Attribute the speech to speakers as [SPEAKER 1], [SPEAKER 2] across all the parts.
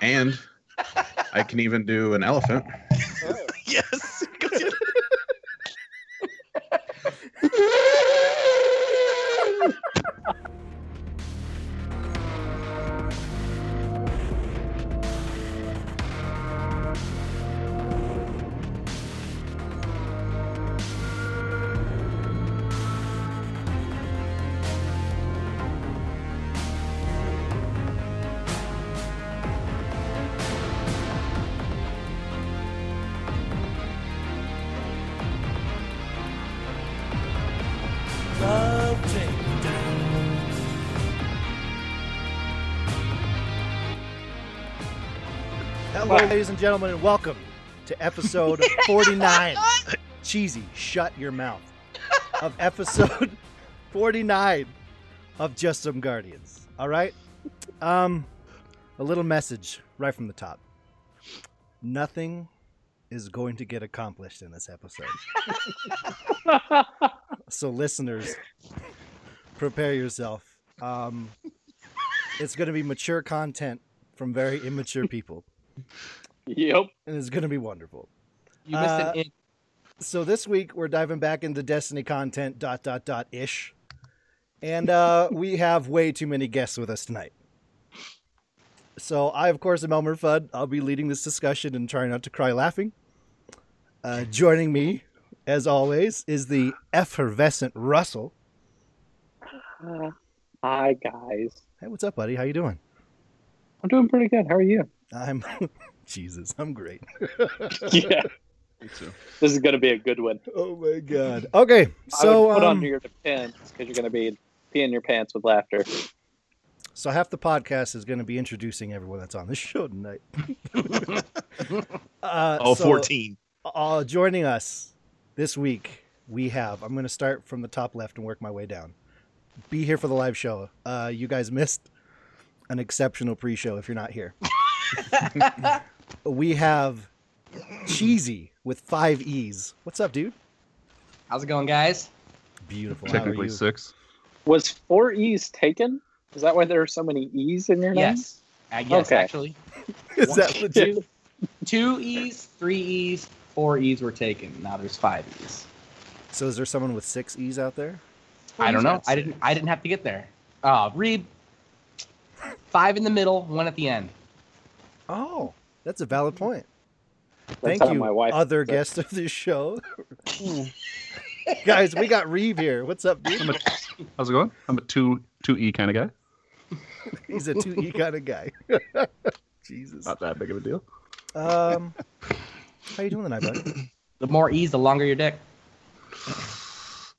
[SPEAKER 1] And I can even do an elephant.
[SPEAKER 2] yes.
[SPEAKER 3] Love Takedown.
[SPEAKER 4] Hello, ladies and gentlemen, and welcome to episode 49. Cheesy, shut your mouth. Of episode 49 of Just Some Guardians. All right? Um, a little message right from the top. Nothing is going to get accomplished in this episode. so, listeners, prepare yourself. Um, it's going to be mature content from very immature people
[SPEAKER 5] Yep.
[SPEAKER 4] and it's going to be wonderful.
[SPEAKER 5] You missed
[SPEAKER 4] Uh,
[SPEAKER 5] an inch.
[SPEAKER 4] So this week we're diving back into Destiny content dot dot dot ish, and uh, we have way too many guests with us tonight. So I, of course, am Elmer Fudd. I'll be leading this discussion and trying not to cry laughing. Uh, joining me, as always, is the effervescent Russell.
[SPEAKER 5] Uh, hi guys.
[SPEAKER 4] Hey, what's up, buddy? How you doing?
[SPEAKER 5] I'm doing pretty good. How are you?
[SPEAKER 4] I'm Jesus. I'm great.
[SPEAKER 5] yeah.
[SPEAKER 1] Me too.
[SPEAKER 5] This is gonna be a good one.
[SPEAKER 4] Oh my God. Okay, so
[SPEAKER 5] I would put
[SPEAKER 4] um,
[SPEAKER 5] on your pants because you're gonna be peeing your pants with laughter.
[SPEAKER 4] So half the podcast is going to be introducing everyone that's on the show tonight. uh,
[SPEAKER 6] oh,
[SPEAKER 2] All
[SPEAKER 4] so,
[SPEAKER 2] 14.
[SPEAKER 4] Uh, joining us this week, we have. I'm going to start from the top left and work my way down. Be here for the live show. Uh, you guys missed an exceptional pre-show if you're not here. we have cheesy with five e's. What's up, dude?
[SPEAKER 7] How's it going, guys?
[SPEAKER 4] Beautiful. How are
[SPEAKER 1] Technically
[SPEAKER 4] you?
[SPEAKER 1] six.
[SPEAKER 5] Was four E's taken? Is that why there are so many E's in your name?
[SPEAKER 7] Yes. Uh, yes,
[SPEAKER 5] Okay.
[SPEAKER 7] actually.
[SPEAKER 4] Is that legit?
[SPEAKER 5] Two-
[SPEAKER 7] Two E's, three E's, four E's were taken. Now there's five E's.
[SPEAKER 4] So is there someone with six e's out there?
[SPEAKER 7] I don't know.
[SPEAKER 2] That's
[SPEAKER 7] I didn't I didn't have to get there. Uh Reeb. Five in the middle, one at the end.
[SPEAKER 4] Oh, that's a valid point.
[SPEAKER 5] That's
[SPEAKER 4] Thank
[SPEAKER 5] how
[SPEAKER 4] you,
[SPEAKER 5] my wife.
[SPEAKER 4] other
[SPEAKER 5] said-
[SPEAKER 4] guest of this show. Guys, we got Reeve here. What's up, dude?
[SPEAKER 1] I'm a, how's it going? I'm a two two E kind of guy.
[SPEAKER 4] He's a two E kind of guy. Jesus.
[SPEAKER 1] Not that big of a deal.
[SPEAKER 4] Um, how you doing tonight, buddy?
[SPEAKER 7] The more E's, the longer your dick.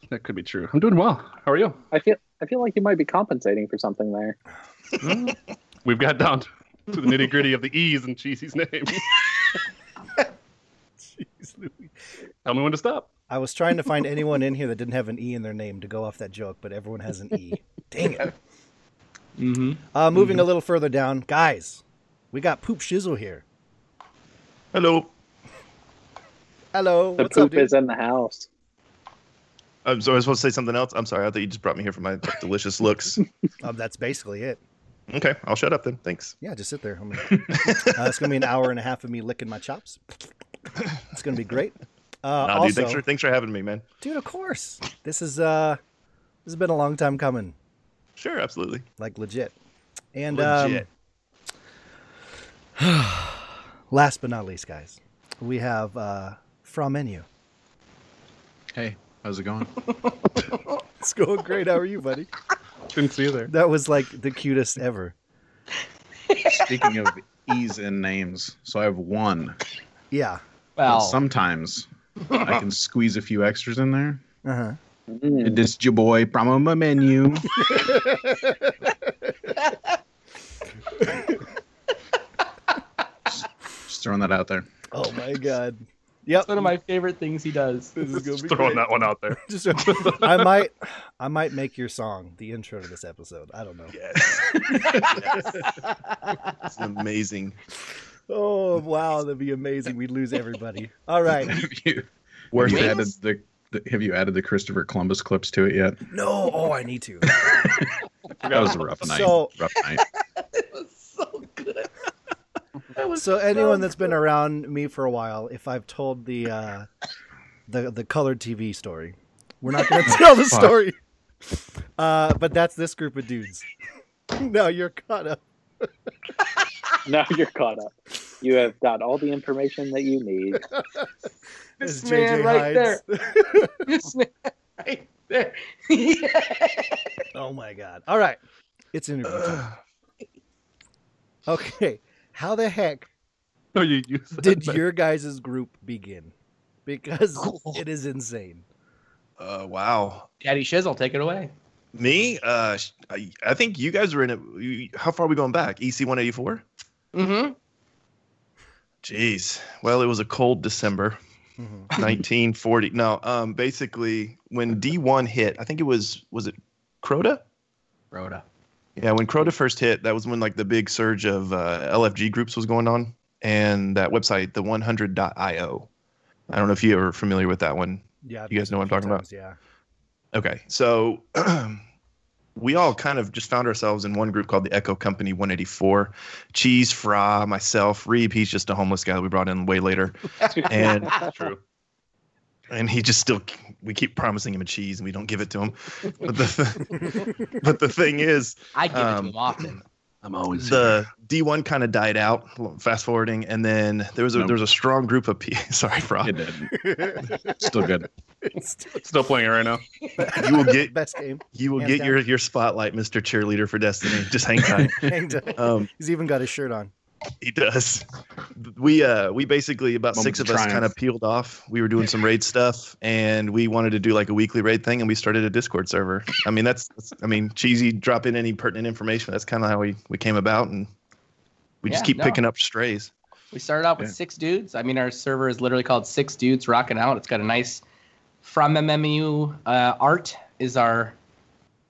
[SPEAKER 1] That could be true. I'm doing well. How are you?
[SPEAKER 5] I feel. I feel like you might be compensating for something there.
[SPEAKER 1] Hmm? We've got down to the nitty gritty of the E's in Cheesy's name.
[SPEAKER 4] Jeez Louise.
[SPEAKER 1] Tell me when to stop.
[SPEAKER 4] I was trying to find anyone in here that didn't have an E in their name to go off that joke, but everyone has an E. Dang it.
[SPEAKER 7] Mm-hmm.
[SPEAKER 4] Uh, moving a little further down, guys, we got Poop Shizzle here.
[SPEAKER 6] Hello.
[SPEAKER 4] Hello.
[SPEAKER 5] The
[SPEAKER 4] What's
[SPEAKER 5] poop
[SPEAKER 4] up, dude?
[SPEAKER 5] is in the house.
[SPEAKER 6] I'm sorry, I was supposed to say something else. I'm sorry. I thought you just brought me here for my delicious looks.
[SPEAKER 4] Um, that's basically it.
[SPEAKER 6] Okay, I'll shut up then. Thanks.
[SPEAKER 4] Yeah, just sit there. I'm gonna- uh, it's gonna be an hour and a half of me licking my chops. It's gonna be great. Uh,
[SPEAKER 6] Nah,
[SPEAKER 4] also,
[SPEAKER 6] dude, thanks for thanks for having me, man.
[SPEAKER 4] dude, of course, this is uh, this has been a long time coming,
[SPEAKER 6] Sure, absolutely.
[SPEAKER 4] like legit. And
[SPEAKER 6] Legit.
[SPEAKER 4] Um, last but not least, guys, we have uh, from menu.
[SPEAKER 1] Hey, how's it going?
[SPEAKER 4] It's going great. How are you, buddy?
[SPEAKER 1] Couldn't see you there.
[SPEAKER 4] That was like the cutest ever.
[SPEAKER 1] Speaking of E's in names, so I have one.
[SPEAKER 4] Yeah.
[SPEAKER 7] Well,
[SPEAKER 1] And Sometimes I can squeeze a few extras in there.
[SPEAKER 4] Uh huh.
[SPEAKER 5] Mm.
[SPEAKER 1] This your boy from my menu. just, just throwing that out there.
[SPEAKER 4] Oh my god. Yep.
[SPEAKER 7] that's one of my favorite things he does.
[SPEAKER 4] This is gonna
[SPEAKER 6] Just throwing that one out there.
[SPEAKER 4] Just, I might, I might make your song the intro to this episode. I don't know.
[SPEAKER 6] Yes. It's amazing.
[SPEAKER 4] Oh wow, that'd be amazing. We'd lose everybody. All right.
[SPEAKER 1] have you, have
[SPEAKER 6] Worth
[SPEAKER 1] you
[SPEAKER 6] it.
[SPEAKER 1] added the, the have you added the Christopher Columbus clips to it yet?
[SPEAKER 4] No. Oh, I need to.
[SPEAKER 1] That was a rough night.
[SPEAKER 4] So-
[SPEAKER 1] rough night.
[SPEAKER 7] it was so good.
[SPEAKER 4] so anyone that's been around me for a while, if I've told the uh, the the colored TV story, we're not going to tell the
[SPEAKER 1] Fuck.
[SPEAKER 4] story. Uh, but that's this group of dudes. no, you're caught up.
[SPEAKER 5] Now you're caught up. You have got all the information that you need.
[SPEAKER 7] This
[SPEAKER 4] As
[SPEAKER 7] man right
[SPEAKER 4] hides.
[SPEAKER 7] This man right there. Yeah.
[SPEAKER 4] oh my god! All right, it's interview time.
[SPEAKER 6] Uh,
[SPEAKER 4] Okay, how the heck
[SPEAKER 1] No, you, you said
[SPEAKER 4] did
[SPEAKER 1] that.
[SPEAKER 4] your guys' group begin? Because it is insane.
[SPEAKER 6] Uh, wow.
[SPEAKER 7] Daddy Shizzle, take it away.
[SPEAKER 6] Me? Uh, sh- I, I think you guys were in it. you- How far are we going back? E EC 184?
[SPEAKER 7] Mm-hmm.
[SPEAKER 6] Jeez. Well, it was a cold December.
[SPEAKER 4] Mhm.
[SPEAKER 6] 1940. No, um, basically when D1 hit, I think it was was it Crota?
[SPEAKER 7] Rhoda.
[SPEAKER 6] Yeah, when Crota first hit, that was when like the big surge of uh, LFG groups was going on, and that website, the 100.io. I don't know if you are familiar with that one.
[SPEAKER 4] Yeah, I've
[SPEAKER 6] You guys
[SPEAKER 4] used
[SPEAKER 6] know what
[SPEAKER 4] it a
[SPEAKER 6] I'm
[SPEAKER 4] few
[SPEAKER 6] talking about?
[SPEAKER 4] times, Yeah.
[SPEAKER 6] Okay, so we all kind of just found ourselves in one group called the Echo Company 184. Cheese, Fra, myself, Reeb. He's just a homeless guy that we brought in way later, and
[SPEAKER 1] True.
[SPEAKER 6] and he just still we keep promising him a cheese and we don't give it to him but the, but the thing is
[SPEAKER 7] I give it
[SPEAKER 6] Um,
[SPEAKER 7] to him often.
[SPEAKER 1] I'm always
[SPEAKER 6] the d1 kind of died out fast forwarding and then there was a
[SPEAKER 1] Nope.
[SPEAKER 6] there was a strong group of people sorry
[SPEAKER 1] here.
[SPEAKER 6] frog
[SPEAKER 1] It didn't. Still good. Still playing it right now.
[SPEAKER 6] you will get
[SPEAKER 4] Best game.
[SPEAKER 6] you will
[SPEAKER 4] Hands
[SPEAKER 6] get
[SPEAKER 4] down.
[SPEAKER 6] your your spotlight mr cheerleader for destiny just hang tight
[SPEAKER 4] Hang down.
[SPEAKER 6] um
[SPEAKER 4] He's even got his shirt on.
[SPEAKER 6] he does we uh we basically about
[SPEAKER 1] Moments
[SPEAKER 6] six
[SPEAKER 1] of
[SPEAKER 6] of us
[SPEAKER 1] triumph.
[SPEAKER 6] kind of peeled off we were doing some raid stuff and we wanted to do like a weekly raid thing and we started a discord server i mean that's, that's i mean cheesy drop in any pertinent information that's kind of how we we came about and we just
[SPEAKER 7] Yeah,
[SPEAKER 6] keep
[SPEAKER 7] no.
[SPEAKER 6] picking up strays
[SPEAKER 7] We started out with
[SPEAKER 6] Yeah.
[SPEAKER 7] six dudes. I mean, our server is literally called Six Dudes Rocking Out. It's got a nice from MMU uh, art is our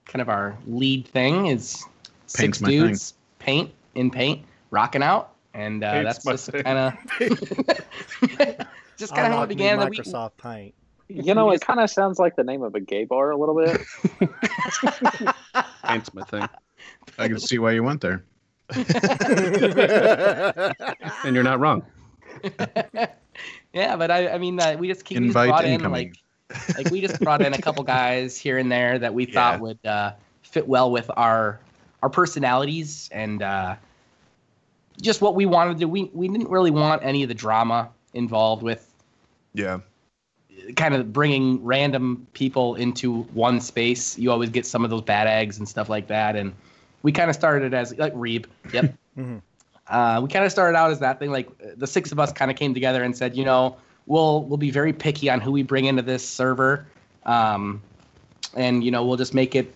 [SPEAKER 7] kind of our lead thing is
[SPEAKER 1] Paint's
[SPEAKER 7] six
[SPEAKER 1] my thing.
[SPEAKER 7] dudes paint in paint rocking out, and uh,
[SPEAKER 1] Paint's
[SPEAKER 7] that's
[SPEAKER 1] my
[SPEAKER 7] just
[SPEAKER 1] thing.
[SPEAKER 7] kind of just kind of
[SPEAKER 4] Unlock
[SPEAKER 7] how it
[SPEAKER 4] me
[SPEAKER 7] began. and then we-
[SPEAKER 4] Microsoft Paint.
[SPEAKER 5] You know, it kind of sounds like the name of a gay bar a little bit.
[SPEAKER 1] Paint's my thing.
[SPEAKER 8] I can see why you went there.
[SPEAKER 1] And you're not wrong.
[SPEAKER 7] yeah, but I, I mean, uh, we just keep we just
[SPEAKER 8] Invite
[SPEAKER 7] brought in
[SPEAKER 8] incoming.
[SPEAKER 7] like, like we just brought in a couple guys here and there that we
[SPEAKER 6] Yeah.
[SPEAKER 7] thought would uh, fit well with our our personalities and uh, just what we wanted to. do. We we didn't really want any of the drama involved with
[SPEAKER 6] yeah
[SPEAKER 7] kind of bringing random people into one space. You always get some of those bad eggs and stuff like that. And we kind of started as like Reeb. Yep.
[SPEAKER 4] Mhm.
[SPEAKER 7] uh, we kind of started out as that thing. Like uh, the six of us kind of came together and said, you know, we'll we'll be very picky on who we bring into this server, um, and you know we'll just make it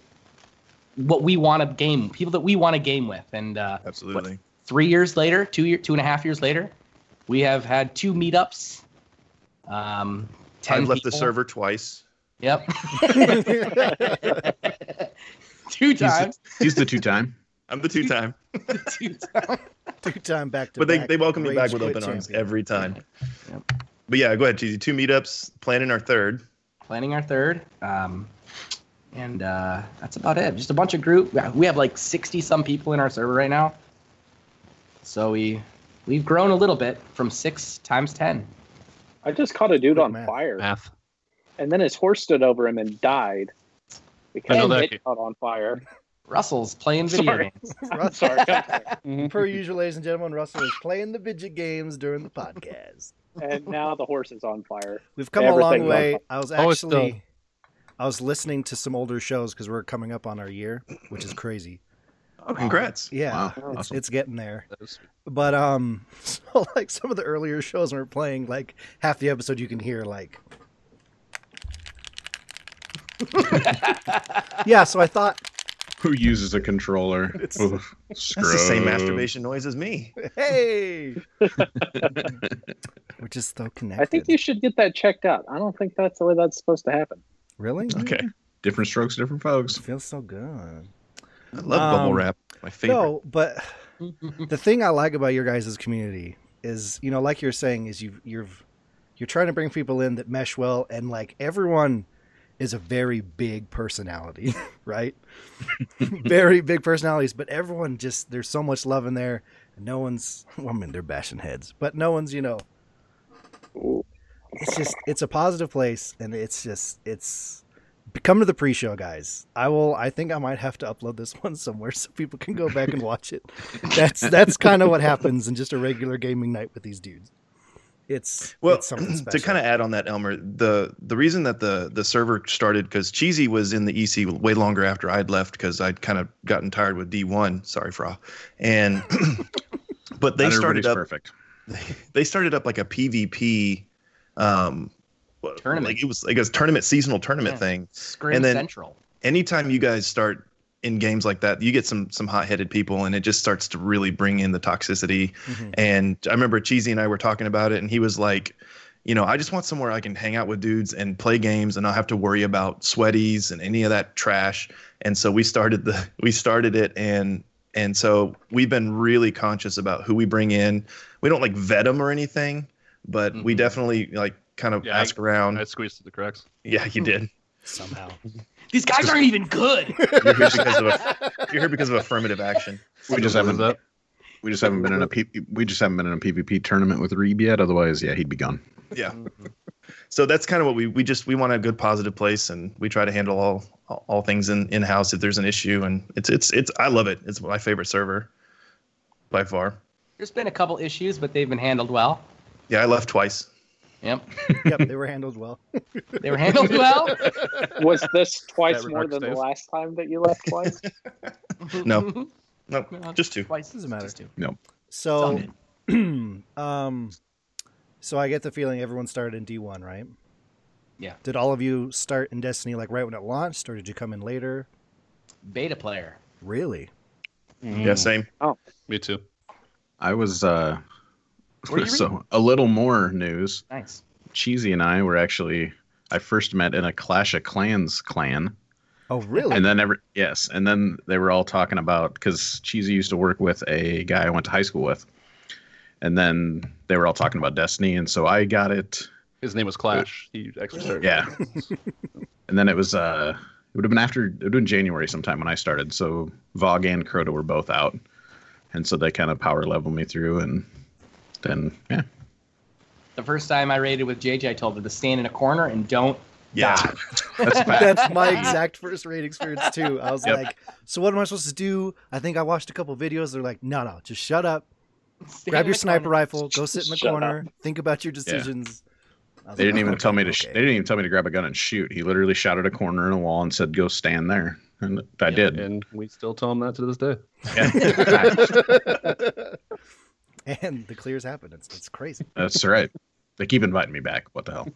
[SPEAKER 7] what we want to game people that we want to game with. And uh,
[SPEAKER 6] absolutely
[SPEAKER 7] three years later, two year, two and a half years later, we have had two meetups. Um, 10
[SPEAKER 6] i've left the
[SPEAKER 7] people.
[SPEAKER 6] server twice
[SPEAKER 7] Yep. two times.
[SPEAKER 8] He's the two time.
[SPEAKER 6] i'm the two time
[SPEAKER 7] Two times.
[SPEAKER 4] Two-time back to
[SPEAKER 6] but they,
[SPEAKER 4] back
[SPEAKER 6] they welcome me
[SPEAKER 4] rage
[SPEAKER 6] back with
[SPEAKER 4] quit
[SPEAKER 6] open arms
[SPEAKER 4] champion.
[SPEAKER 6] every time
[SPEAKER 7] Yep.
[SPEAKER 6] but yeah go ahead cheesy two meetups planning our third
[SPEAKER 7] Planning our third. Um, and uh, that's about it. Just a bunch of group. We have like 60 some people in our server right now. So we we've grown a little bit from six times 10.
[SPEAKER 5] I just caught a dude
[SPEAKER 4] Quick
[SPEAKER 5] on
[SPEAKER 4] math.
[SPEAKER 5] fire,
[SPEAKER 1] Math.
[SPEAKER 5] and then his horse stood over him and died because
[SPEAKER 1] I know that game.
[SPEAKER 5] it caught on fire.
[SPEAKER 7] Russell's playing video
[SPEAKER 5] Sorry.
[SPEAKER 7] games.
[SPEAKER 5] I'm sorry. I'm sorry.
[SPEAKER 4] Per usual, ladies and gentlemen, Russell is playing the video games during the podcast.
[SPEAKER 5] and now the horse is on fire.
[SPEAKER 4] We've come a long
[SPEAKER 5] Everything's on
[SPEAKER 4] way. I was
[SPEAKER 1] Oh, it's still-
[SPEAKER 4] actually, I was listening to some older shows because we're coming up on our year, which is crazy.
[SPEAKER 6] oh congrats
[SPEAKER 4] Yeah,
[SPEAKER 8] Wow.
[SPEAKER 4] it's,
[SPEAKER 8] Awesome.
[SPEAKER 4] it's getting there.
[SPEAKER 1] Those-
[SPEAKER 4] But um, so like some of the earlier shows when we're playing, like half the episode you can hear like, yeah. So I thought,
[SPEAKER 8] Who uses a controller?
[SPEAKER 4] It's-
[SPEAKER 8] Oof,
[SPEAKER 6] that's the same
[SPEAKER 8] scrub.
[SPEAKER 6] masturbation noise as me
[SPEAKER 4] hey, we're just so connected.
[SPEAKER 5] I think you should get that checked out. I don't think that's the way that's supposed to happen.
[SPEAKER 4] really
[SPEAKER 6] okay
[SPEAKER 8] Different strokes, different folks.
[SPEAKER 4] feels so good.
[SPEAKER 6] I love bubble
[SPEAKER 4] Um,
[SPEAKER 6] wrap. My favorite.
[SPEAKER 4] No, but the thing I like about your guys' community is, you know, like you're saying, is you you've you're trying to bring people in that mesh well, and like everyone is a very big personality, right? very big personalities, but everyone just there's so much love in there, No one's, well, I mean, they're bashing heads, but no one's, you know, it's just, it's a positive place. And it's just, it's, come to the pre show, guys. I will, I think I might have to upload this one somewhere so people can go back and watch it. That's, that's kind of what happens in just a regular gaming night with these dudes. It's,
[SPEAKER 6] Well,
[SPEAKER 4] it's something special.
[SPEAKER 6] to kind of add on that, Elmer, the the reason that the the server started because Cheesy was in the EC way longer after I'd left because I'd kind of gotten tired with D1. Sorry, Fra. And but they
[SPEAKER 8] Not
[SPEAKER 6] started
[SPEAKER 8] everybody's
[SPEAKER 6] up
[SPEAKER 8] perfect.
[SPEAKER 6] they started up like a PvP um what-
[SPEAKER 7] Tournament.
[SPEAKER 6] Like it was like a tournament seasonal tournament
[SPEAKER 7] Yeah.
[SPEAKER 6] thing.
[SPEAKER 7] Scrim
[SPEAKER 6] And then-
[SPEAKER 7] Central.
[SPEAKER 6] Anytime you guys start in games like that, you get some some hot headed people, and it just starts to really bring in the toxicity.
[SPEAKER 4] Mhm.
[SPEAKER 6] And I remember Cheesy and I were talking about it, and he was like, you know, I just want somewhere I can hang out with dudes and play games and not have to worry about sweaties and any of that trash. And so we started the we started it and and so we've been really conscious about who we bring in. We don't like vet them or anything, but we
[SPEAKER 1] Mhm.
[SPEAKER 6] definitely like kind of
[SPEAKER 1] Yeah, I-
[SPEAKER 6] ask around.
[SPEAKER 1] I squeezed through the cracks.
[SPEAKER 6] yeah, you did.
[SPEAKER 4] somehow.
[SPEAKER 7] These guys aren't even good.
[SPEAKER 6] You're here because of a, you're here because of affirmative action.
[SPEAKER 8] We just
[SPEAKER 1] What was
[SPEAKER 8] haven't
[SPEAKER 1] that?
[SPEAKER 8] we just haven't been in a P- we just haven't been in a PvP tournament with Reeb yet. Otherwise, yeah, he'd be gone.
[SPEAKER 6] Yeah. So that's kind of what we we just we want a good positive place, and we try to handle all all, all things in in house if there's an issue, and it's it's it's I love it. It's my favorite server by far.
[SPEAKER 7] There's been a couple issues, but they've been handled well.
[SPEAKER 6] Yeah, I left twice.
[SPEAKER 7] Yep,
[SPEAKER 4] yep, they were handled well.
[SPEAKER 7] they were handled well.
[SPEAKER 5] Was this twice
[SPEAKER 1] That
[SPEAKER 5] more than the
[SPEAKER 1] stays.
[SPEAKER 5] last time that you left twice?
[SPEAKER 6] No. No,
[SPEAKER 7] No.
[SPEAKER 6] just two.
[SPEAKER 7] twice
[SPEAKER 4] Doesn't matter.
[SPEAKER 7] Just two.
[SPEAKER 4] So, um, so I get the feeling everyone started in D one, right?
[SPEAKER 7] Yeah.
[SPEAKER 4] Did all of you start in Destiny like right when it launched, or did you come in later?
[SPEAKER 7] Beta player.
[SPEAKER 4] Really?
[SPEAKER 6] Yeah, same.
[SPEAKER 1] Me too.
[SPEAKER 8] I was uh,
[SPEAKER 7] Were you
[SPEAKER 8] so a little more news.
[SPEAKER 7] Nice.
[SPEAKER 8] Cheesy and I were actually I first met in a Clash of Clans clan.
[SPEAKER 4] Oh, really?
[SPEAKER 8] And then every yes, and then they were all talking about because Cheesy used to work with a guy I went to high school with, and then they were all talking about Destiny, and so I got it.
[SPEAKER 1] His name was Clash. He actually started.
[SPEAKER 8] Yeah. And then it was uh, it would have been after it would have been January sometime when I started. So Vogue and Crota were both out, and so they kind of power leveled me through, and then yeah,
[SPEAKER 7] The first time I raided with JJ, I told him to stand in a corner and don't.
[SPEAKER 6] Yeah.
[SPEAKER 8] that's bad.
[SPEAKER 4] That's my exact first raid experience too. I was
[SPEAKER 8] Yep.
[SPEAKER 4] like, "So what am I supposed to do?" I think I watched a couple videos. They're like, "No, no, just shut up.
[SPEAKER 7] Stand
[SPEAKER 4] Grab
[SPEAKER 7] in
[SPEAKER 4] your
[SPEAKER 7] the
[SPEAKER 4] sniper
[SPEAKER 7] corner.
[SPEAKER 4] rifle. Go sit in the
[SPEAKER 5] Shut
[SPEAKER 4] corner. Think about your decisions." I was
[SPEAKER 8] They
[SPEAKER 4] like,
[SPEAKER 8] didn't even
[SPEAKER 4] "Okay,
[SPEAKER 8] tell me to. Sh-
[SPEAKER 4] okay."
[SPEAKER 8] they didn't even tell me to grab a gun and shoot. He literally shot at a corner in a wall and said, "Go stand there," and I did.
[SPEAKER 1] And we still tell him that to this day.
[SPEAKER 8] Yeah.
[SPEAKER 4] and the clears happen. It's it's crazy.
[SPEAKER 8] That's right. They keep inviting me back. What the hell?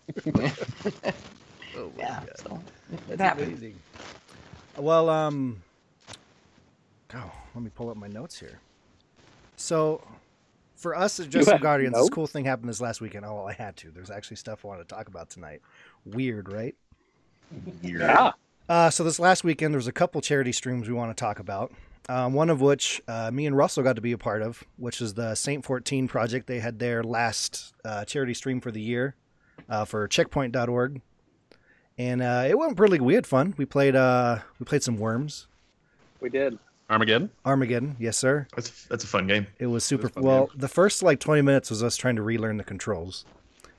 [SPEAKER 4] Oh, my
[SPEAKER 7] Yeah.
[SPEAKER 4] God.
[SPEAKER 7] So it
[SPEAKER 4] That's
[SPEAKER 7] happened.
[SPEAKER 4] amazing. Well, um, oh, let me pull up my notes here. So, for us at Just
[SPEAKER 5] have
[SPEAKER 4] Guardians, this
[SPEAKER 5] notes?
[SPEAKER 4] cool thing happened this last weekend. Oh, I had to. There's actually stuff I wanted to talk about tonight. Weird, right?
[SPEAKER 5] Yeah.
[SPEAKER 4] Uh, so this last weekend, there was a couple charity streams we want to talk about. Um, one of which uh, me and Russell got to be a part of, which is the Saint 14 project. They had their last uh, charity stream for the year uh, for Checkpoint.org, and uh, it went pretty. We had fun. We played. Uh, we played some Worms,
[SPEAKER 5] We did.
[SPEAKER 1] Armageddon.
[SPEAKER 4] Armageddon. Yes, sir.
[SPEAKER 6] That's that's a fun game.
[SPEAKER 4] It was super.
[SPEAKER 1] was a fun
[SPEAKER 4] well, the first like 20 minutes was us trying to relearn the controls,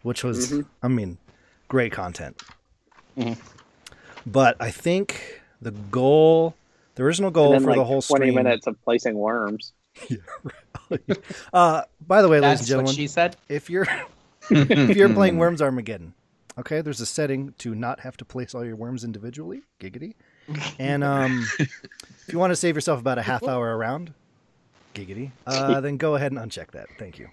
[SPEAKER 4] which was,
[SPEAKER 5] Mm-hmm.
[SPEAKER 4] I mean, great content. But I think the goal, the original
[SPEAKER 5] And
[SPEAKER 4] goal
[SPEAKER 5] then
[SPEAKER 4] for
[SPEAKER 5] like
[SPEAKER 4] the whole
[SPEAKER 5] 20
[SPEAKER 4] stream.
[SPEAKER 5] minutes of placing worms.
[SPEAKER 4] Uh, by the way, ladies and
[SPEAKER 7] That's what
[SPEAKER 4] gentlemen,
[SPEAKER 7] she said.
[SPEAKER 4] if you're if you're playing Worms Armageddon, okay, there's a setting to not have to place all your worms individually, giggity, and um, if you want to save yourself about a half hour around, giggity, uh, then go ahead and uncheck that. Thank you.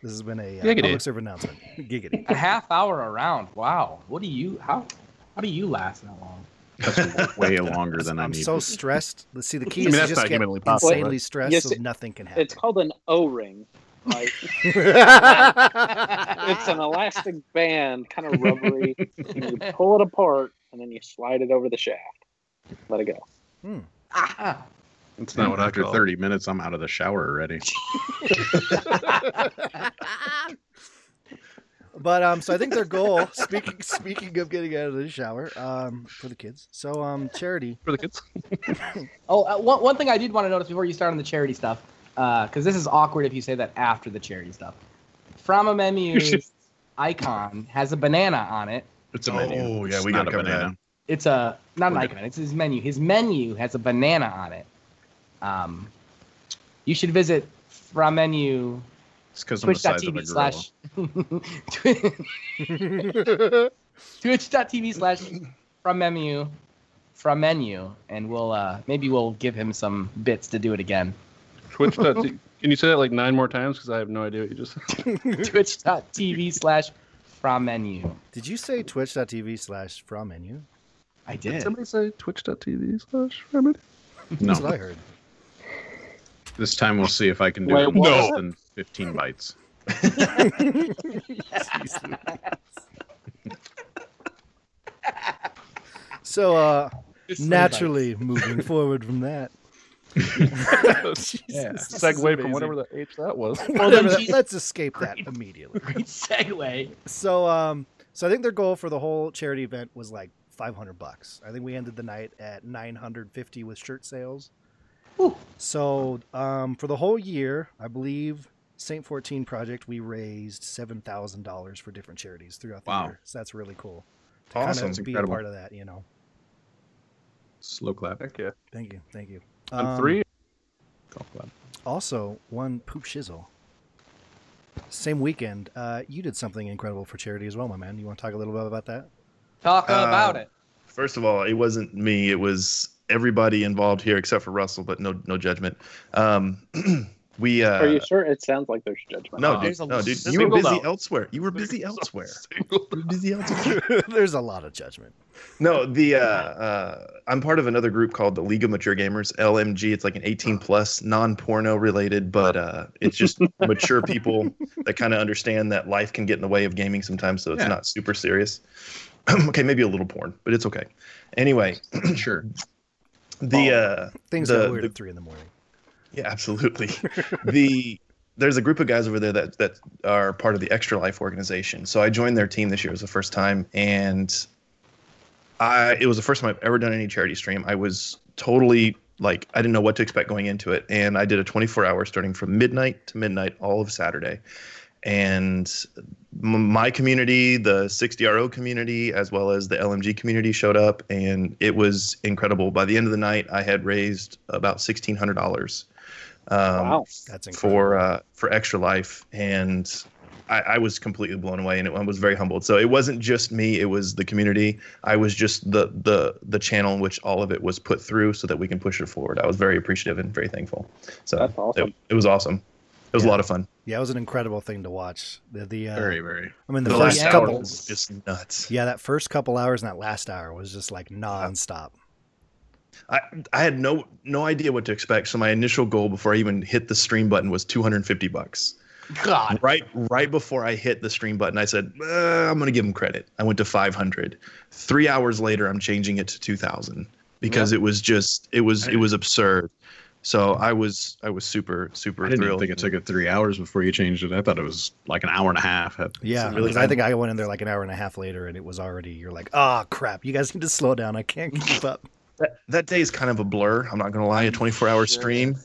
[SPEAKER 4] This has been a uh,
[SPEAKER 1] Giggity.
[SPEAKER 4] public serve announcement. Giggity.
[SPEAKER 7] A half hour around. Wow. What do you? How? How do you last that long?
[SPEAKER 8] That's way longer than I
[SPEAKER 4] I'm
[SPEAKER 8] need.
[SPEAKER 4] so stressed. Let's see. The key
[SPEAKER 1] I mean,
[SPEAKER 4] is
[SPEAKER 1] that's
[SPEAKER 4] you just
[SPEAKER 1] not
[SPEAKER 4] get
[SPEAKER 1] humanly possible,
[SPEAKER 4] insanely
[SPEAKER 1] right?
[SPEAKER 4] stressed,
[SPEAKER 5] Yes,
[SPEAKER 4] so
[SPEAKER 5] it-
[SPEAKER 4] nothing can happen.
[SPEAKER 5] It's called an O-ring. Like it's an elastic band, kind of rubbery. and you pull it apart and then you slide it over the shaft. Let it go.
[SPEAKER 7] Ah.
[SPEAKER 1] It's
[SPEAKER 8] Not after 30 minutes, I'm out of the shower already.
[SPEAKER 4] but um, so I think their goal. Speaking speaking of getting out of the shower, um, for the kids. So um, charity.
[SPEAKER 1] for the kids.
[SPEAKER 7] Oh, uh, one, one thing I did want to notice before you start on the charity stuff. because this is awkward if you say that after the charity stuff. From a menu's icon has a banana on it.
[SPEAKER 8] It's a menu.
[SPEAKER 6] Oh, yeah,
[SPEAKER 8] It's
[SPEAKER 6] we
[SPEAKER 8] not
[SPEAKER 6] gotta
[SPEAKER 8] a
[SPEAKER 6] cover that.
[SPEAKER 8] banana.
[SPEAKER 7] It's a not an icon. It's his menu. His menu has a banana on it. Um, you should visit from menu
[SPEAKER 8] It's because I'm the size of a
[SPEAKER 7] twitch.tv
[SPEAKER 8] girl.
[SPEAKER 7] slash twitch.tv slash from menu from menu and we'll uh maybe we'll give him some bits to do it again
[SPEAKER 1] Twitch. dot t- Can you say that like nine more times? Because I have no idea what you just.
[SPEAKER 7] twitch.tv slash from menu
[SPEAKER 4] Did you say twitch.tv slash from menu?
[SPEAKER 7] i
[SPEAKER 1] Did
[SPEAKER 7] did
[SPEAKER 1] somebody say twitch.tv slash remedy?
[SPEAKER 4] That's
[SPEAKER 8] No,
[SPEAKER 4] what I heard.
[SPEAKER 8] this time we'll see if I can do
[SPEAKER 5] Wait,
[SPEAKER 8] it in
[SPEAKER 5] what?
[SPEAKER 8] less than 15 bytes.
[SPEAKER 4] So, uh,
[SPEAKER 7] It's so
[SPEAKER 4] naturally moving forward from that. Jesus, this is
[SPEAKER 1] Segue from
[SPEAKER 4] amazing.
[SPEAKER 1] whatever the H that was.
[SPEAKER 4] Whatever that-
[SPEAKER 7] Jesus-
[SPEAKER 4] let's escape that immediately.
[SPEAKER 7] great segue
[SPEAKER 4] So, um, so I think their goal for the whole charity event was like 500 bucks. I think we ended the night at 950 with shirt sales.
[SPEAKER 7] Ooh.
[SPEAKER 4] So, um, for the whole year, I believe Saint 14 Project we raised seven thousand dollars for different charities throughout the
[SPEAKER 8] Wow.
[SPEAKER 4] year. So that's really cool. To
[SPEAKER 6] Awesome.
[SPEAKER 4] kind
[SPEAKER 6] That's
[SPEAKER 4] of be
[SPEAKER 8] incredible.
[SPEAKER 4] a part of that, you know.
[SPEAKER 8] Slow clap.
[SPEAKER 1] Heck yeah.
[SPEAKER 4] Thank you, thank you.
[SPEAKER 1] On
[SPEAKER 4] Um,
[SPEAKER 1] three.
[SPEAKER 8] golf clap.
[SPEAKER 4] Also, one poop shizzle. Same weekend, uh, you did something incredible for charity as well, my man. You want to talk a little bit about that?
[SPEAKER 7] talk
[SPEAKER 6] Uh,
[SPEAKER 7] about it
[SPEAKER 6] First of all, it wasn't me. It was everybody involved here except for Russell, but no no judgment. Um, we uh,
[SPEAKER 5] Are you sure? It sounds like there's judgment.
[SPEAKER 6] no,
[SPEAKER 7] Uh,
[SPEAKER 6] dude,
[SPEAKER 7] there's a
[SPEAKER 6] no, dude. You were
[SPEAKER 7] single
[SPEAKER 6] busy
[SPEAKER 7] note.
[SPEAKER 6] elsewhere. You were busy elsewhere. You were busy elsewhere.
[SPEAKER 4] There's a lot of judgment.
[SPEAKER 6] No, the uh, uh, I'm part of another group called the League of Mature Gamers (LMG). It's like an 18 plus, non-porno related, but uh, it's just mature people that kind of understand that life can get in the way of gaming sometimes, so it's
[SPEAKER 8] Yeah.
[SPEAKER 6] not super serious. okay, maybe a little porn, but it's okay. Anyway,
[SPEAKER 8] Sure.
[SPEAKER 6] the uh,
[SPEAKER 4] Things
[SPEAKER 6] The-
[SPEAKER 4] got weird
[SPEAKER 6] the-
[SPEAKER 4] at three in the morning.
[SPEAKER 6] yeah, absolutely. the there's a group of guys over there that that are part of the Extra Life organization. So I joined their team this year. It was the first time, and I it was the first time I've ever done any charity stream. I was totally like I didn't know what to expect going into it, and I did a 24 hour starting from midnight to midnight all of Saturday, and m- my community, the 60RO community, as well as the LMG community showed up, and it was incredible. By the end of the night, I had raised about $1,600. Um,
[SPEAKER 5] Wow.
[SPEAKER 4] That's incredible.
[SPEAKER 6] for uh, for extra life and I, I was completely blown away and it, I was very humbled so it wasn't just me it was the community i was just the the the channel in which all of it was put through so that we can push it forward i was very appreciative and very thankful so
[SPEAKER 5] That's awesome.
[SPEAKER 6] it, it was awesome it was
[SPEAKER 4] Yeah.
[SPEAKER 6] a lot of fun
[SPEAKER 4] Yeah, it was an incredible thing to watch. The, the uh,
[SPEAKER 8] Very, very.
[SPEAKER 4] I mean, the,
[SPEAKER 7] The
[SPEAKER 4] first
[SPEAKER 7] last
[SPEAKER 6] hour
[SPEAKER 4] couple.
[SPEAKER 6] was just nuts
[SPEAKER 4] Yeah, that first couple hours and that last hour was just like nonstop.
[SPEAKER 6] I, I had no no idea what to expect so my initial goal before i even hit the stream button was 250 bucks
[SPEAKER 7] god
[SPEAKER 6] right right before I hit the stream button, I said, "Uh, I'm going to give him credit. I went to 500. Three hours later, I'm changing it to 2,000 because it was just it was it was absurd. So I was I was super super
[SPEAKER 8] I didn't even
[SPEAKER 6] thrilled.
[SPEAKER 8] think it took it three hours before you changed it. I thought it was like an hour and a half. That-
[SPEAKER 4] Yeah,
[SPEAKER 6] really
[SPEAKER 4] because I think I went in there like an hour and a half later, and it was already. You're like, ah, crap! You guys need to slow down. I can't keep up.
[SPEAKER 6] that, that day is kind of a blur. I'm not going to lie. A 24 hour stream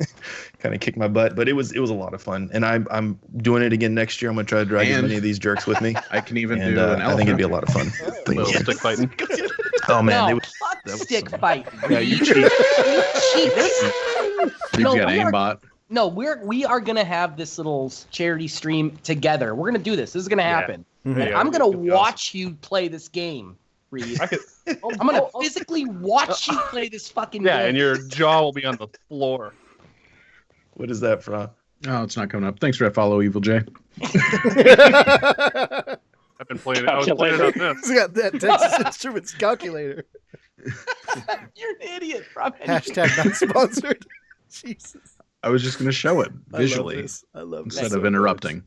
[SPEAKER 6] kind of kicked my butt, but it was it was a lot of fun. And I'm I'm doing it again next year. I'm going to try to drag as
[SPEAKER 8] And-
[SPEAKER 6] many of these jerks with me.
[SPEAKER 8] I can even
[SPEAKER 6] And
[SPEAKER 8] do
[SPEAKER 6] uh,
[SPEAKER 8] an
[SPEAKER 6] I think it'd be a
[SPEAKER 8] elephant.
[SPEAKER 6] lot of fun.
[SPEAKER 8] Well,
[SPEAKER 6] Yeah.
[SPEAKER 1] Stick fighting.
[SPEAKER 6] Oh man, they
[SPEAKER 7] no,
[SPEAKER 6] would,
[SPEAKER 7] fuck
[SPEAKER 6] that was
[SPEAKER 7] stick
[SPEAKER 6] some-
[SPEAKER 7] fight
[SPEAKER 6] yeah, you cheat.
[SPEAKER 8] You've
[SPEAKER 7] No,
[SPEAKER 8] got
[SPEAKER 7] we are-
[SPEAKER 8] aimbot.
[SPEAKER 7] no we're we are gonna have this little charity stream together we're gonna do this this is gonna
[SPEAKER 1] Yeah.
[SPEAKER 7] happen
[SPEAKER 1] Yeah,
[SPEAKER 7] i'm
[SPEAKER 1] it's
[SPEAKER 7] gonna
[SPEAKER 1] be awesome.
[SPEAKER 7] watch you play this game Reed.
[SPEAKER 1] I could-
[SPEAKER 7] I'm gonna
[SPEAKER 5] Oh,
[SPEAKER 7] physically watch you play this fucking
[SPEAKER 1] Yeah,
[SPEAKER 7] game.
[SPEAKER 1] and your jaw will be on the floor.
[SPEAKER 6] What is that from?
[SPEAKER 8] Oh, it's not coming up. Thanks for that follow, Evil J.
[SPEAKER 1] I've been playing it. I was playing it on this.
[SPEAKER 4] He's got that Texas Instruments calculator.
[SPEAKER 7] You're an idiot, Rob.
[SPEAKER 4] Hashtag not sponsored. Jesus.
[SPEAKER 8] I was just going to show it
[SPEAKER 4] I love
[SPEAKER 8] visually
[SPEAKER 4] this. I love this.
[SPEAKER 8] instead
[SPEAKER 4] so
[SPEAKER 8] of
[SPEAKER 4] much.
[SPEAKER 8] interrupting,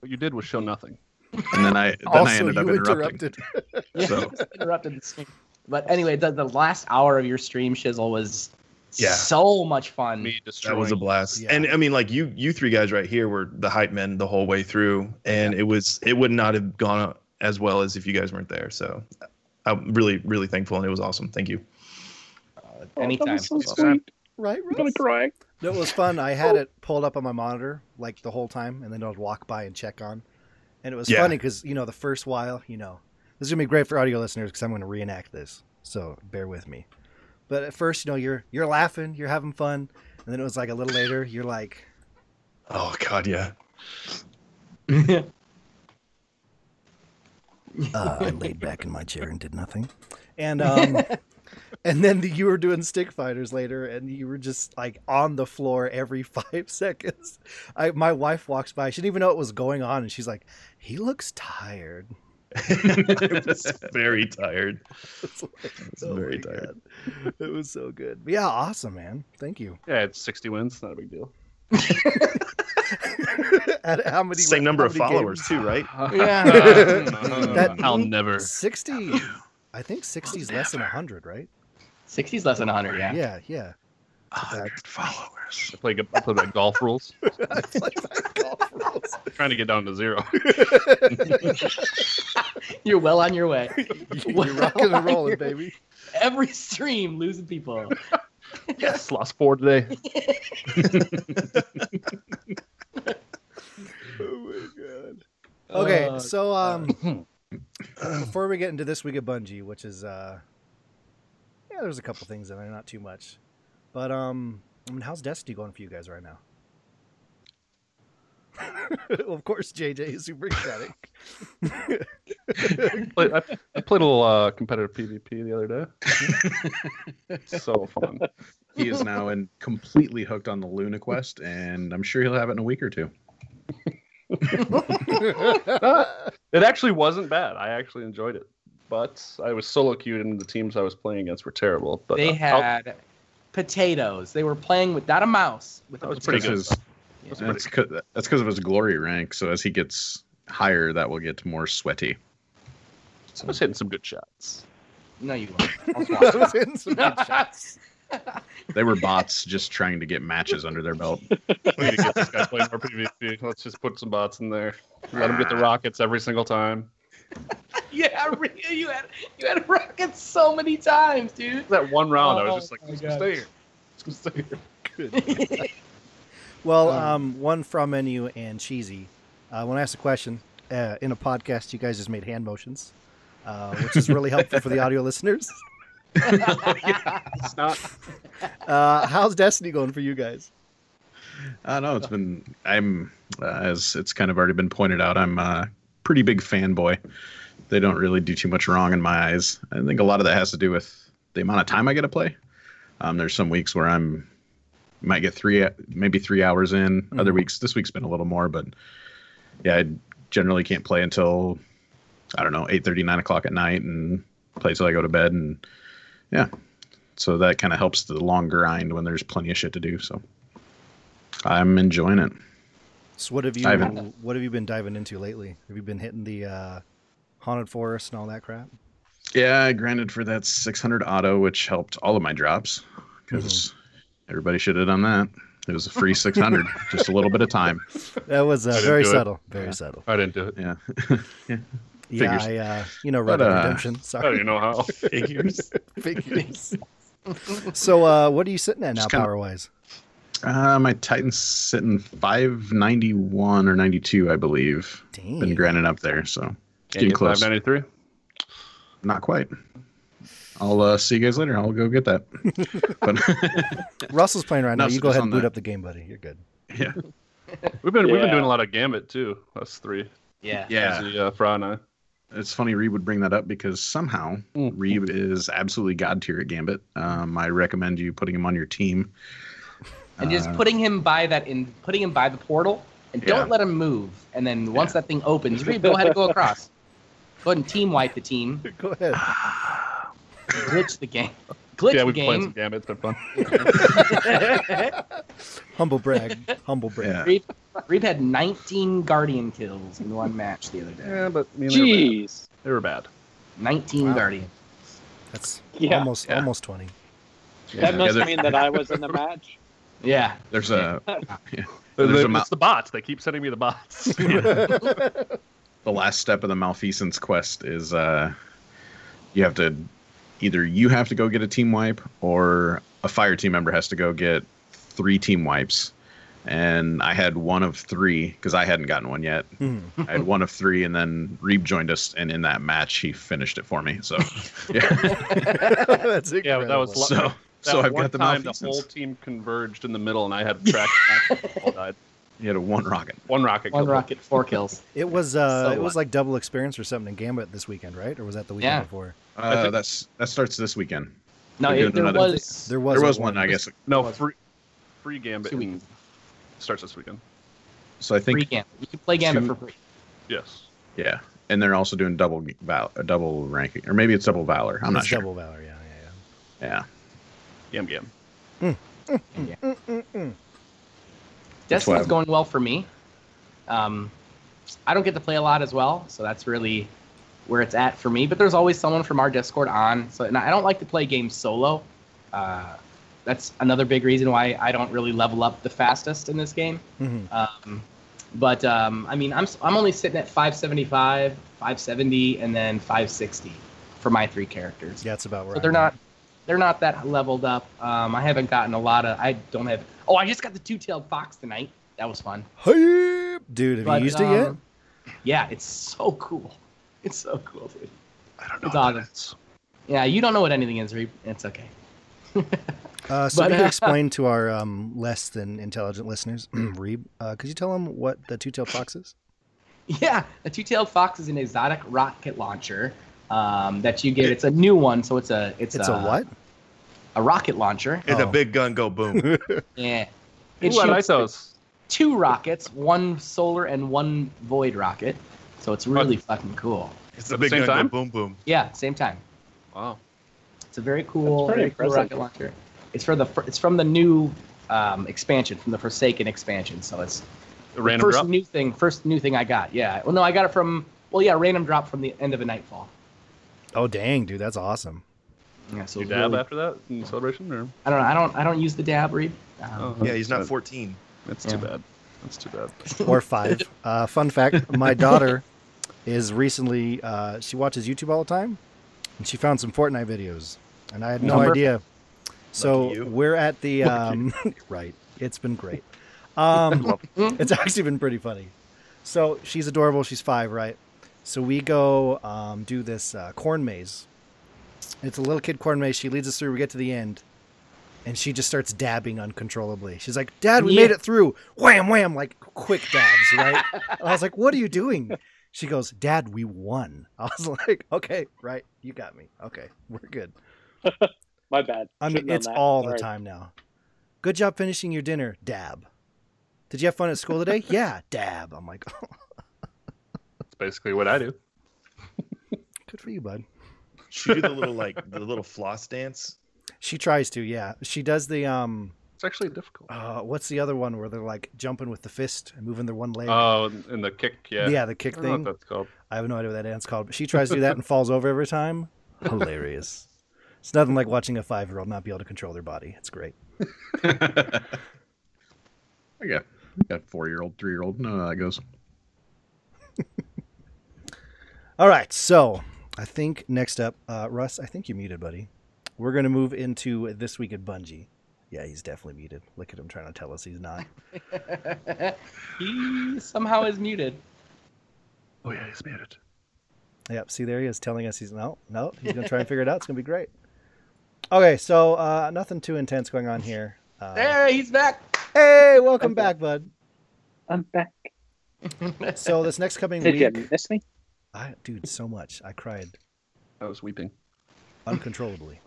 [SPEAKER 1] What you did was show nothing.
[SPEAKER 8] and then I then
[SPEAKER 4] Also,
[SPEAKER 8] I ended up
[SPEAKER 4] you
[SPEAKER 8] interrupting.
[SPEAKER 4] interrupted.
[SPEAKER 7] Yeah,
[SPEAKER 8] So-
[SPEAKER 7] interrupted the stream. But anyway, the, the last hour of your stream, Shizzle, was
[SPEAKER 6] Yeah.
[SPEAKER 7] so much fun.
[SPEAKER 1] Me destroying.
[SPEAKER 6] that was a blast
[SPEAKER 4] Yeah.
[SPEAKER 6] and i mean like you you three guys right here were the hype men the whole way through and it was it would not have gone as well as if you guys weren't there so i'm really really thankful and it was awesome thank you
[SPEAKER 5] Oh, that
[SPEAKER 7] Uh, Anytime.
[SPEAKER 5] was so
[SPEAKER 1] Anytime.
[SPEAKER 5] sweet.
[SPEAKER 4] Right,
[SPEAKER 5] I'm gonna
[SPEAKER 4] Russ?
[SPEAKER 5] cry.
[SPEAKER 4] No, it was fun. I had it pulled up on my monitor like the whole time, and then I'd walk by and check on. And it was funny
[SPEAKER 6] Yeah.
[SPEAKER 4] funny because you know the first while, you know, this is gonna be great for audio listeners because I'm gonna reenact this, so bear with me. But at first, you know, you're you're laughing, you're having fun, and then it was like a little later, you're like,
[SPEAKER 6] Oh God, yeah.
[SPEAKER 4] uh, I laid back in my chair and did nothing, and um, and then you were doing stick fighters later, and you were just like on the floor every five seconds. I my wife walks by, she didn't even know what was going on, and she's like, "He looks tired."
[SPEAKER 6] I was very tired.
[SPEAKER 4] It's like,
[SPEAKER 6] It's
[SPEAKER 4] oh
[SPEAKER 6] very
[SPEAKER 4] my
[SPEAKER 6] tired.
[SPEAKER 4] God. It was so good. But yeah, awesome, man. Thank you.
[SPEAKER 1] Yeah, it's 60 wins. Not a big deal.
[SPEAKER 4] At how many?
[SPEAKER 6] Same number
[SPEAKER 4] how
[SPEAKER 6] of
[SPEAKER 4] many
[SPEAKER 6] followers too, right?
[SPEAKER 4] Mm.
[SPEAKER 1] Uh,
[SPEAKER 7] yeah.
[SPEAKER 4] That-
[SPEAKER 1] I'll never.
[SPEAKER 4] games? Sixty. I think sixty
[SPEAKER 6] Oh,
[SPEAKER 4] is less than hundred, right?
[SPEAKER 7] 60's less than 100, yeah.
[SPEAKER 4] Yeah, yeah.
[SPEAKER 6] hundred followers.
[SPEAKER 1] I play, I play by golf rules.
[SPEAKER 4] It's like that golf rules.
[SPEAKER 1] trying to get down to zero.
[SPEAKER 7] You're well on your way.
[SPEAKER 4] You're rocking and rolling, baby.
[SPEAKER 7] Every stream losing people.
[SPEAKER 1] yes, lost four today. Oh
[SPEAKER 4] Okay,
[SPEAKER 7] Uh,
[SPEAKER 4] so um, before we get into this week of Bungie, which is uh, yeah, there's a couple things in there, not too much, but um, I mean, how's Destiny going for you guys right now? of course, JJ is super ecstatic.
[SPEAKER 1] But I, I played a little uh, competitive PvP the other day. so fun.
[SPEAKER 8] He is now in completely hooked on the Luna Quest, and I'm sure he'll have it in a week or two.
[SPEAKER 1] It actually wasn't bad. I actually enjoyed it. But I was solo queued, and the teams I was playing against were terrible. But uh,
[SPEAKER 7] They
[SPEAKER 1] I'll-
[SPEAKER 7] had potatoes. They were playing without a mouse. With
[SPEAKER 1] That
[SPEAKER 7] a
[SPEAKER 1] was pretty
[SPEAKER 8] That's
[SPEAKER 1] good.
[SPEAKER 7] potato.
[SPEAKER 8] because
[SPEAKER 1] That's pretty
[SPEAKER 8] that's because of his glory rank. So as he gets higher, that will get more sweaty.
[SPEAKER 1] I was hitting some good shots.
[SPEAKER 7] No, you won't. I'll
[SPEAKER 4] I
[SPEAKER 7] swap.
[SPEAKER 4] was hitting some good shots.
[SPEAKER 8] They were bots just trying to get matches under their belt.
[SPEAKER 1] We need to get this guy playing more PvP. Let's just put some bots in there. Let him get the rockets every single time.
[SPEAKER 7] yeah, really, you had you had rockets so many times, dude.
[SPEAKER 1] That one round, I
[SPEAKER 7] Oh,
[SPEAKER 1] was just like,
[SPEAKER 7] my
[SPEAKER 1] "Just gonna
[SPEAKER 7] God.
[SPEAKER 1] stay here. Just gonna stay here."
[SPEAKER 4] Well,
[SPEAKER 7] Um,
[SPEAKER 4] um, one from menu and cheesy. Uh, when I asked a question uh, in a podcast, you guys just made hand motions, uh, which is really helpful for the audio listeners.
[SPEAKER 1] It's not.
[SPEAKER 4] Uh, how's Destiny going for you guys?
[SPEAKER 8] I don't know. Uh, It's been I'm uh, as it's kind of already been pointed out. I'm a pretty big fanboy. They don't really do too much wrong in my eyes. I think a lot of that has to do with the amount of time I get to play. Um, there's some weeks where I'm might get three maybe three hours in. Other weeks, this week's been a little more, but yeah, I generally can't play until I don't know eight thirty nine o'clock at night and play till I go to bed and yeah. So that kind of helps the long grind when there's plenty of shit to do. So. I'm enjoying it.
[SPEAKER 4] So what have you
[SPEAKER 8] I haven't-
[SPEAKER 4] what have you been diving into lately? Have you been hitting the uh, haunted forest and all that crap?
[SPEAKER 8] Yeah, I grinded for that 600 auto, which helped all of my drops because everybody should have done that. It was a free 600, just a little bit of time.
[SPEAKER 4] That was uh,
[SPEAKER 1] didn't
[SPEAKER 4] very
[SPEAKER 1] do it.
[SPEAKER 4] subtle. Very subtle.
[SPEAKER 1] I didn't do it.
[SPEAKER 8] Yeah.
[SPEAKER 4] Yeah,
[SPEAKER 8] Figures.
[SPEAKER 4] I, uh, you know, Red
[SPEAKER 8] But,
[SPEAKER 4] Dead
[SPEAKER 8] uh,
[SPEAKER 4] Redemption.
[SPEAKER 1] I don't
[SPEAKER 4] Sorry,
[SPEAKER 1] even know how.
[SPEAKER 6] Figures.
[SPEAKER 4] figures. so, uh, what are you sitting at now,
[SPEAKER 8] Just kinda-
[SPEAKER 4] power wise?
[SPEAKER 8] Uh, my Titan's sitting 591 or 92, I believe. Been
[SPEAKER 4] Damn.
[SPEAKER 8] grinding up there, so it's
[SPEAKER 1] Can you
[SPEAKER 8] getting
[SPEAKER 1] get
[SPEAKER 8] close.
[SPEAKER 1] 593.
[SPEAKER 8] Not quite. I'll uh, see you guys later. I'll go get that. but
[SPEAKER 4] Russell's playing right
[SPEAKER 8] No,
[SPEAKER 4] now. You
[SPEAKER 8] so
[SPEAKER 4] go
[SPEAKER 8] just
[SPEAKER 4] ahead
[SPEAKER 8] on
[SPEAKER 4] and boot
[SPEAKER 8] that.
[SPEAKER 4] up the game, buddy. You're good.
[SPEAKER 8] yeah,
[SPEAKER 1] We've been we've been
[SPEAKER 2] Yeah.
[SPEAKER 1] doing a lot of Gambit too. Us three.
[SPEAKER 7] yeah.
[SPEAKER 8] yeah.
[SPEAKER 1] Uzi, uh, Fra and I.
[SPEAKER 8] It's funny Reeb would bring that up because somehow
[SPEAKER 1] Mm.
[SPEAKER 8] Reeb is absolutely god tier at Gambit. Um, I recommend you putting him on your team.
[SPEAKER 7] And just
[SPEAKER 8] Uh,
[SPEAKER 7] putting him by that in putting him by the portal and
[SPEAKER 8] Yeah.
[SPEAKER 7] don't let him move. And then once that thing opens, Reeb, go ahead and go across. Go ahead and team wipe the team.
[SPEAKER 4] Go ahead.
[SPEAKER 7] Glitch the game. Glitch
[SPEAKER 1] yeah,
[SPEAKER 7] the
[SPEAKER 1] we've played
[SPEAKER 7] game.
[SPEAKER 1] some Gambit. It's been fun.
[SPEAKER 4] Humble brag. Humble brag.
[SPEAKER 8] yeah.
[SPEAKER 7] Reeb, Reeb had 19 Guardian kills in one match the other day.
[SPEAKER 1] Yeah, but me and they, were bad.
[SPEAKER 5] Jeez.
[SPEAKER 1] they were bad.
[SPEAKER 7] 19
[SPEAKER 4] Wow.
[SPEAKER 7] Guardian.
[SPEAKER 4] That's
[SPEAKER 5] Yeah.
[SPEAKER 4] almost
[SPEAKER 8] Yeah.
[SPEAKER 4] almost twenty.
[SPEAKER 8] Yeah,
[SPEAKER 5] That must
[SPEAKER 8] there-
[SPEAKER 5] mean that I was in the match.
[SPEAKER 7] Yeah.
[SPEAKER 8] There's a There's
[SPEAKER 1] It's
[SPEAKER 8] a mou-
[SPEAKER 1] the bots. They keep sending me the bots.
[SPEAKER 8] the last step of the malfeasance quest is uh, you have to either you have to go get a team wipe or a fire team member has to go get three team wipes, and I had one of three because I hadn't gotten one yet.
[SPEAKER 4] Hmm.
[SPEAKER 8] I had one of three, and then Reeb joined us, and in that match, he finished it for me. So, yeah.
[SPEAKER 4] That's
[SPEAKER 1] Yeah, but that
[SPEAKER 4] incredible.
[SPEAKER 1] was lo-
[SPEAKER 8] so,
[SPEAKER 1] That
[SPEAKER 8] so I've
[SPEAKER 1] one
[SPEAKER 8] got the
[SPEAKER 1] time the whole
[SPEAKER 8] malfeasance.
[SPEAKER 1] team converged in the middle, and I had traction. all died.
[SPEAKER 8] He had a one rocket.
[SPEAKER 1] One rocket.
[SPEAKER 7] One
[SPEAKER 1] killed
[SPEAKER 7] rocket, four kills.
[SPEAKER 4] It was uh,
[SPEAKER 7] So
[SPEAKER 4] it was
[SPEAKER 7] what?
[SPEAKER 4] like double experience or something in Gambit this weekend, right? Or was that the weekend
[SPEAKER 7] Yeah.
[SPEAKER 4] before?
[SPEAKER 1] I
[SPEAKER 8] Uh,
[SPEAKER 1] think-
[SPEAKER 8] that's that starts this weekend.
[SPEAKER 7] No,
[SPEAKER 8] We're doing
[SPEAKER 7] it, there
[SPEAKER 8] another-
[SPEAKER 7] was
[SPEAKER 4] There was
[SPEAKER 8] There was one, I guess.
[SPEAKER 1] No, free, free gambit
[SPEAKER 7] Two
[SPEAKER 1] and starts this weekend.
[SPEAKER 8] So I
[SPEAKER 7] free
[SPEAKER 8] think
[SPEAKER 7] gambit. You can play gambit
[SPEAKER 8] Two-
[SPEAKER 7] for free.
[SPEAKER 1] Yes.
[SPEAKER 8] yeah, and they're also doing double val- a double ranking, or maybe it's double valor. I'm not
[SPEAKER 4] It's
[SPEAKER 8] sure.
[SPEAKER 4] Double Valor, yeah, yeah,
[SPEAKER 8] Yeah,
[SPEAKER 1] Gam gam.
[SPEAKER 4] yeah. Mm-mm.
[SPEAKER 8] That's why
[SPEAKER 7] Destiny's
[SPEAKER 8] I'm-
[SPEAKER 7] going well for me. Um, I don't get to play a lot as well, so that's really where it's at for me. But there's always someone from our Discord on. So, and I don't like to play games solo. Uh, that's another big reason why I don't really level up the fastest in this game.
[SPEAKER 4] Mhm.
[SPEAKER 7] Um, but um, I mean, I'm s- I'm only sitting at 575, 570, and then 560 for my three characters.
[SPEAKER 4] Yeah, it's about where
[SPEAKER 7] So
[SPEAKER 4] I'm
[SPEAKER 7] they're
[SPEAKER 4] at.
[SPEAKER 7] not they're not that leveled up. Um, I haven't gotten a lot of. I don't have. Oh, I just got the two tailed fox tonight. That was fun.
[SPEAKER 4] Hype! Dude, have
[SPEAKER 7] But,
[SPEAKER 4] you used it yet?
[SPEAKER 7] um, Yeah, it's so cool. It's so cool, dude.
[SPEAKER 1] I don't know.
[SPEAKER 7] It's
[SPEAKER 1] what
[SPEAKER 7] awesome.
[SPEAKER 1] that is.
[SPEAKER 7] Yeah, you don't know what anything is, Reap. It's okay.
[SPEAKER 4] Uh, so
[SPEAKER 7] but-
[SPEAKER 4] could you explain to our um, less than intelligent listeners, Reeb, uh, could you tell them what the two-tailed fox is?
[SPEAKER 7] Yeah, the two-tailed fox is an exotic rocket launcher um, that you get. It's a new one, so it's a it's,
[SPEAKER 4] It's a what?
[SPEAKER 7] A rocket launcher.
[SPEAKER 6] And
[SPEAKER 4] Oh.
[SPEAKER 6] a big gun go boom.
[SPEAKER 7] Yeah. It
[SPEAKER 1] Ooh, I like
[SPEAKER 7] shoots
[SPEAKER 1] those.
[SPEAKER 7] two rockets, one solar and one void rocket. So it's really fucking cool.
[SPEAKER 6] It's a big
[SPEAKER 1] Same
[SPEAKER 6] gun
[SPEAKER 1] time?
[SPEAKER 6] go boom boom.
[SPEAKER 7] Yeah, same time.
[SPEAKER 1] Wow.
[SPEAKER 7] It's a very cool,
[SPEAKER 5] That's pretty
[SPEAKER 7] very cool rocket
[SPEAKER 5] impressive.
[SPEAKER 7] launcher. It's for the fir- it's from the new um, expansion, from the Forsaken expansion. So it's
[SPEAKER 1] A
[SPEAKER 7] the
[SPEAKER 1] random
[SPEAKER 7] first
[SPEAKER 1] drop.
[SPEAKER 7] new thing, first new thing I got. Yeah. Well, no, I got it from well, yeah, random drop from the end of a nightfall.
[SPEAKER 4] Oh, dang, dude, that's awesome.
[SPEAKER 7] Yeah. So
[SPEAKER 1] You
[SPEAKER 7] it's
[SPEAKER 1] dab
[SPEAKER 7] really-
[SPEAKER 1] after that in celebration, or
[SPEAKER 7] I don't know. I don't. I don't use the dab read.
[SPEAKER 1] Oh,
[SPEAKER 7] Um,
[SPEAKER 6] Yeah, he's not
[SPEAKER 1] that's-
[SPEAKER 6] 14.
[SPEAKER 1] That's
[SPEAKER 7] Yeah.
[SPEAKER 1] too bad. That's too bad.
[SPEAKER 4] Or five. uh, fun fact, my daughter is recently, uh, she watches YouTube all the time, and she found some Fortnite videos, and I had no
[SPEAKER 7] Number-
[SPEAKER 4] idea. So
[SPEAKER 6] you.
[SPEAKER 4] we're at the, um, right, it's been great. Um, it's actually been pretty funny. So she's adorable. She's five, right? So we go um, do this uh, corn maze. It's a little kid corn maze. She leads us through. We get to the end, and she just starts dabbing uncontrollably. She's like, "Dad, we
[SPEAKER 7] Yeah.
[SPEAKER 4] made it through!" Wham, wham, like quick dabs, right? and I was like, "What are you doing?" She goes, "Dad, we won." I was like, "Okay, right, you got me. Okay, we're good."
[SPEAKER 5] My bad.
[SPEAKER 4] I mean,
[SPEAKER 5] Should've known
[SPEAKER 4] it's
[SPEAKER 5] that.
[SPEAKER 4] all
[SPEAKER 5] Sorry.
[SPEAKER 4] the time now. Good job finishing your dinner, dab. Did you have fun at school today? yeah, dab. I'm like, oh,
[SPEAKER 1] That's basically what I do.
[SPEAKER 4] good for you, bud.
[SPEAKER 6] She do the little like the little floss dance.
[SPEAKER 4] She tries to, yeah. She does the um
[SPEAKER 1] It's actually difficult.
[SPEAKER 4] uh what's the other one where they're like jumping with the fist and moving their one leg?
[SPEAKER 1] Oh, and the kick. Yeah.
[SPEAKER 4] yeah, the kick
[SPEAKER 1] I don't know what
[SPEAKER 4] thing.
[SPEAKER 1] that's called.
[SPEAKER 4] I have no idea what that dance called, but she tries to do that and falls over every time. Hilarious. It's nothing like watching a five year old not be able to control their body. It's great.
[SPEAKER 8] I got got four year old, three year old. No, that goes.
[SPEAKER 4] All right, so I think next up, uh, Russ, I think you're muted, buddy. We're gonna move into this week at Bungie. Yeah, he's definitely muted. Look at him trying to tell us he's not.
[SPEAKER 7] he somehow is muted.
[SPEAKER 1] Oh yeah, he's muted.
[SPEAKER 4] Yep. See, there he is telling us he's no, no. He's gonna try and figure it out. It's gonna be great. Okay, so uh, nothing too intense going on here. Uh,
[SPEAKER 7] Hey, he's back.
[SPEAKER 4] Hey, welcome back, bud.
[SPEAKER 5] I'm back.
[SPEAKER 4] So this next coming
[SPEAKER 5] Did you
[SPEAKER 4] week,
[SPEAKER 5] miss me?
[SPEAKER 4] I, dude, so much. I cried
[SPEAKER 1] I was weeping.
[SPEAKER 4] uncontrollably.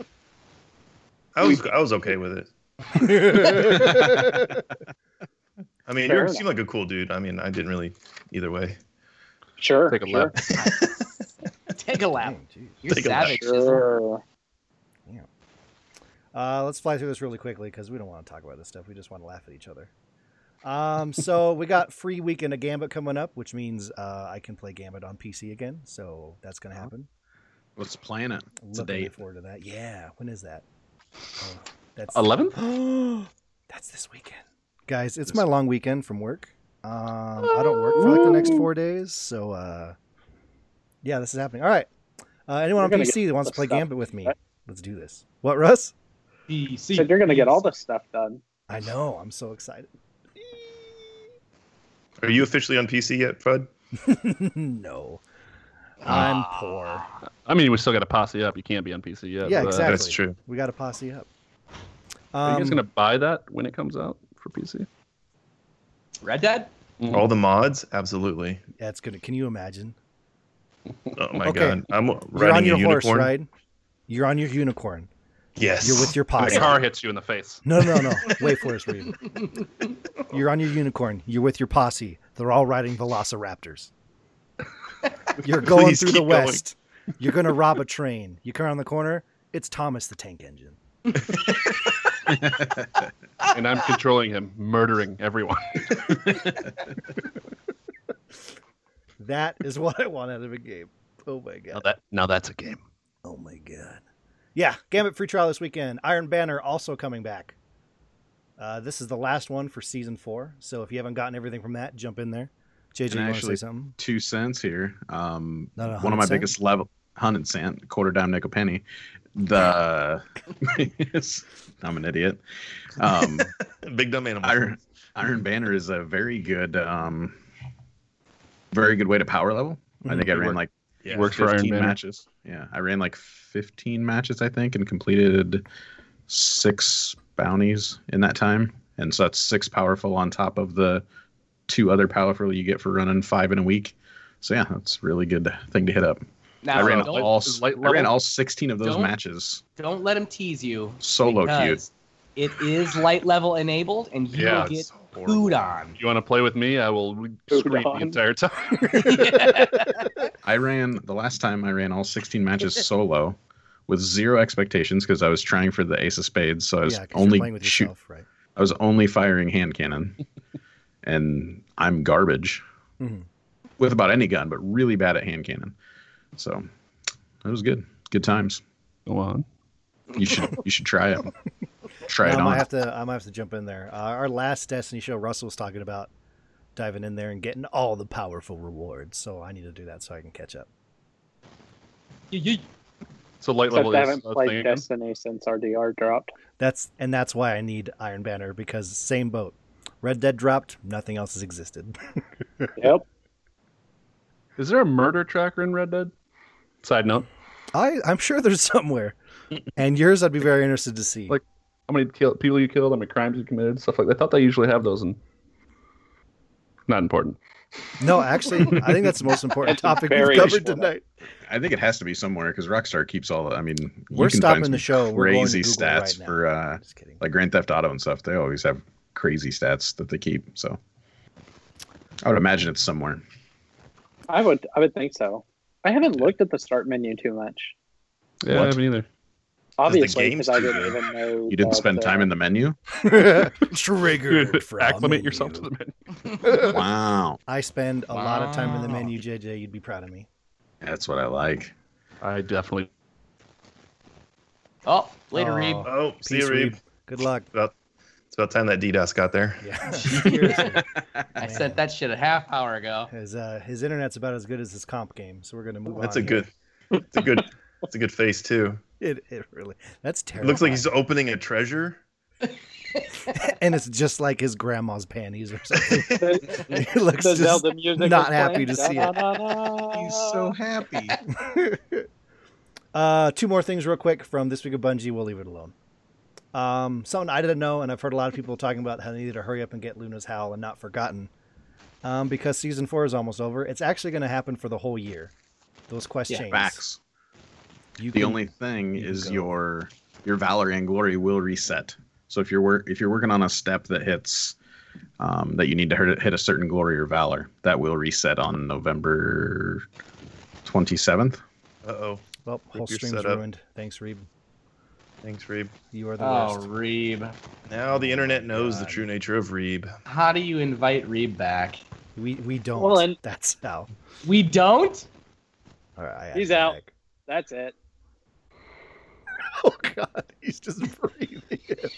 [SPEAKER 6] I was I was okay with it. I mean,
[SPEAKER 5] Fair
[SPEAKER 6] you
[SPEAKER 5] enough.
[SPEAKER 6] seem like a cool dude. I mean, I didn't really either way.
[SPEAKER 5] Sure.
[SPEAKER 1] Take a
[SPEAKER 5] sure,
[SPEAKER 1] lap.
[SPEAKER 7] Take a lap.
[SPEAKER 4] Dang, jeez.
[SPEAKER 7] You're
[SPEAKER 6] Take a lap.
[SPEAKER 7] savage. isn't
[SPEAKER 5] Sure.
[SPEAKER 4] Uh, let's fly through this really quickly because we don't want to talk about this stuff. We just want to laugh at each other. Um, so we got free weekend of Gambit coming up, which means uh, I can play Gambit on PC again. So that's going to happen.
[SPEAKER 8] Let's plan it. It's a
[SPEAKER 4] Looking
[SPEAKER 8] date.
[SPEAKER 4] forward to that. Yeah. When is that? Oh, that's
[SPEAKER 1] Eleventh.
[SPEAKER 4] that's this weekend, guys. It's my long weekend from work. Um, I don't work for like the next four days, so uh, yeah, this is happening. All right. Uh, anyone
[SPEAKER 5] You're
[SPEAKER 4] on
[SPEAKER 5] gonna
[SPEAKER 4] PC that wants to play
[SPEAKER 5] stuff,
[SPEAKER 4] Gambit with me,
[SPEAKER 5] right?
[SPEAKER 4] let's do this. What, Russ?
[SPEAKER 7] he?
[SPEAKER 5] So
[SPEAKER 7] DC.
[SPEAKER 5] you're gonna get all this stuff done.
[SPEAKER 4] I know. I'm so excited.
[SPEAKER 6] Are you officially on PC yet, Fud?
[SPEAKER 4] no. I'm poor.
[SPEAKER 1] I mean, we still got to posse up. You can't be on PC yet.
[SPEAKER 4] yeah,
[SPEAKER 1] but-
[SPEAKER 4] exactly.
[SPEAKER 6] That's true.
[SPEAKER 4] We got to posse up.
[SPEAKER 1] Are you guys
[SPEAKER 4] Um,
[SPEAKER 1] gonna buy that when it comes out for PC?
[SPEAKER 7] Red Dead?
[SPEAKER 6] All the mods? Absolutely.
[SPEAKER 4] That's gonna. Can you imagine?
[SPEAKER 6] Oh my
[SPEAKER 4] Okay.
[SPEAKER 6] god. I'm
[SPEAKER 4] You're on
[SPEAKER 6] riding
[SPEAKER 4] your
[SPEAKER 6] a unicorn.
[SPEAKER 4] horse, right? You're on your unicorn.
[SPEAKER 6] Yes.
[SPEAKER 4] You're with your
[SPEAKER 1] The
[SPEAKER 4] posse.
[SPEAKER 1] car hits you in the face.
[SPEAKER 4] No, no, no. Wait for us, Reed. You're on your unicorn. You're with your posse. They're all riding velociraptors. You're going
[SPEAKER 6] Please
[SPEAKER 4] through the
[SPEAKER 6] keep going.
[SPEAKER 4] west. You're going to rob a train. You come around the corner. It's Thomas the Tank Engine.
[SPEAKER 1] and I'm controlling him, murdering everyone.
[SPEAKER 4] That is what I want out of a game. Oh my god.
[SPEAKER 1] that now that's a game.
[SPEAKER 4] Oh my god. Yeah, Gambit free trial this weekend. Iron Banner also coming back. Uh, this is the last one for season four. So if you haven't gotten everything from that, jump in there. JJ,
[SPEAKER 8] And
[SPEAKER 4] you want to say
[SPEAKER 8] actually-
[SPEAKER 4] something?
[SPEAKER 8] two cents here. Um,
[SPEAKER 4] Not a
[SPEAKER 8] one
[SPEAKER 4] hundred
[SPEAKER 8] of my
[SPEAKER 4] cent?
[SPEAKER 8] biggest level hundred cent quarter dime nickel penny. The I'm an idiot. Um,
[SPEAKER 6] Big dumb animal.
[SPEAKER 8] Iron Iron Banner is a very good, um, very good way to power level. I think I ran like
[SPEAKER 6] Yeah.
[SPEAKER 1] Mm-hmm. Works for Iron
[SPEAKER 8] 15
[SPEAKER 1] Man.
[SPEAKER 8] matches. Yeah, I ran like 15 matches, I think, and completed six bounties in that time. And so that's six powerful on top of the two other powerful you get for running five in a week. So yeah, that's a really good thing to hit up.
[SPEAKER 7] Now,
[SPEAKER 8] I ran
[SPEAKER 7] don't,
[SPEAKER 8] all
[SPEAKER 1] is light
[SPEAKER 8] I ran
[SPEAKER 1] level?
[SPEAKER 8] all 16 of those
[SPEAKER 7] Don't-
[SPEAKER 8] matches
[SPEAKER 7] don't let him tease you.
[SPEAKER 8] solo queued.
[SPEAKER 7] because It is light level enabled, and you
[SPEAKER 1] Yeah,
[SPEAKER 7] will get
[SPEAKER 6] horrible.
[SPEAKER 7] food on.
[SPEAKER 1] You want to play with me? I will re-
[SPEAKER 5] Moved
[SPEAKER 1] scream the
[SPEAKER 5] on.
[SPEAKER 1] entire time.
[SPEAKER 8] I ran the last time I ran all 16 matches solo with zero expectations because I was trying for the ace of spades, so I was
[SPEAKER 4] yeah, 'cause you're playing
[SPEAKER 8] only
[SPEAKER 4] with
[SPEAKER 8] shoot,
[SPEAKER 4] yourself, right?
[SPEAKER 8] I was only firing hand cannon, and I'm garbage
[SPEAKER 4] Mhm.
[SPEAKER 8] with about any gun, but really bad at hand cannon. So it was good, good times.
[SPEAKER 1] Go on.
[SPEAKER 8] You should you should try it. Try it
[SPEAKER 4] I might
[SPEAKER 8] on.
[SPEAKER 4] have to. I might have to jump in there. Uh, our last Destiny show, Russell was talking about diving in there and getting all the powerful rewards. So I need to do that so I can catch up.
[SPEAKER 1] So light
[SPEAKER 5] Except
[SPEAKER 1] level
[SPEAKER 5] I
[SPEAKER 1] is
[SPEAKER 5] haven't
[SPEAKER 1] a
[SPEAKER 5] played
[SPEAKER 1] thing.
[SPEAKER 5] Destiny since RDR dropped.
[SPEAKER 4] That's and that's why I need Iron Banner because same boat. Red Dead dropped. Nothing else has existed.
[SPEAKER 5] Yep.
[SPEAKER 1] Is there a murder tracker in Red Dead? Side note:
[SPEAKER 4] I I'm sure there's somewhere. And yours, I'd be very interested to see.
[SPEAKER 1] Like- How many kill- people you killed? How many crimes you committed? Stuff like that. I thought they usually have those in. Not important.
[SPEAKER 4] no, actually, I think that's the most important
[SPEAKER 5] That's
[SPEAKER 4] topic we've
[SPEAKER 5] very
[SPEAKER 4] covered
[SPEAKER 5] useful.
[SPEAKER 4] tonight.
[SPEAKER 8] I think it has to be somewhere because Rockstar keeps all. the- I mean, you
[SPEAKER 4] We're
[SPEAKER 8] can
[SPEAKER 4] stopping
[SPEAKER 8] find
[SPEAKER 4] the
[SPEAKER 8] some
[SPEAKER 4] show. We're going to
[SPEAKER 8] Crazy
[SPEAKER 4] Google
[SPEAKER 8] stats
[SPEAKER 4] right now.
[SPEAKER 8] for uh,
[SPEAKER 4] Just kidding.
[SPEAKER 8] like Grand Theft Auto and stuff. They always have crazy stats that they keep. So I would imagine it's somewhere.
[SPEAKER 5] I would I would think so. I haven't looked at the start menu too much.
[SPEAKER 1] Yeah, I
[SPEAKER 8] What?
[SPEAKER 1] haven't either.
[SPEAKER 5] Obviously,
[SPEAKER 6] game's
[SPEAKER 5] because I
[SPEAKER 6] too
[SPEAKER 5] didn't
[SPEAKER 6] good.
[SPEAKER 5] even know.
[SPEAKER 8] You didn't spend time in the menu.
[SPEAKER 4] Triggered. from
[SPEAKER 1] Acclimate yourself to
[SPEAKER 4] menu.
[SPEAKER 1] the menu.
[SPEAKER 8] Wow,
[SPEAKER 4] I spend a lot of time in the
[SPEAKER 7] Wow.
[SPEAKER 4] menu, JJ. You'd be proud of me.
[SPEAKER 8] that's what I like.
[SPEAKER 1] I definitely.
[SPEAKER 7] Oh, later,
[SPEAKER 4] Aw.
[SPEAKER 7] Reeb.
[SPEAKER 6] Oh, see
[SPEAKER 4] Peace,
[SPEAKER 6] you, Reeb.
[SPEAKER 4] Reeb. Good luck.
[SPEAKER 6] About, it's about time that DDoS got there.
[SPEAKER 4] Yeah. Seriously.
[SPEAKER 7] I
[SPEAKER 4] Man.
[SPEAKER 7] sent that shit a half hour ago.
[SPEAKER 4] His, uh, his internet's about as good as his comp game, so we're gonna move
[SPEAKER 6] That's a
[SPEAKER 4] on.
[SPEAKER 6] good. It's a good. It's a good face too.
[SPEAKER 4] good. It, it really. That's
[SPEAKER 6] It
[SPEAKER 4] terrible.
[SPEAKER 6] looks like he's opening a treasure.
[SPEAKER 4] and it's just like his grandma's panties or something.
[SPEAKER 5] the,
[SPEAKER 4] it looks
[SPEAKER 5] the
[SPEAKER 4] just.
[SPEAKER 5] Zelda music.
[SPEAKER 4] not
[SPEAKER 5] is
[SPEAKER 4] happy to
[SPEAKER 5] playing.
[SPEAKER 4] see it.
[SPEAKER 5] Da-da-da-da.
[SPEAKER 4] Oh.
[SPEAKER 8] happy.
[SPEAKER 4] Uh, two more things, real quick, from this week of Bungie. We'll leave it alone. Um, something I didn't know, and I've heard a lot of people talking about how they needed to hurry up and get Luna's Howl and not Forgotten, um, because season four is almost over. It's actually going to happen for the whole year. Those quest
[SPEAKER 7] Yeah,
[SPEAKER 4] chains.
[SPEAKER 8] Facts.
[SPEAKER 4] You
[SPEAKER 8] The
[SPEAKER 4] can-
[SPEAKER 8] only thing
[SPEAKER 4] you can
[SPEAKER 8] is
[SPEAKER 4] go.
[SPEAKER 8] your your valor and glory will reset. So if you're work if you're working on a step that hits um, that you need to hit, hit a certain glory or valor, that will reset on November twenty seventh.
[SPEAKER 6] Uh oh.
[SPEAKER 4] well, whole
[SPEAKER 6] Think you're
[SPEAKER 4] stream's
[SPEAKER 6] set up.
[SPEAKER 4] ruined. Thanks, Reeb.
[SPEAKER 6] Thanks, Reeb.
[SPEAKER 4] You are the
[SPEAKER 7] Oh,
[SPEAKER 4] worst.
[SPEAKER 7] Reeb.
[SPEAKER 6] Now the internet knows the
[SPEAKER 4] God.
[SPEAKER 6] true nature of Reeb.
[SPEAKER 7] How do you invite Reeb back?
[SPEAKER 4] We we don't.
[SPEAKER 5] Well, and-
[SPEAKER 4] That's how.
[SPEAKER 7] We don't?
[SPEAKER 4] All right, I
[SPEAKER 5] He's
[SPEAKER 4] added
[SPEAKER 5] out.
[SPEAKER 4] back.
[SPEAKER 5] That's it.
[SPEAKER 4] Oh God, he's just breathing. Jesus.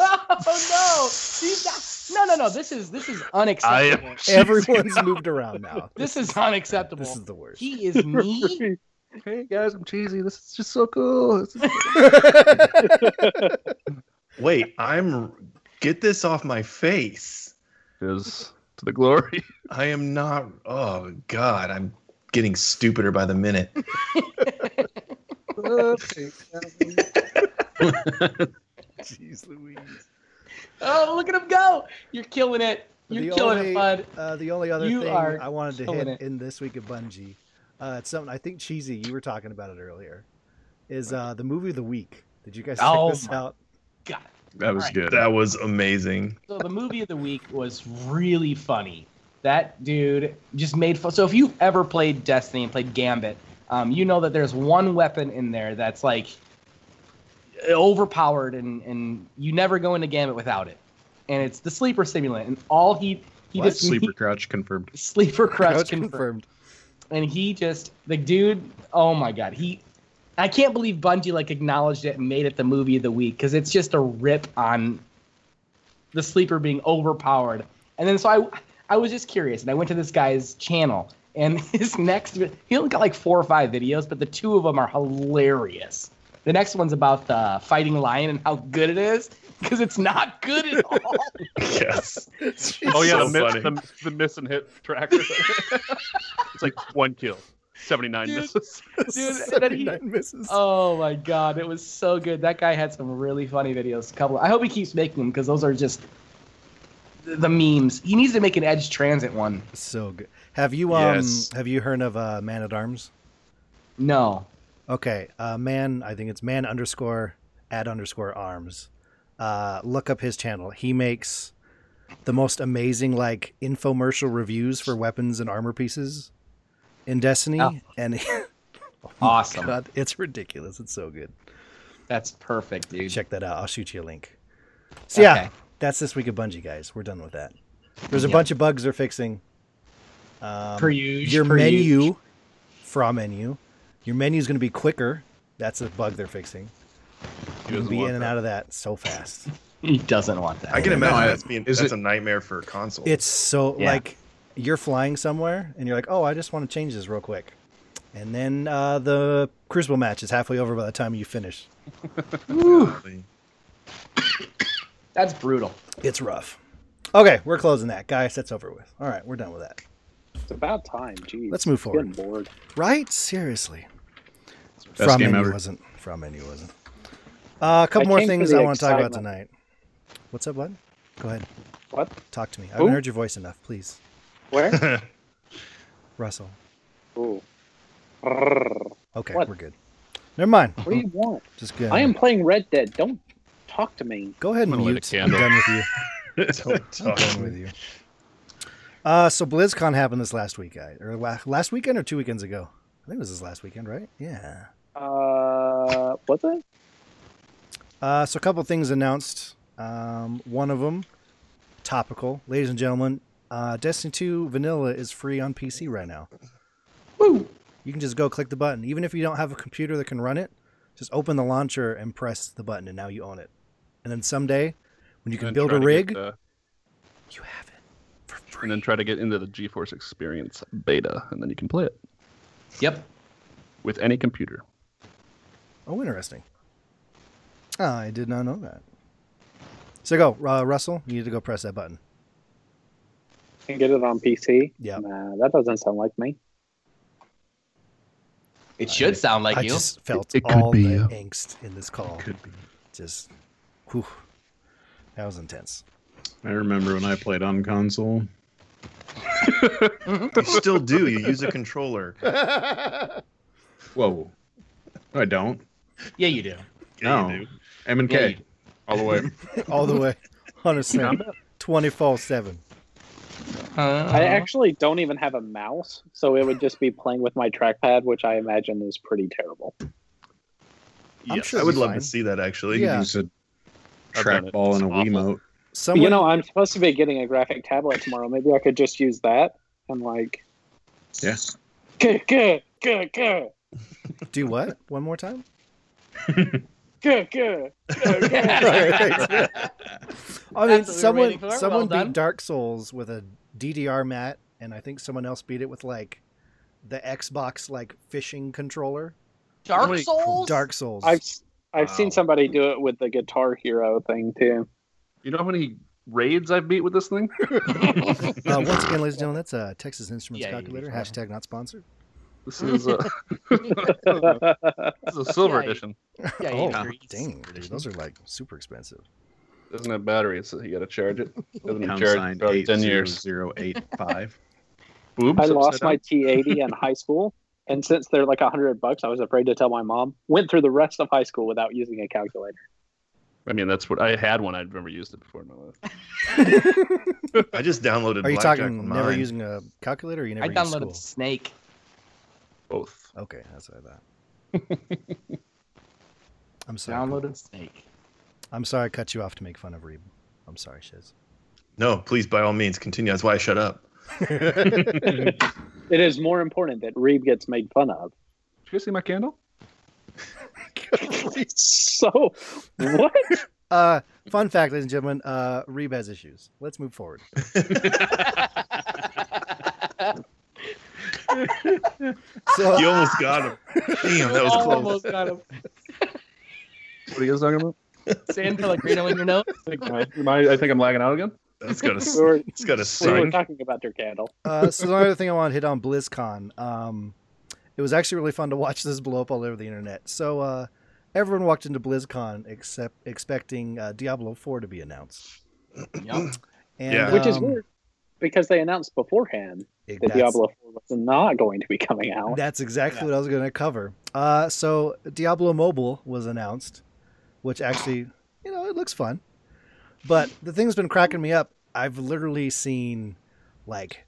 [SPEAKER 7] Oh, no. He's no, no, no. This is this is
[SPEAKER 6] I
[SPEAKER 7] unacceptable.
[SPEAKER 6] am.
[SPEAKER 4] Everyone's moved around now.
[SPEAKER 7] This is unacceptable.
[SPEAKER 4] This is the worst.
[SPEAKER 7] He is me.
[SPEAKER 1] Hey guys, I'm cheesy. This is just so cool. This is-
[SPEAKER 6] Wait, I'm. Get this off my face.
[SPEAKER 1] is to the glory.
[SPEAKER 6] I am not. Oh God, I'm getting stupider by the minute.
[SPEAKER 4] Jeez Louise.
[SPEAKER 7] Oh, look at him go! You're killing it. You're
[SPEAKER 4] The
[SPEAKER 7] killing
[SPEAKER 4] only-
[SPEAKER 7] it, bud.
[SPEAKER 4] Uh, the only other
[SPEAKER 7] You
[SPEAKER 4] thing
[SPEAKER 7] are
[SPEAKER 4] I wanted to
[SPEAKER 7] killing
[SPEAKER 4] hit
[SPEAKER 7] it.
[SPEAKER 4] in this week of Bungie, uh, it's something I think cheesy. You were talking about it earlier. Is uh, the movie of the week? Did you guys check
[SPEAKER 7] Oh
[SPEAKER 4] this
[SPEAKER 7] my-
[SPEAKER 4] out?
[SPEAKER 7] God.
[SPEAKER 8] That was
[SPEAKER 7] Alright.
[SPEAKER 8] good.
[SPEAKER 6] That was amazing.
[SPEAKER 7] So the movie of the week was really funny. That dude just made fun. So if you've ever played Destiny and played Gambit, um, you know that there's one weapon in there that's like overpowered, and and you never go into Gambit without it. And it's the sleeper stimulant, and all he he
[SPEAKER 8] What?
[SPEAKER 7] just
[SPEAKER 8] Sleeper Crouch confirmed.
[SPEAKER 7] sleeper
[SPEAKER 4] Couch
[SPEAKER 7] crush confirmed. and he just the dude oh my god he i can't believe bungie like acknowledged it and made it the movie of the week because it's just a rip on the sleeper being overpowered and then so i i was just curious and i went to this guy's channel and his next vi- he only got like four or five videos but the two of them are hilarious the next one's about the fighting lion and how good it is because it's not good at all
[SPEAKER 6] Yes.
[SPEAKER 1] Oh yeah,
[SPEAKER 6] So
[SPEAKER 1] the, miss,
[SPEAKER 6] funny.
[SPEAKER 1] the, the miss and hit tracker. it's like one kill, seventy nine
[SPEAKER 7] Dude.
[SPEAKER 1] misses.
[SPEAKER 7] Dude, that he-
[SPEAKER 4] 79 misses.
[SPEAKER 7] Oh my god, it was so good. That guy had some really funny videos. Couple. I hope he keeps making them because those are just th- the memes. He needs to make an Edge Transit one.
[SPEAKER 4] So good. Have you um
[SPEAKER 6] Yes.
[SPEAKER 4] have you heard of uh, Man at Arms?
[SPEAKER 7] No.
[SPEAKER 4] Okay, uh, man, I think it's man underscore at underscore arms. Uh, look up his channel. He makes the most amazing like infomercial reviews for weapons and armor pieces in Destiny,
[SPEAKER 7] Oh.
[SPEAKER 4] and
[SPEAKER 7] Awesome.
[SPEAKER 4] God, it's ridiculous. It's so good.
[SPEAKER 7] That's perfect, dude.
[SPEAKER 4] Check that out. I'll shoot you a link. So yeah,
[SPEAKER 7] Okay.
[SPEAKER 4] that's this week of Bungie, guys. We're done with that. There's a
[SPEAKER 7] Yep.
[SPEAKER 4] bunch of bugs they're fixing. Um,
[SPEAKER 7] Per use,
[SPEAKER 4] your
[SPEAKER 7] per
[SPEAKER 4] menu
[SPEAKER 7] use.
[SPEAKER 4] from menu your menu is going to be quicker that's a bug they're fixing
[SPEAKER 1] He
[SPEAKER 4] you can
[SPEAKER 1] doesn't
[SPEAKER 4] be
[SPEAKER 1] want
[SPEAKER 4] in and
[SPEAKER 1] that.
[SPEAKER 4] out of that so fast
[SPEAKER 7] He doesn't want that.
[SPEAKER 6] I can
[SPEAKER 8] No,
[SPEAKER 6] imagine
[SPEAKER 8] I-
[SPEAKER 6] that's being
[SPEAKER 8] is
[SPEAKER 6] that's
[SPEAKER 8] it-
[SPEAKER 6] a nightmare for a console.
[SPEAKER 4] it's so
[SPEAKER 7] Yeah.
[SPEAKER 4] like you're flying somewhere and you're like oh i just want to change this real quick and then uh, the crucible match is halfway over by the time you finish
[SPEAKER 7] That's brutal.
[SPEAKER 4] it's rough okay we're closing that guys that's over with all right we're done with that
[SPEAKER 5] It's about time. Jeez.
[SPEAKER 4] let's move
[SPEAKER 5] getting
[SPEAKER 4] forward
[SPEAKER 5] bored.
[SPEAKER 4] right seriously
[SPEAKER 8] Best
[SPEAKER 4] from
[SPEAKER 8] game
[SPEAKER 4] menu
[SPEAKER 8] ever.
[SPEAKER 4] wasn't from menu wasn't uh, a couple
[SPEAKER 5] I
[SPEAKER 4] more
[SPEAKER 5] came for
[SPEAKER 4] things
[SPEAKER 5] the
[SPEAKER 4] i want to talk about
[SPEAKER 5] excitement.
[SPEAKER 4] tonight what's up bud go ahead
[SPEAKER 5] What?
[SPEAKER 4] Talk to me. I haven't
[SPEAKER 5] Who?
[SPEAKER 4] heard your voice enough, please.
[SPEAKER 5] Where?
[SPEAKER 4] Russell.
[SPEAKER 5] Ooh. Brrr.
[SPEAKER 4] Okay,
[SPEAKER 5] What?
[SPEAKER 4] we're good. Never mind.
[SPEAKER 5] What do you want?
[SPEAKER 4] Just good.
[SPEAKER 5] I am playing Red Dead. Don't talk to me.
[SPEAKER 4] Go ahead and
[SPEAKER 1] gonna light a
[SPEAKER 4] mute. I'm
[SPEAKER 1] candle.
[SPEAKER 4] done with you.
[SPEAKER 6] Don't
[SPEAKER 5] Oh.
[SPEAKER 4] I'm
[SPEAKER 6] talk.
[SPEAKER 4] done with you. Uh, so BlizzCon happened this last week, guys, or la- last weekend or two weekends ago. I think it was this last weekend, right? Yeah.
[SPEAKER 5] Uh, what's it?
[SPEAKER 4] Uh, so a couple things announced. Um, one of them, topical, ladies and gentlemen. Uh, Destiny 2 Vanilla is free on PC right now.
[SPEAKER 7] Woo!
[SPEAKER 4] You can just go click the button, even if you don't have a computer that can run it. Just open the launcher and press the button, and now you own it. And then someday, when you can
[SPEAKER 1] And
[SPEAKER 4] build
[SPEAKER 1] try
[SPEAKER 4] a
[SPEAKER 1] to get,
[SPEAKER 4] rig,
[SPEAKER 1] uh,
[SPEAKER 4] you have it.
[SPEAKER 1] and then try to get into the GeForce Experience beta, and then you can play it
[SPEAKER 7] Yep.
[SPEAKER 1] with any computer.
[SPEAKER 4] Oh, interesting. Ah, I did not know that. So go, uh, Russell. You need to go press that button.
[SPEAKER 5] Can get it on PC.
[SPEAKER 4] Yeah.
[SPEAKER 5] Nah, that doesn't sound like me.
[SPEAKER 7] It should sound like
[SPEAKER 4] I
[SPEAKER 7] you.
[SPEAKER 4] just felt
[SPEAKER 1] It- it could
[SPEAKER 4] all
[SPEAKER 1] be,
[SPEAKER 4] the
[SPEAKER 1] yeah.
[SPEAKER 4] angst in this call.
[SPEAKER 8] Could be.
[SPEAKER 4] Just, whew, that was intense.
[SPEAKER 8] I remember when I played on console.
[SPEAKER 7] Mm-hmm.
[SPEAKER 6] You still do. You use a controller.
[SPEAKER 8] Whoa. No, I don't.
[SPEAKER 7] Yeah, you do.
[SPEAKER 8] No. M and
[SPEAKER 7] Yeah,
[SPEAKER 8] K
[SPEAKER 7] you-
[SPEAKER 8] all the way.
[SPEAKER 4] all the way, honestly, twenty four seven.
[SPEAKER 5] I
[SPEAKER 7] Uh,
[SPEAKER 5] actually don't even have a mouse, so it would just be playing with my trackpad, which I imagine is pretty terrible.
[SPEAKER 4] I'm
[SPEAKER 6] Yes,
[SPEAKER 4] sure
[SPEAKER 6] I would
[SPEAKER 4] it'll be
[SPEAKER 6] love
[SPEAKER 4] fine.
[SPEAKER 6] to see that actually.
[SPEAKER 4] Yeah.
[SPEAKER 8] Use a
[SPEAKER 1] I've done it.
[SPEAKER 8] trackball and a
[SPEAKER 1] It's awful.
[SPEAKER 8] Wiimote.
[SPEAKER 4] Someone,
[SPEAKER 5] You know, I'm supposed to be getting a graphic tablet tomorrow. Maybe I could just use that and like.
[SPEAKER 8] Yeah.
[SPEAKER 5] Good, good, good, good,
[SPEAKER 4] do what? One more time.
[SPEAKER 5] good, good.
[SPEAKER 4] Right, right. I
[SPEAKER 9] That's
[SPEAKER 4] mean,
[SPEAKER 9] what we were
[SPEAKER 4] someone
[SPEAKER 9] waiting for.
[SPEAKER 4] someone
[SPEAKER 9] Well
[SPEAKER 4] beat
[SPEAKER 9] done.
[SPEAKER 4] Dark Souls with a DDR mat, and I think someone else beat it with like the Xbox like fishing controller.
[SPEAKER 7] Dark Souls.
[SPEAKER 4] Dark Souls. Uh,
[SPEAKER 5] I've I've seen somebody do it with the Guitar Hero thing too.
[SPEAKER 1] You know how many raids I've beat with this thing?
[SPEAKER 4] Uh, once again, ladies and gentlemen, that's uh, Texas Instruments
[SPEAKER 7] Yeah,
[SPEAKER 4] calculator.
[SPEAKER 7] yeah.
[SPEAKER 4] Hashtag not sponsored.
[SPEAKER 1] This is a, Oh, this is a silver
[SPEAKER 7] Yeah, you-
[SPEAKER 1] edition.
[SPEAKER 7] Yeah,
[SPEAKER 4] oh,
[SPEAKER 7] yeah.
[SPEAKER 4] dang, dude, those are like super expensive.
[SPEAKER 1] Doesn't have batteries, so you got to charge it. Doesn't have
[SPEAKER 8] Pound
[SPEAKER 1] charge
[SPEAKER 8] sign
[SPEAKER 1] for about
[SPEAKER 8] eight
[SPEAKER 1] ten
[SPEAKER 8] zero
[SPEAKER 1] years.
[SPEAKER 8] zero eight five.
[SPEAKER 1] Boobs.
[SPEAKER 5] I lost
[SPEAKER 1] upside
[SPEAKER 5] my
[SPEAKER 1] down.
[SPEAKER 5] T80 in high school, and since they're like a hundred bucks, I was afraid to tell my mom. Went through the rest of high school without using a calculator.
[SPEAKER 1] I mean, that's what I had one. I'd never used it before in my life.
[SPEAKER 6] I just downloaded.
[SPEAKER 4] Are you
[SPEAKER 6] Blackjack
[SPEAKER 4] talking
[SPEAKER 6] on
[SPEAKER 4] never
[SPEAKER 6] mine.
[SPEAKER 4] using a calculator? Or you never
[SPEAKER 7] I
[SPEAKER 4] use
[SPEAKER 7] downloaded
[SPEAKER 4] school?
[SPEAKER 7] Snake.
[SPEAKER 1] Both.
[SPEAKER 4] Okay, that's what I thought. I'm sorry.
[SPEAKER 7] Downloaded Snake.
[SPEAKER 4] I'm sorry I cut you off to make fun of Reeb. I'm sorry, Shiz.
[SPEAKER 6] No, please, by all means, continue. That's why I shut up.
[SPEAKER 5] It is more important that Reed gets made fun of.
[SPEAKER 1] Did you see my candle?
[SPEAKER 5] so what?
[SPEAKER 4] Uh, fun fact, ladies and gentlemen, uh, Reeb has issues. Let's move forward. so,
[SPEAKER 6] You almost got him. Damn, that was close.
[SPEAKER 7] Oh, Almost got him.
[SPEAKER 1] What are you guys talking about?
[SPEAKER 7] San Pellegrino in your nose.
[SPEAKER 1] I think, my, my, I think I'm lagging out again.
[SPEAKER 6] That's gonna. s-
[SPEAKER 5] We were,
[SPEAKER 6] It's gonna
[SPEAKER 5] we were
[SPEAKER 6] suck.
[SPEAKER 5] talking about your candle.
[SPEAKER 4] uh, so another thing I want to hit on BlizzCon. Um, it was actually really fun to watch this blow up all over the internet. So, uh, everyone walked into BlizzCon except expecting uh, Diablo 4 to be announced.
[SPEAKER 7] Yep.
[SPEAKER 4] And,
[SPEAKER 6] Yeah.
[SPEAKER 5] Which is
[SPEAKER 4] um,
[SPEAKER 5] weird because they announced beforehand
[SPEAKER 4] it-
[SPEAKER 5] that
[SPEAKER 4] that's-
[SPEAKER 5] Diablo 4 was not going to be coming out.
[SPEAKER 4] That's exactly what I was going to cover. Uh, so Diablo Mobile was announced, which actually, you know, it looks fun. But the thing that's been cracking me up, I've literally seen like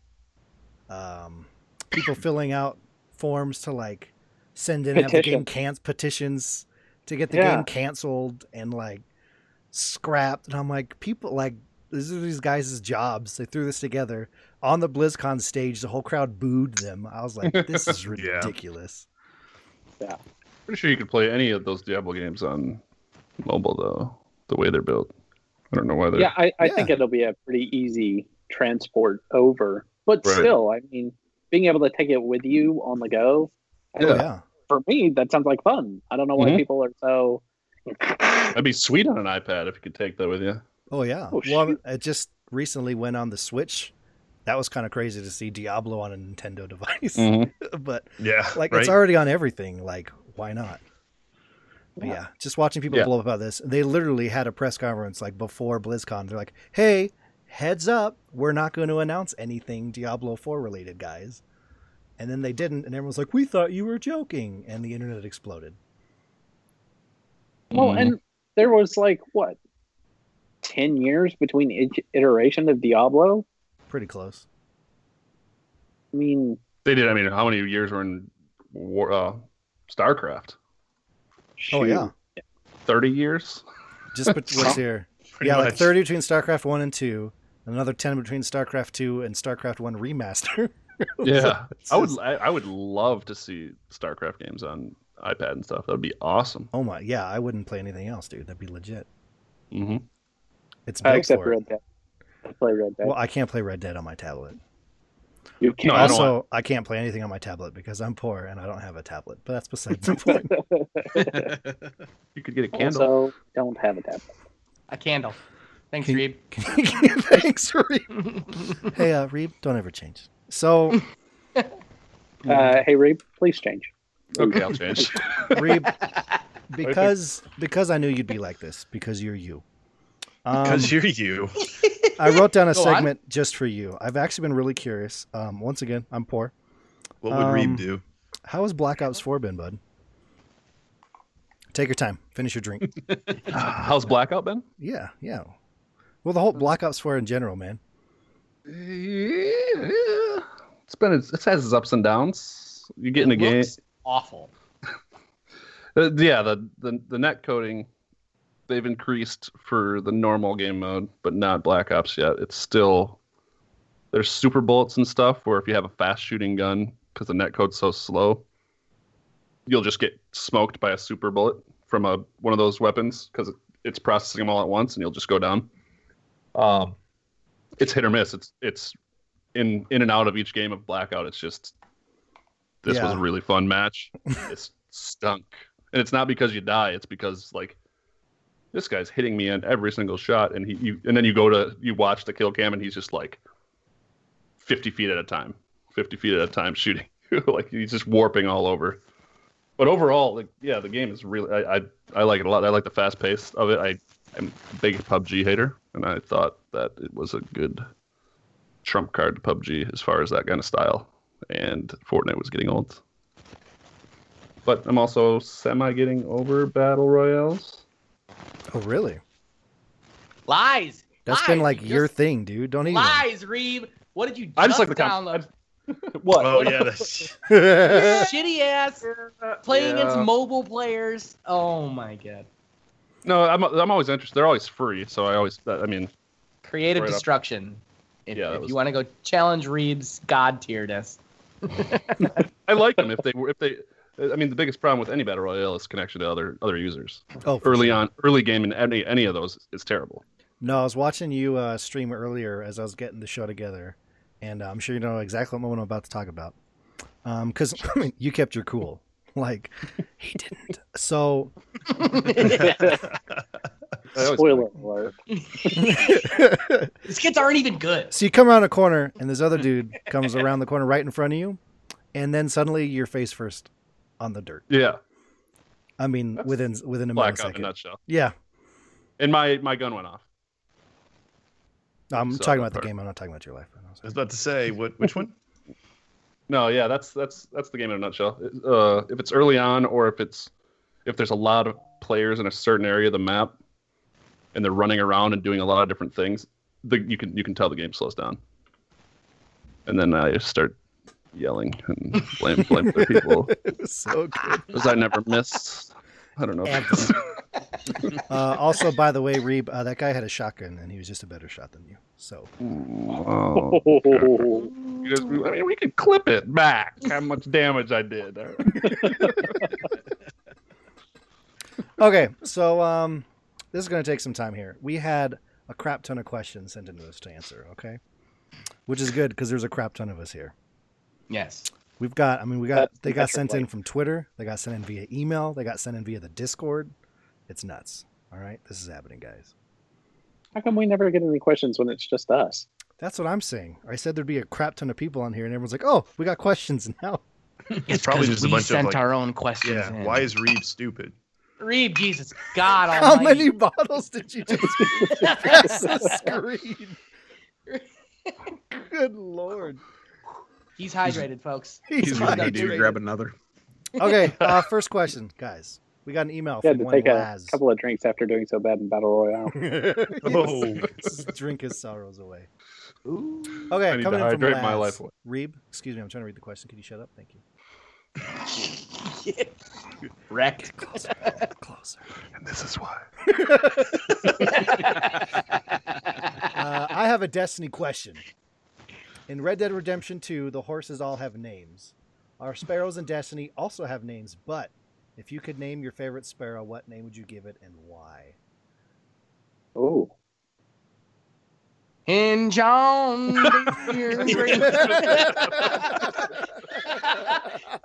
[SPEAKER 4] um, people filling out forms to like send in have the game
[SPEAKER 5] Petition.
[SPEAKER 4] can- petitions to get the
[SPEAKER 5] Yeah.
[SPEAKER 4] game canceled and like scrapped. And I'm like, people like these are these guys' jobs. They threw this together on the BlizzCon stage. The whole crowd booed them. I was like, this is
[SPEAKER 6] Yeah.
[SPEAKER 4] ridiculous.
[SPEAKER 1] Pretty sure you could play any of those Diablo games on mobile, though. The way they're built, I don't know why they're.
[SPEAKER 5] Yeah, I, I
[SPEAKER 4] Yeah.
[SPEAKER 5] think it'll be a pretty easy transport over. But
[SPEAKER 1] Right.
[SPEAKER 5] still, I mean, being able to take it with you on the go, I
[SPEAKER 4] Oh,
[SPEAKER 5] don't-
[SPEAKER 1] Yeah.
[SPEAKER 4] yeah.
[SPEAKER 5] for me, that sounds like fun. I don't know why
[SPEAKER 4] Mm-hmm.
[SPEAKER 1] Mhm.
[SPEAKER 5] people are so.
[SPEAKER 1] That'd be sweet on an iPad if you could take that with you.
[SPEAKER 4] Oh yeah.
[SPEAKER 5] Oh,
[SPEAKER 4] well, it just recently went on the Switch. That was kind of crazy to see Diablo on a Nintendo device,
[SPEAKER 1] Mm. Mm-hmm.
[SPEAKER 4] but
[SPEAKER 6] Yeah,
[SPEAKER 4] like
[SPEAKER 6] right.
[SPEAKER 4] it's already on everything. Like, why not? But
[SPEAKER 5] Yeah.
[SPEAKER 4] yeah, just watching people
[SPEAKER 1] Yeah.
[SPEAKER 4] blow up about this. They literally had a press conference like before BlizzCon. They're like, "Hey, heads up, we're not going to announce anything Diablo 4 related, guys." And then they didn't, and everyone's like, "We thought you were joking," and the internet exploded. Mm-hmm.
[SPEAKER 5] Well, and there was like, what, 10 years between each iteration of Diablo?
[SPEAKER 4] Pretty close.
[SPEAKER 5] I mean,
[SPEAKER 1] They did. I mean, how many years were in War, uh, StarCraft?
[SPEAKER 4] Oh
[SPEAKER 5] shoot.
[SPEAKER 4] yeah,
[SPEAKER 1] Thirty years.
[SPEAKER 4] just bet- what's here.
[SPEAKER 6] Pretty
[SPEAKER 4] yeah, like
[SPEAKER 6] much.
[SPEAKER 4] 30 between StarCraft 1 and 2, and another 10 between StarCraft 2 and StarCraft 1 remaster.
[SPEAKER 1] Yeah,
[SPEAKER 4] It's
[SPEAKER 1] I would.
[SPEAKER 4] just-
[SPEAKER 1] I, I would love to see StarCraft games on iPad and stuff. That'd be awesome.
[SPEAKER 4] oh my, yeah, I wouldn't play anything else, dude. That'd be legit.
[SPEAKER 1] Mm-hmm.
[SPEAKER 4] It's
[SPEAKER 5] Uh,
[SPEAKER 4] built
[SPEAKER 5] except
[SPEAKER 4] for it.
[SPEAKER 5] Red Dead. I play Red Dead.
[SPEAKER 4] Well, I can't play Red Dead on my tablet.
[SPEAKER 5] you
[SPEAKER 1] No, I
[SPEAKER 5] can't.
[SPEAKER 1] don't
[SPEAKER 4] also, I can't play anything on my tablet because I'm poor and I don't have a tablet. But that's besides the point.
[SPEAKER 1] You could get a
[SPEAKER 5] Also,
[SPEAKER 1] candle.
[SPEAKER 5] don't have a tablet.
[SPEAKER 7] A candle. Thanks,
[SPEAKER 4] Can-
[SPEAKER 7] Reeb.
[SPEAKER 4] Thanks, Reeb. Hey, uh, Reeb, don't ever change. So, Mm-hmm.
[SPEAKER 5] Uh, hey, Reeb, please change.
[SPEAKER 1] okay, I'll change.
[SPEAKER 4] Reeb, because because I knew you'd be like this because you're you. Um,
[SPEAKER 6] Because you're you.
[SPEAKER 4] I wrote down a
[SPEAKER 7] Go on.
[SPEAKER 4] segment just for you. I've actually been really curious. Um, once again, I'm poor.
[SPEAKER 6] What would
[SPEAKER 4] Um,
[SPEAKER 6] Reeb do?
[SPEAKER 4] How has Black Ops 4 been, bud? Take your time. Finish your drink.
[SPEAKER 1] How's Blackout been?
[SPEAKER 4] yeah, yeah. Well, the whole Black Ops 4 in general, man.
[SPEAKER 1] Yeah, it's been. It's, it has its ups and downs. You get in a game.
[SPEAKER 7] Looks Awful.
[SPEAKER 1] Uh, yeah, the, the the net coding they've increased for the normal game mode, but not Black Ops yet. It's still there's super bullets and stuff where if you have a fast shooting gun because the net code's so slow, you'll just get smoked by a super bullet from a one of those weapons because it's processing them all at once and you'll just go down.
[SPEAKER 9] Um,
[SPEAKER 1] it's hit or miss. It's it's in in and out of each game of blackout. It's just this was
[SPEAKER 4] Yeah.
[SPEAKER 1] a really fun match. It's stunk, and it's not because you die. It's because like this guy's hitting me in every single shot, and he you, and then you go to you watch the kill cam, and he's just like fifty feet at a time, fifty feet at a time shooting. like he's just warping all over. But overall, like yeah, the game is really I, I I like it a lot. I like the fast pace of it. I I'm a big PUBG hater, and I thought that it was a good trump card to PUBG as far as that kind of style. And Fortnite was getting old. But I'm also semi getting over battle royales.
[SPEAKER 4] Oh, really?
[SPEAKER 7] Lies.
[SPEAKER 4] That's
[SPEAKER 7] lies.
[SPEAKER 4] been like
[SPEAKER 7] you
[SPEAKER 4] your
[SPEAKER 7] just-
[SPEAKER 4] thing, dude. Don't even.
[SPEAKER 7] lies, Reeb. What did you just,
[SPEAKER 1] I just like the com-
[SPEAKER 7] download?
[SPEAKER 1] What?
[SPEAKER 6] Oh yeah, that's,
[SPEAKER 7] Shitty ass playing
[SPEAKER 1] Yeah.
[SPEAKER 7] against mobile players. Oh my god.
[SPEAKER 1] no, I'm I'm always interested. They're always free, so I always I mean
[SPEAKER 7] Creative
[SPEAKER 1] Right up.
[SPEAKER 7] destruction. If,
[SPEAKER 1] Yeah, that
[SPEAKER 7] if
[SPEAKER 1] was-
[SPEAKER 7] you want to go challenge Reeb's god tierness.
[SPEAKER 1] I like them if they were if they. I mean, the biggest problem with any battle royale is connection to other other users.
[SPEAKER 4] Oh, for
[SPEAKER 1] Early on, early game in any any of those is terrible.
[SPEAKER 4] No, I was watching you uh, stream earlier as I was getting the show together, and uh, I'm sure you know exactly what I'm about to talk about. Because I mean, you kept your cool, like he didn't. So
[SPEAKER 1] I always-
[SPEAKER 5] Spoiler alert.
[SPEAKER 7] These kids aren't even good.
[SPEAKER 4] So you come around a corner, and this other dude comes around the corner right in front of you, and then suddenly you're face first on the dirt.
[SPEAKER 1] Yeah,
[SPEAKER 4] I mean, within within a
[SPEAKER 1] blackout in a
[SPEAKER 4] millisecond.
[SPEAKER 1] nutshell.
[SPEAKER 4] Yeah,
[SPEAKER 1] And my my gun went off.
[SPEAKER 4] No, I'm
[SPEAKER 1] So
[SPEAKER 4] talking
[SPEAKER 1] that
[SPEAKER 4] about the
[SPEAKER 1] part.
[SPEAKER 4] game. I'm not talking about your life. I know,
[SPEAKER 6] I
[SPEAKER 4] so-
[SPEAKER 6] was about to say what which one?
[SPEAKER 1] No, yeah, that's that's that's the game in a nutshell. Uh, if it's early on, or if it's if there's a lot of players in a certain area of the map, and they're running around and doing a lot of different things, the, you can you can tell the game slows down. And then I start yelling and blame blame other people
[SPEAKER 4] It was so good.
[SPEAKER 1] because I never miss. I don't know. If
[SPEAKER 4] Uh, also, by the way, Reeb, uh, that guy had a shotgun, and he was just a better shot than you. So
[SPEAKER 1] oh, you guys- I mean, we could clip it back. How much damage I did?
[SPEAKER 4] okay, so um, this is going to take some time here. We had a crap ton of questions sent into us to answer. Okay, which is good because there's a crap ton of us here.
[SPEAKER 7] Yes.
[SPEAKER 4] We've got, I mean, we got,
[SPEAKER 5] That's
[SPEAKER 4] they got
[SPEAKER 5] metric
[SPEAKER 4] sent in
[SPEAKER 5] light.
[SPEAKER 4] from Twitter. They got sent in via email. They got sent in via the Discord. It's nuts. All right. This is happening, guys.
[SPEAKER 5] How come we never get any questions when it's just us?
[SPEAKER 4] That's what I'm saying. I said there'd be a crap ton of people on here, and everyone's like, oh, we got questions now.
[SPEAKER 6] It's probably
[SPEAKER 7] 'cause
[SPEAKER 6] just a
[SPEAKER 7] we
[SPEAKER 6] bunch of,
[SPEAKER 7] sent
[SPEAKER 6] like-
[SPEAKER 7] our own questions.
[SPEAKER 6] Yeah.
[SPEAKER 7] in.
[SPEAKER 6] Why is Reeve stupid?
[SPEAKER 7] Reeb? Jesus God
[SPEAKER 4] How
[SPEAKER 7] Almighty.
[SPEAKER 4] many bottles did you just pass the screen? Good Lord.
[SPEAKER 7] He's hydrated, folks.
[SPEAKER 4] He's
[SPEAKER 8] He's ready
[SPEAKER 4] hydrated.
[SPEAKER 8] to grab another.
[SPEAKER 4] Okay. Uh, first question, guys. We got an email
[SPEAKER 5] He had
[SPEAKER 4] from
[SPEAKER 5] to
[SPEAKER 4] one
[SPEAKER 5] take a
[SPEAKER 4] Laz.
[SPEAKER 5] couple of drinks after doing so bad in Battle Royale.
[SPEAKER 4] Yes.
[SPEAKER 6] Oh.
[SPEAKER 4] Drink his sorrows away.
[SPEAKER 1] Ooh.
[SPEAKER 4] Okay,
[SPEAKER 1] I need
[SPEAKER 4] coming
[SPEAKER 1] to
[SPEAKER 4] in from
[SPEAKER 1] hydrate my
[SPEAKER 4] Laz.
[SPEAKER 1] life away.
[SPEAKER 4] Reeb, excuse me, I'm trying to read the question. Could you shut up? Thank you.
[SPEAKER 7] Wrecked.
[SPEAKER 4] Closer, Al, closer.
[SPEAKER 1] And this is why.
[SPEAKER 4] Uh, I have a Destiny question. In Red Dead Redemption 2, the horses all have names. Our sparrows in Destiny also have names, but if you could name your favorite sparrow, what name would you give it and why?
[SPEAKER 5] Oh,
[SPEAKER 7] Hinge on. dear. you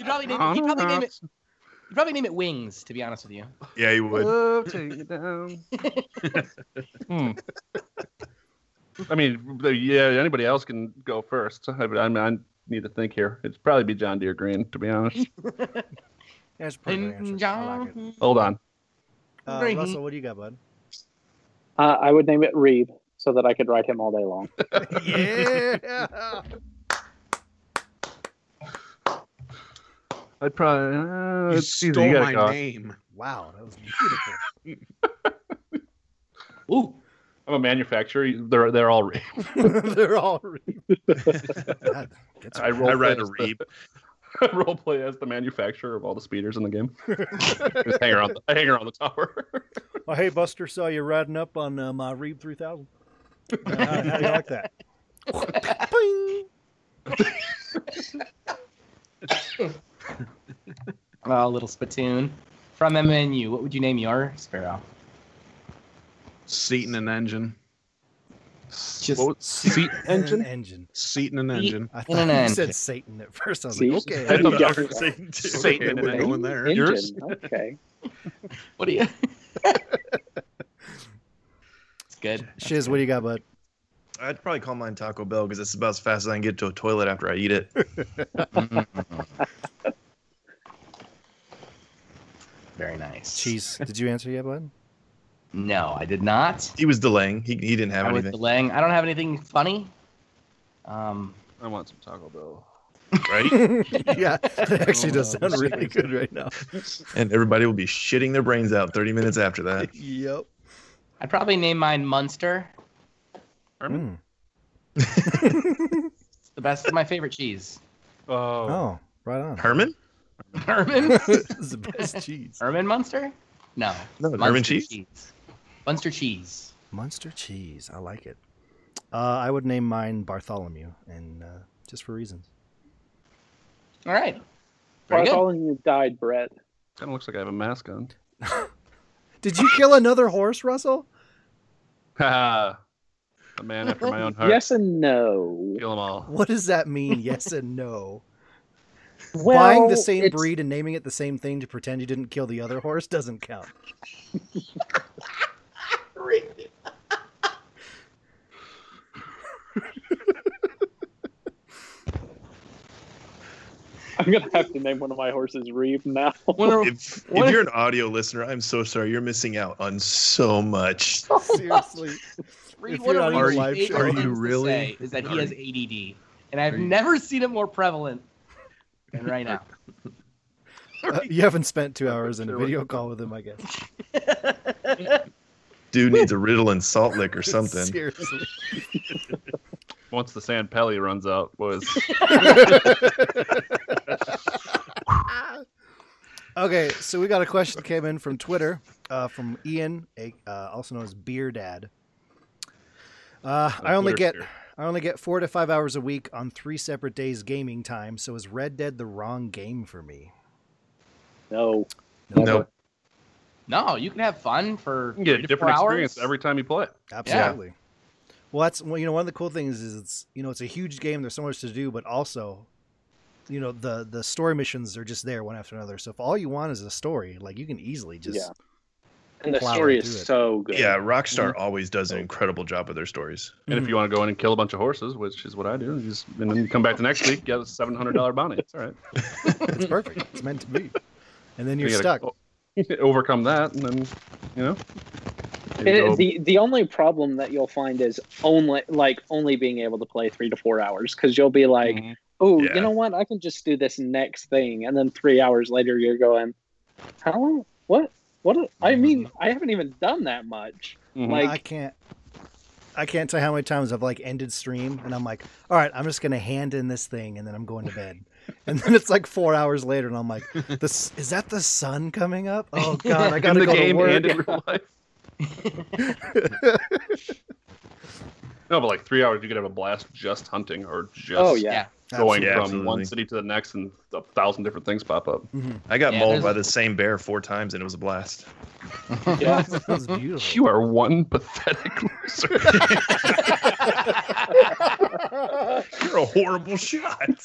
[SPEAKER 7] probably name it. You probably name it. You probably name it Wings. To be honest with you.
[SPEAKER 6] Yeah, he would.
[SPEAKER 1] Love take it down. Hmm. I mean, the- yeah, anybody else can go first. I, I, mean, I need to think here. It'd probably be John Deere Green, to be honest.
[SPEAKER 4] That's a pretty good
[SPEAKER 7] Hinge
[SPEAKER 4] answer. I like it.
[SPEAKER 7] on.
[SPEAKER 1] Hold on.
[SPEAKER 4] Uh, Russell, what do you got, bud?
[SPEAKER 5] uh, I would name it Reed so that I could ride him all day long.
[SPEAKER 4] yeah.
[SPEAKER 1] I'd probably. Uh,
[SPEAKER 8] You
[SPEAKER 1] it's easy.
[SPEAKER 8] stole
[SPEAKER 1] gotta
[SPEAKER 8] my
[SPEAKER 1] go.
[SPEAKER 8] name.
[SPEAKER 4] Wow, that was beautiful.
[SPEAKER 7] Ooh.
[SPEAKER 1] I'm a manufacturer. They're they're all. re-
[SPEAKER 4] They're all Reeb. God, that's
[SPEAKER 1] I roll.
[SPEAKER 6] I ride a
[SPEAKER 1] play as
[SPEAKER 6] Reeb.
[SPEAKER 1] the- I role play as the manufacturer of all the speeders in the game. Just hang around. The, I hang around the tower.
[SPEAKER 4] Well, Oh, hey, Buster, saw you riding up on uh, my Reeb 3000. Uh, how, how do you like that? Bing.
[SPEAKER 7] Oh, little spittoon. From MNU, what would you name your sparrow?
[SPEAKER 8] Seat and an engine.
[SPEAKER 7] Just
[SPEAKER 1] what was, seat
[SPEAKER 4] Engine?
[SPEAKER 1] engine?
[SPEAKER 4] Engine.
[SPEAKER 8] Seat and an
[SPEAKER 7] Seat.
[SPEAKER 8] engine.
[SPEAKER 4] I
[SPEAKER 7] In
[SPEAKER 4] thought
[SPEAKER 7] an
[SPEAKER 4] you
[SPEAKER 7] engine.
[SPEAKER 4] said Satan at first. I was
[SPEAKER 5] Seat.
[SPEAKER 4] like, okay.
[SPEAKER 1] I thought
[SPEAKER 5] Yeah.
[SPEAKER 1] that was Satan, too.
[SPEAKER 8] Okay,
[SPEAKER 1] Satan and
[SPEAKER 8] we're
[SPEAKER 1] an
[SPEAKER 8] going there.
[SPEAKER 5] Engine.
[SPEAKER 1] Yours?
[SPEAKER 5] Okay.
[SPEAKER 7] What do you? it's good.
[SPEAKER 4] Shiz, what do you got, bud?
[SPEAKER 6] I'd probably call mine Taco Bell because it's about as fast as I can get to a toilet after I eat it.
[SPEAKER 7] Mm-hmm. Very nice.
[SPEAKER 4] Cheese. Did you answer yet, bud?
[SPEAKER 7] No, I did not.
[SPEAKER 6] He was delaying. He, he didn't have
[SPEAKER 7] I was
[SPEAKER 6] anything,
[SPEAKER 7] delaying. I don't have anything funny. Um,
[SPEAKER 1] I want some Taco Bell.
[SPEAKER 6] right?
[SPEAKER 4] yeah, that actually does
[SPEAKER 1] Oh,
[SPEAKER 4] sound really good right now.
[SPEAKER 6] and everybody will be shitting their brains out 30 minutes after that.
[SPEAKER 4] yep.
[SPEAKER 7] I'd probably name mine Munster.
[SPEAKER 4] Mm.
[SPEAKER 7] It's the best. my favorite cheese.
[SPEAKER 1] Oh,
[SPEAKER 4] Hmm. Oh, right on.
[SPEAKER 6] Herman?
[SPEAKER 7] Herman.
[SPEAKER 4] it's the best cheese.
[SPEAKER 7] Herman Munster? No.
[SPEAKER 6] No,
[SPEAKER 7] Munster
[SPEAKER 6] Herman cheese?
[SPEAKER 7] Munster cheese.
[SPEAKER 4] Munster cheese. I like it. Uh, I would name mine Bartholomew, and uh, just for reasons.
[SPEAKER 7] All right. Very good.
[SPEAKER 5] Bartholomew died, Brett.
[SPEAKER 1] kind of looks like I have a mask on.
[SPEAKER 4] Did you kill another horse, Russell?
[SPEAKER 1] Ha! a man after my own heart.
[SPEAKER 5] Yes and no.
[SPEAKER 1] Kill them all.
[SPEAKER 4] What does that mean? Yes and no.
[SPEAKER 5] Well,
[SPEAKER 4] Buying the same
[SPEAKER 5] it's-
[SPEAKER 4] breed and naming it the same thing to pretend you didn't kill the other horse doesn't count.
[SPEAKER 5] I'm gonna have to name one of my horses Reeve now.
[SPEAKER 7] One of-
[SPEAKER 6] If,
[SPEAKER 7] What
[SPEAKER 6] if you're an audio listener, I'm so sorry. You're missing out on so much.
[SPEAKER 5] Oh,
[SPEAKER 4] Seriously.
[SPEAKER 7] Reed,
[SPEAKER 4] if
[SPEAKER 7] one
[SPEAKER 4] you're
[SPEAKER 7] of
[SPEAKER 4] on
[SPEAKER 7] Reed's
[SPEAKER 4] a live
[SPEAKER 7] favorite
[SPEAKER 4] show- Are you
[SPEAKER 7] things to
[SPEAKER 8] really?
[SPEAKER 7] say Is that he
[SPEAKER 8] Are
[SPEAKER 7] has ADD, and I've never seen it more prevalent than right now.
[SPEAKER 4] Uh, you haven't spent two hours in a
[SPEAKER 1] Sure.
[SPEAKER 4] video call with him, I guess.
[SPEAKER 6] Dude needs a Ritalin salt lick or something.
[SPEAKER 4] Seriously.
[SPEAKER 1] Once the San Pelli runs out, boys.
[SPEAKER 4] Okay, so we got a question that came in from Twitter uh, from Ian, a- uh, also known as Beer Dad. Uh, I only
[SPEAKER 1] Twitter
[SPEAKER 4] get
[SPEAKER 1] sphere.
[SPEAKER 4] I only get four to five hours a week on three separate days gaming time. So is Red Dead the wrong game for me?
[SPEAKER 5] No.
[SPEAKER 6] Nope.
[SPEAKER 7] No, you can have fun for
[SPEAKER 1] You can
[SPEAKER 7] three
[SPEAKER 1] get a
[SPEAKER 7] to
[SPEAKER 1] different
[SPEAKER 7] four
[SPEAKER 1] experience
[SPEAKER 7] hours.
[SPEAKER 1] every time you play.
[SPEAKER 4] Absolutely. Well, that's well, you know one of the cool things is it's you know it's a huge game. There's so much to do, but also, you know the the story missions are just there one after another. So if all you want is a story, like you can easily just
[SPEAKER 5] Yeah. And the
[SPEAKER 4] Plow
[SPEAKER 5] story
[SPEAKER 4] right
[SPEAKER 5] is
[SPEAKER 4] through it.
[SPEAKER 5] so good.
[SPEAKER 6] Yeah, Rockstar
[SPEAKER 5] Mm-hmm.
[SPEAKER 6] always does an incredible job with their stories.
[SPEAKER 1] And if you want to go in and kill a bunch of horses, which is what I do, you just, and then you come back the next week, get a seven hundred dollar bounty. It's all right.
[SPEAKER 4] it's perfect. It's meant to be. And then you're
[SPEAKER 1] You
[SPEAKER 4] stuck.
[SPEAKER 1] gotta o- overcome that, and then you know. you
[SPEAKER 5] It-
[SPEAKER 1] go-
[SPEAKER 5] the the only problem that you'll find is only like only being able to play three to four hours because you'll be like,
[SPEAKER 1] Mhm.
[SPEAKER 5] oh,
[SPEAKER 6] Yeah.
[SPEAKER 5] you know what? I can just do this next thing, and then three hours later you're going, how? long? What? What? I mean,
[SPEAKER 1] Mm-hmm.
[SPEAKER 5] I haven't even done that much.
[SPEAKER 1] Mhm.
[SPEAKER 5] Like,
[SPEAKER 4] I can't. I can't tell you how many times I've like ended stream and I'm like, all right, I'm just gonna hand in this thing and then I'm going to bed. And then it's like four hours later and I'm like, this is that the sun coming up? Oh god, I
[SPEAKER 1] in
[SPEAKER 4] gotta
[SPEAKER 1] the
[SPEAKER 4] go to
[SPEAKER 1] game
[SPEAKER 4] work.
[SPEAKER 1] and in real life. no, but like three hours, you could have a blast just hunting or just
[SPEAKER 5] oh yeah.
[SPEAKER 7] yeah.
[SPEAKER 1] going
[SPEAKER 6] Yeah,
[SPEAKER 1] from
[SPEAKER 6] absolutely.
[SPEAKER 1] one city to the next, and a thousand different things pop up.
[SPEAKER 4] Mhm.
[SPEAKER 6] I got
[SPEAKER 7] Yeah,
[SPEAKER 6] mauled
[SPEAKER 7] there's-
[SPEAKER 6] by the same bear four times and it was a blast.
[SPEAKER 5] Yeah.
[SPEAKER 4] That was beautiful.
[SPEAKER 1] You are one pathetic loser.
[SPEAKER 6] You're a horrible shot.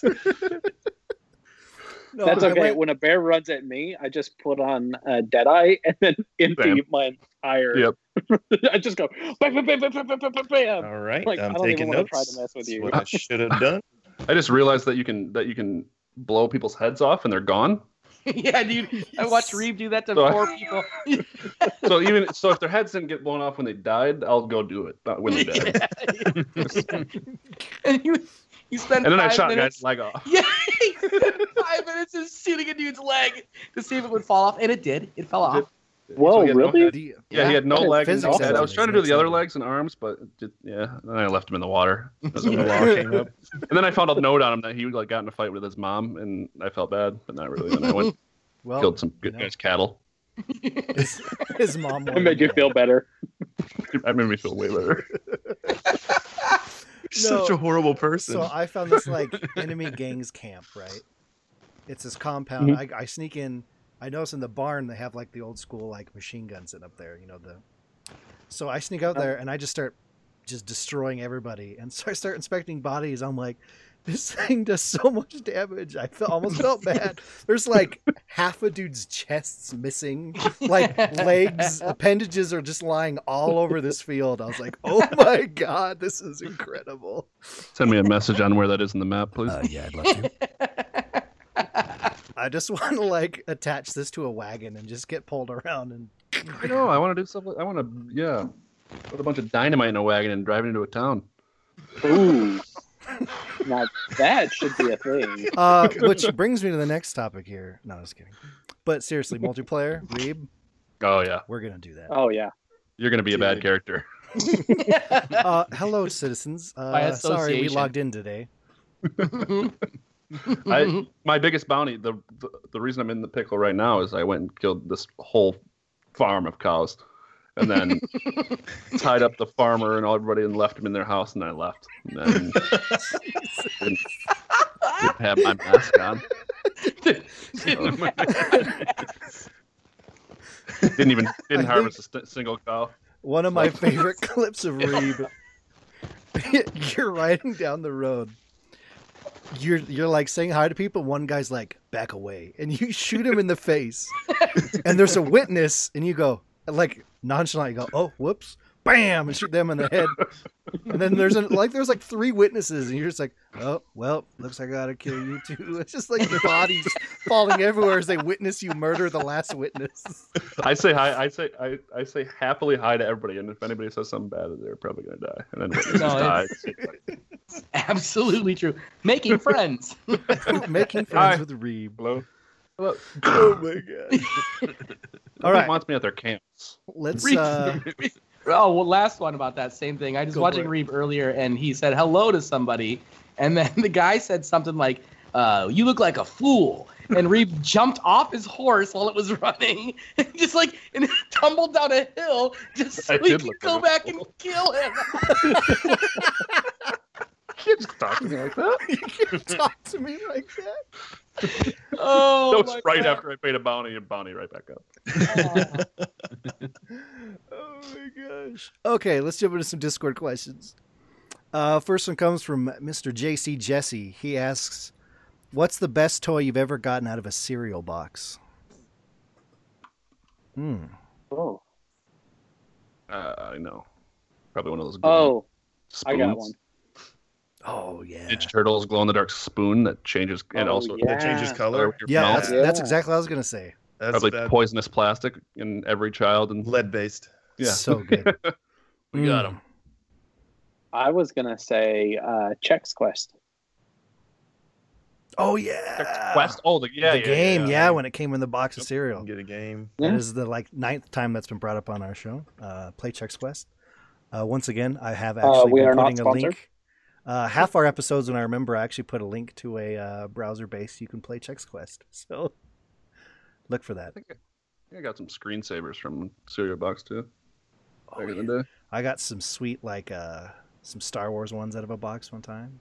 [SPEAKER 4] No,
[SPEAKER 5] That's
[SPEAKER 4] I
[SPEAKER 5] okay.
[SPEAKER 4] went-
[SPEAKER 5] When a bear runs at me, I just put on uh, Deadeye and then empty
[SPEAKER 1] Bam.
[SPEAKER 5] my entire.
[SPEAKER 1] Yep.
[SPEAKER 5] I just go bam, bam, bam, bam, bam, bam, bam, bam, bam.
[SPEAKER 6] All right,
[SPEAKER 5] Like, I
[SPEAKER 6] I'm
[SPEAKER 5] don't even
[SPEAKER 6] taking
[SPEAKER 5] wanna
[SPEAKER 6] notes.
[SPEAKER 5] try to mess with
[SPEAKER 6] That's
[SPEAKER 5] you.
[SPEAKER 6] What I should have done.
[SPEAKER 1] I just realized that you can that you can blow people's heads off and they're gone.
[SPEAKER 7] yeah, dude. I watched Reeve do that to
[SPEAKER 1] So I-
[SPEAKER 7] four people.
[SPEAKER 1] So even so, if their heads didn't get blown off when they died, I'll go do it. Not when they died.
[SPEAKER 7] and you, you spend
[SPEAKER 1] And then I
[SPEAKER 7] five
[SPEAKER 1] shot
[SPEAKER 7] minutes.
[SPEAKER 1] guys leg off.
[SPEAKER 7] Yeah, he spent five minutes just shooting a dude's leg to see if it would fall off, and it did. It fell off.
[SPEAKER 5] Whoa,
[SPEAKER 1] So he had no
[SPEAKER 5] really?
[SPEAKER 1] head.
[SPEAKER 4] The-
[SPEAKER 1] yeah, he had no
[SPEAKER 5] Yeah.
[SPEAKER 1] leg. And
[SPEAKER 4] Physics
[SPEAKER 1] no head. I was
[SPEAKER 4] element
[SPEAKER 1] trying to do
[SPEAKER 4] makes
[SPEAKER 1] the other
[SPEAKER 4] sense.
[SPEAKER 1] legs and arms, but it did, yeah. And then I left him in the wawater. As the
[SPEAKER 6] Yeah.
[SPEAKER 1] law came up. And then I found a note on him that he like got in a fight with his mom, and I felt bad, but not really. And I went
[SPEAKER 4] well,
[SPEAKER 1] killed some good
[SPEAKER 4] no.
[SPEAKER 1] guys' cattle.
[SPEAKER 4] His, his mom.
[SPEAKER 1] Oh,
[SPEAKER 5] It made you
[SPEAKER 4] wanted
[SPEAKER 5] feel
[SPEAKER 4] that.
[SPEAKER 5] better.
[SPEAKER 1] That made me feel way better.
[SPEAKER 6] You're Such
[SPEAKER 4] No.
[SPEAKER 6] a horrible person.
[SPEAKER 4] So I found this like enemy gangs camp, right? It's this compound. I, I sneak in. I notice in the barn they have like the old school like machine guns sitting up there, you know the. So I sneak out there and I just start just destroying everybody. And so I start inspecting bodies. I'm like, this thing does so much damage. I felt, almost felt bad. There's like half a dude's chests missing, like legs, appendages are just lying all over this field. I was like, oh my god, this is incredible.
[SPEAKER 1] Send me a message on where that is in the map, please.
[SPEAKER 9] Uh, yeah, I'd love to.
[SPEAKER 4] I just want to like attach this to a wagon and just get pulled around and
[SPEAKER 1] I know. I want to do something. I want to, yeah, put a bunch of dynamite in a wagon and drive it into a town.
[SPEAKER 5] Ooh. now that should be a thing.
[SPEAKER 4] Uh, which brings me to the next topic here. No, just kidding. But seriously, multiplayer, Reeb,
[SPEAKER 1] Oh yeah,
[SPEAKER 4] we're gonna do that.
[SPEAKER 5] Oh yeah.
[SPEAKER 1] you're gonna be a bad
[SPEAKER 4] Dude.
[SPEAKER 1] character.
[SPEAKER 4] Uh, hello, citizens. Uh, sorry, we
[SPEAKER 7] association.
[SPEAKER 4] logged in today.
[SPEAKER 1] I, my biggest bounty, the, the the reason I'm in the pickle right now is I went and killed this whole farm of cows, and then tied up the farmer and everybody and left him in their house, and I left. And then didn't, didn't have my mask on. Didn't even didn't
[SPEAKER 4] I
[SPEAKER 1] harvest a st- single cow.
[SPEAKER 4] One of my favorite clips of Reeb. you're riding down the road. You're you're like saying hi to people. One guy's like, "Back away," and you shoot him in the face. and there's a witness, and you go like nonchalant. You go, "Oh, whoops!" Bam, and shoot them in the head. And then there's an, like there's like three witnesses, and you're just like, "Oh, well, looks like I gotta kill you too." It's just like your bodies falling everywhere as they witness you murder the last witness.
[SPEAKER 1] I say hi. I say I, I say happily hi to everybody, and if anybody says something bad, they're probably gonna die. And then witnesses
[SPEAKER 7] No,
[SPEAKER 1] die.
[SPEAKER 7] it's- Absolutely true. Making friends.
[SPEAKER 4] Making
[SPEAKER 1] Hi.
[SPEAKER 4] friends with Reeb.
[SPEAKER 1] Hello. Hello.
[SPEAKER 4] Oh my god! All right,
[SPEAKER 1] Wants me at their camps.
[SPEAKER 4] let's.
[SPEAKER 7] Reeb.
[SPEAKER 4] Uh,
[SPEAKER 7] Oh, well, last one about that same thing. I just
[SPEAKER 4] Go
[SPEAKER 7] watching
[SPEAKER 4] for
[SPEAKER 7] Reeb earlier, and he said hello to somebody, and then the guy said something like, uh, "You look like a fool," and Reeb jumped off his horse while it was running, and just like and tumbled down a hill just so
[SPEAKER 1] I
[SPEAKER 7] he
[SPEAKER 1] did
[SPEAKER 7] could
[SPEAKER 1] look
[SPEAKER 7] go
[SPEAKER 1] like a
[SPEAKER 7] back and
[SPEAKER 1] fool.
[SPEAKER 7] kill him.
[SPEAKER 1] Kids talking like that.
[SPEAKER 4] you can't talk to me like that.
[SPEAKER 7] Oh,
[SPEAKER 1] that was
[SPEAKER 7] my
[SPEAKER 1] right
[SPEAKER 7] God.
[SPEAKER 1] after I paid a bounty, and bounty right back up.
[SPEAKER 7] Oh.
[SPEAKER 4] Oh my gosh. Okay, let's jump into some Discord questions. Uh, first one comes from Mr. JC Jesse. He asks, "What's the best toy you've ever gotten out of a cereal box?" Hmm.
[SPEAKER 5] Oh.
[SPEAKER 1] Uh, I know. Probably one of those.
[SPEAKER 5] Oh, I
[SPEAKER 1] spoons.
[SPEAKER 5] got one.
[SPEAKER 4] Oh yeah.
[SPEAKER 1] Ninja Turtles glow in the dark spoon that changes and
[SPEAKER 5] Oh,
[SPEAKER 1] also
[SPEAKER 5] yeah.
[SPEAKER 6] That changes
[SPEAKER 5] Ah.
[SPEAKER 1] color
[SPEAKER 6] color.
[SPEAKER 1] with your
[SPEAKER 4] Yeah,
[SPEAKER 1] mouth.
[SPEAKER 4] that's,
[SPEAKER 5] Yeah.
[SPEAKER 4] that's exactly what I was gonna say.
[SPEAKER 6] That's
[SPEAKER 1] Probably
[SPEAKER 6] that
[SPEAKER 1] poisonous plastic in every child and
[SPEAKER 6] lead based.
[SPEAKER 1] yeah,
[SPEAKER 4] So good. Hmm.
[SPEAKER 1] we got him.
[SPEAKER 5] I was gonna say uh, Chex Quest.
[SPEAKER 4] Oh yeah.
[SPEAKER 1] Quest. Oh, the, yeah,
[SPEAKER 4] the
[SPEAKER 1] yeah,
[SPEAKER 4] game, yeah,
[SPEAKER 1] yeah.
[SPEAKER 4] when it came in the box of cereal.
[SPEAKER 6] Get a game.
[SPEAKER 5] Yeah.
[SPEAKER 4] That is the like ninth time that's been brought up on our show. Uh, Play Checks Quest. Uh, once again, I have
[SPEAKER 5] Uh,
[SPEAKER 4] actually
[SPEAKER 5] we
[SPEAKER 4] been
[SPEAKER 5] are not
[SPEAKER 4] putting a
[SPEAKER 5] sponsored.
[SPEAKER 4] link. Uh, half our episodes, when I remember, I actually put a link to a uh, browser base you can play Checks Quest. So look for that.
[SPEAKER 1] Yeah, I got some screensavers from cereal box too.
[SPEAKER 4] Oh,
[SPEAKER 1] Back
[SPEAKER 4] yeah.
[SPEAKER 1] in the day.
[SPEAKER 4] I got some sweet like uh, some Star Wars ones out of a box one time.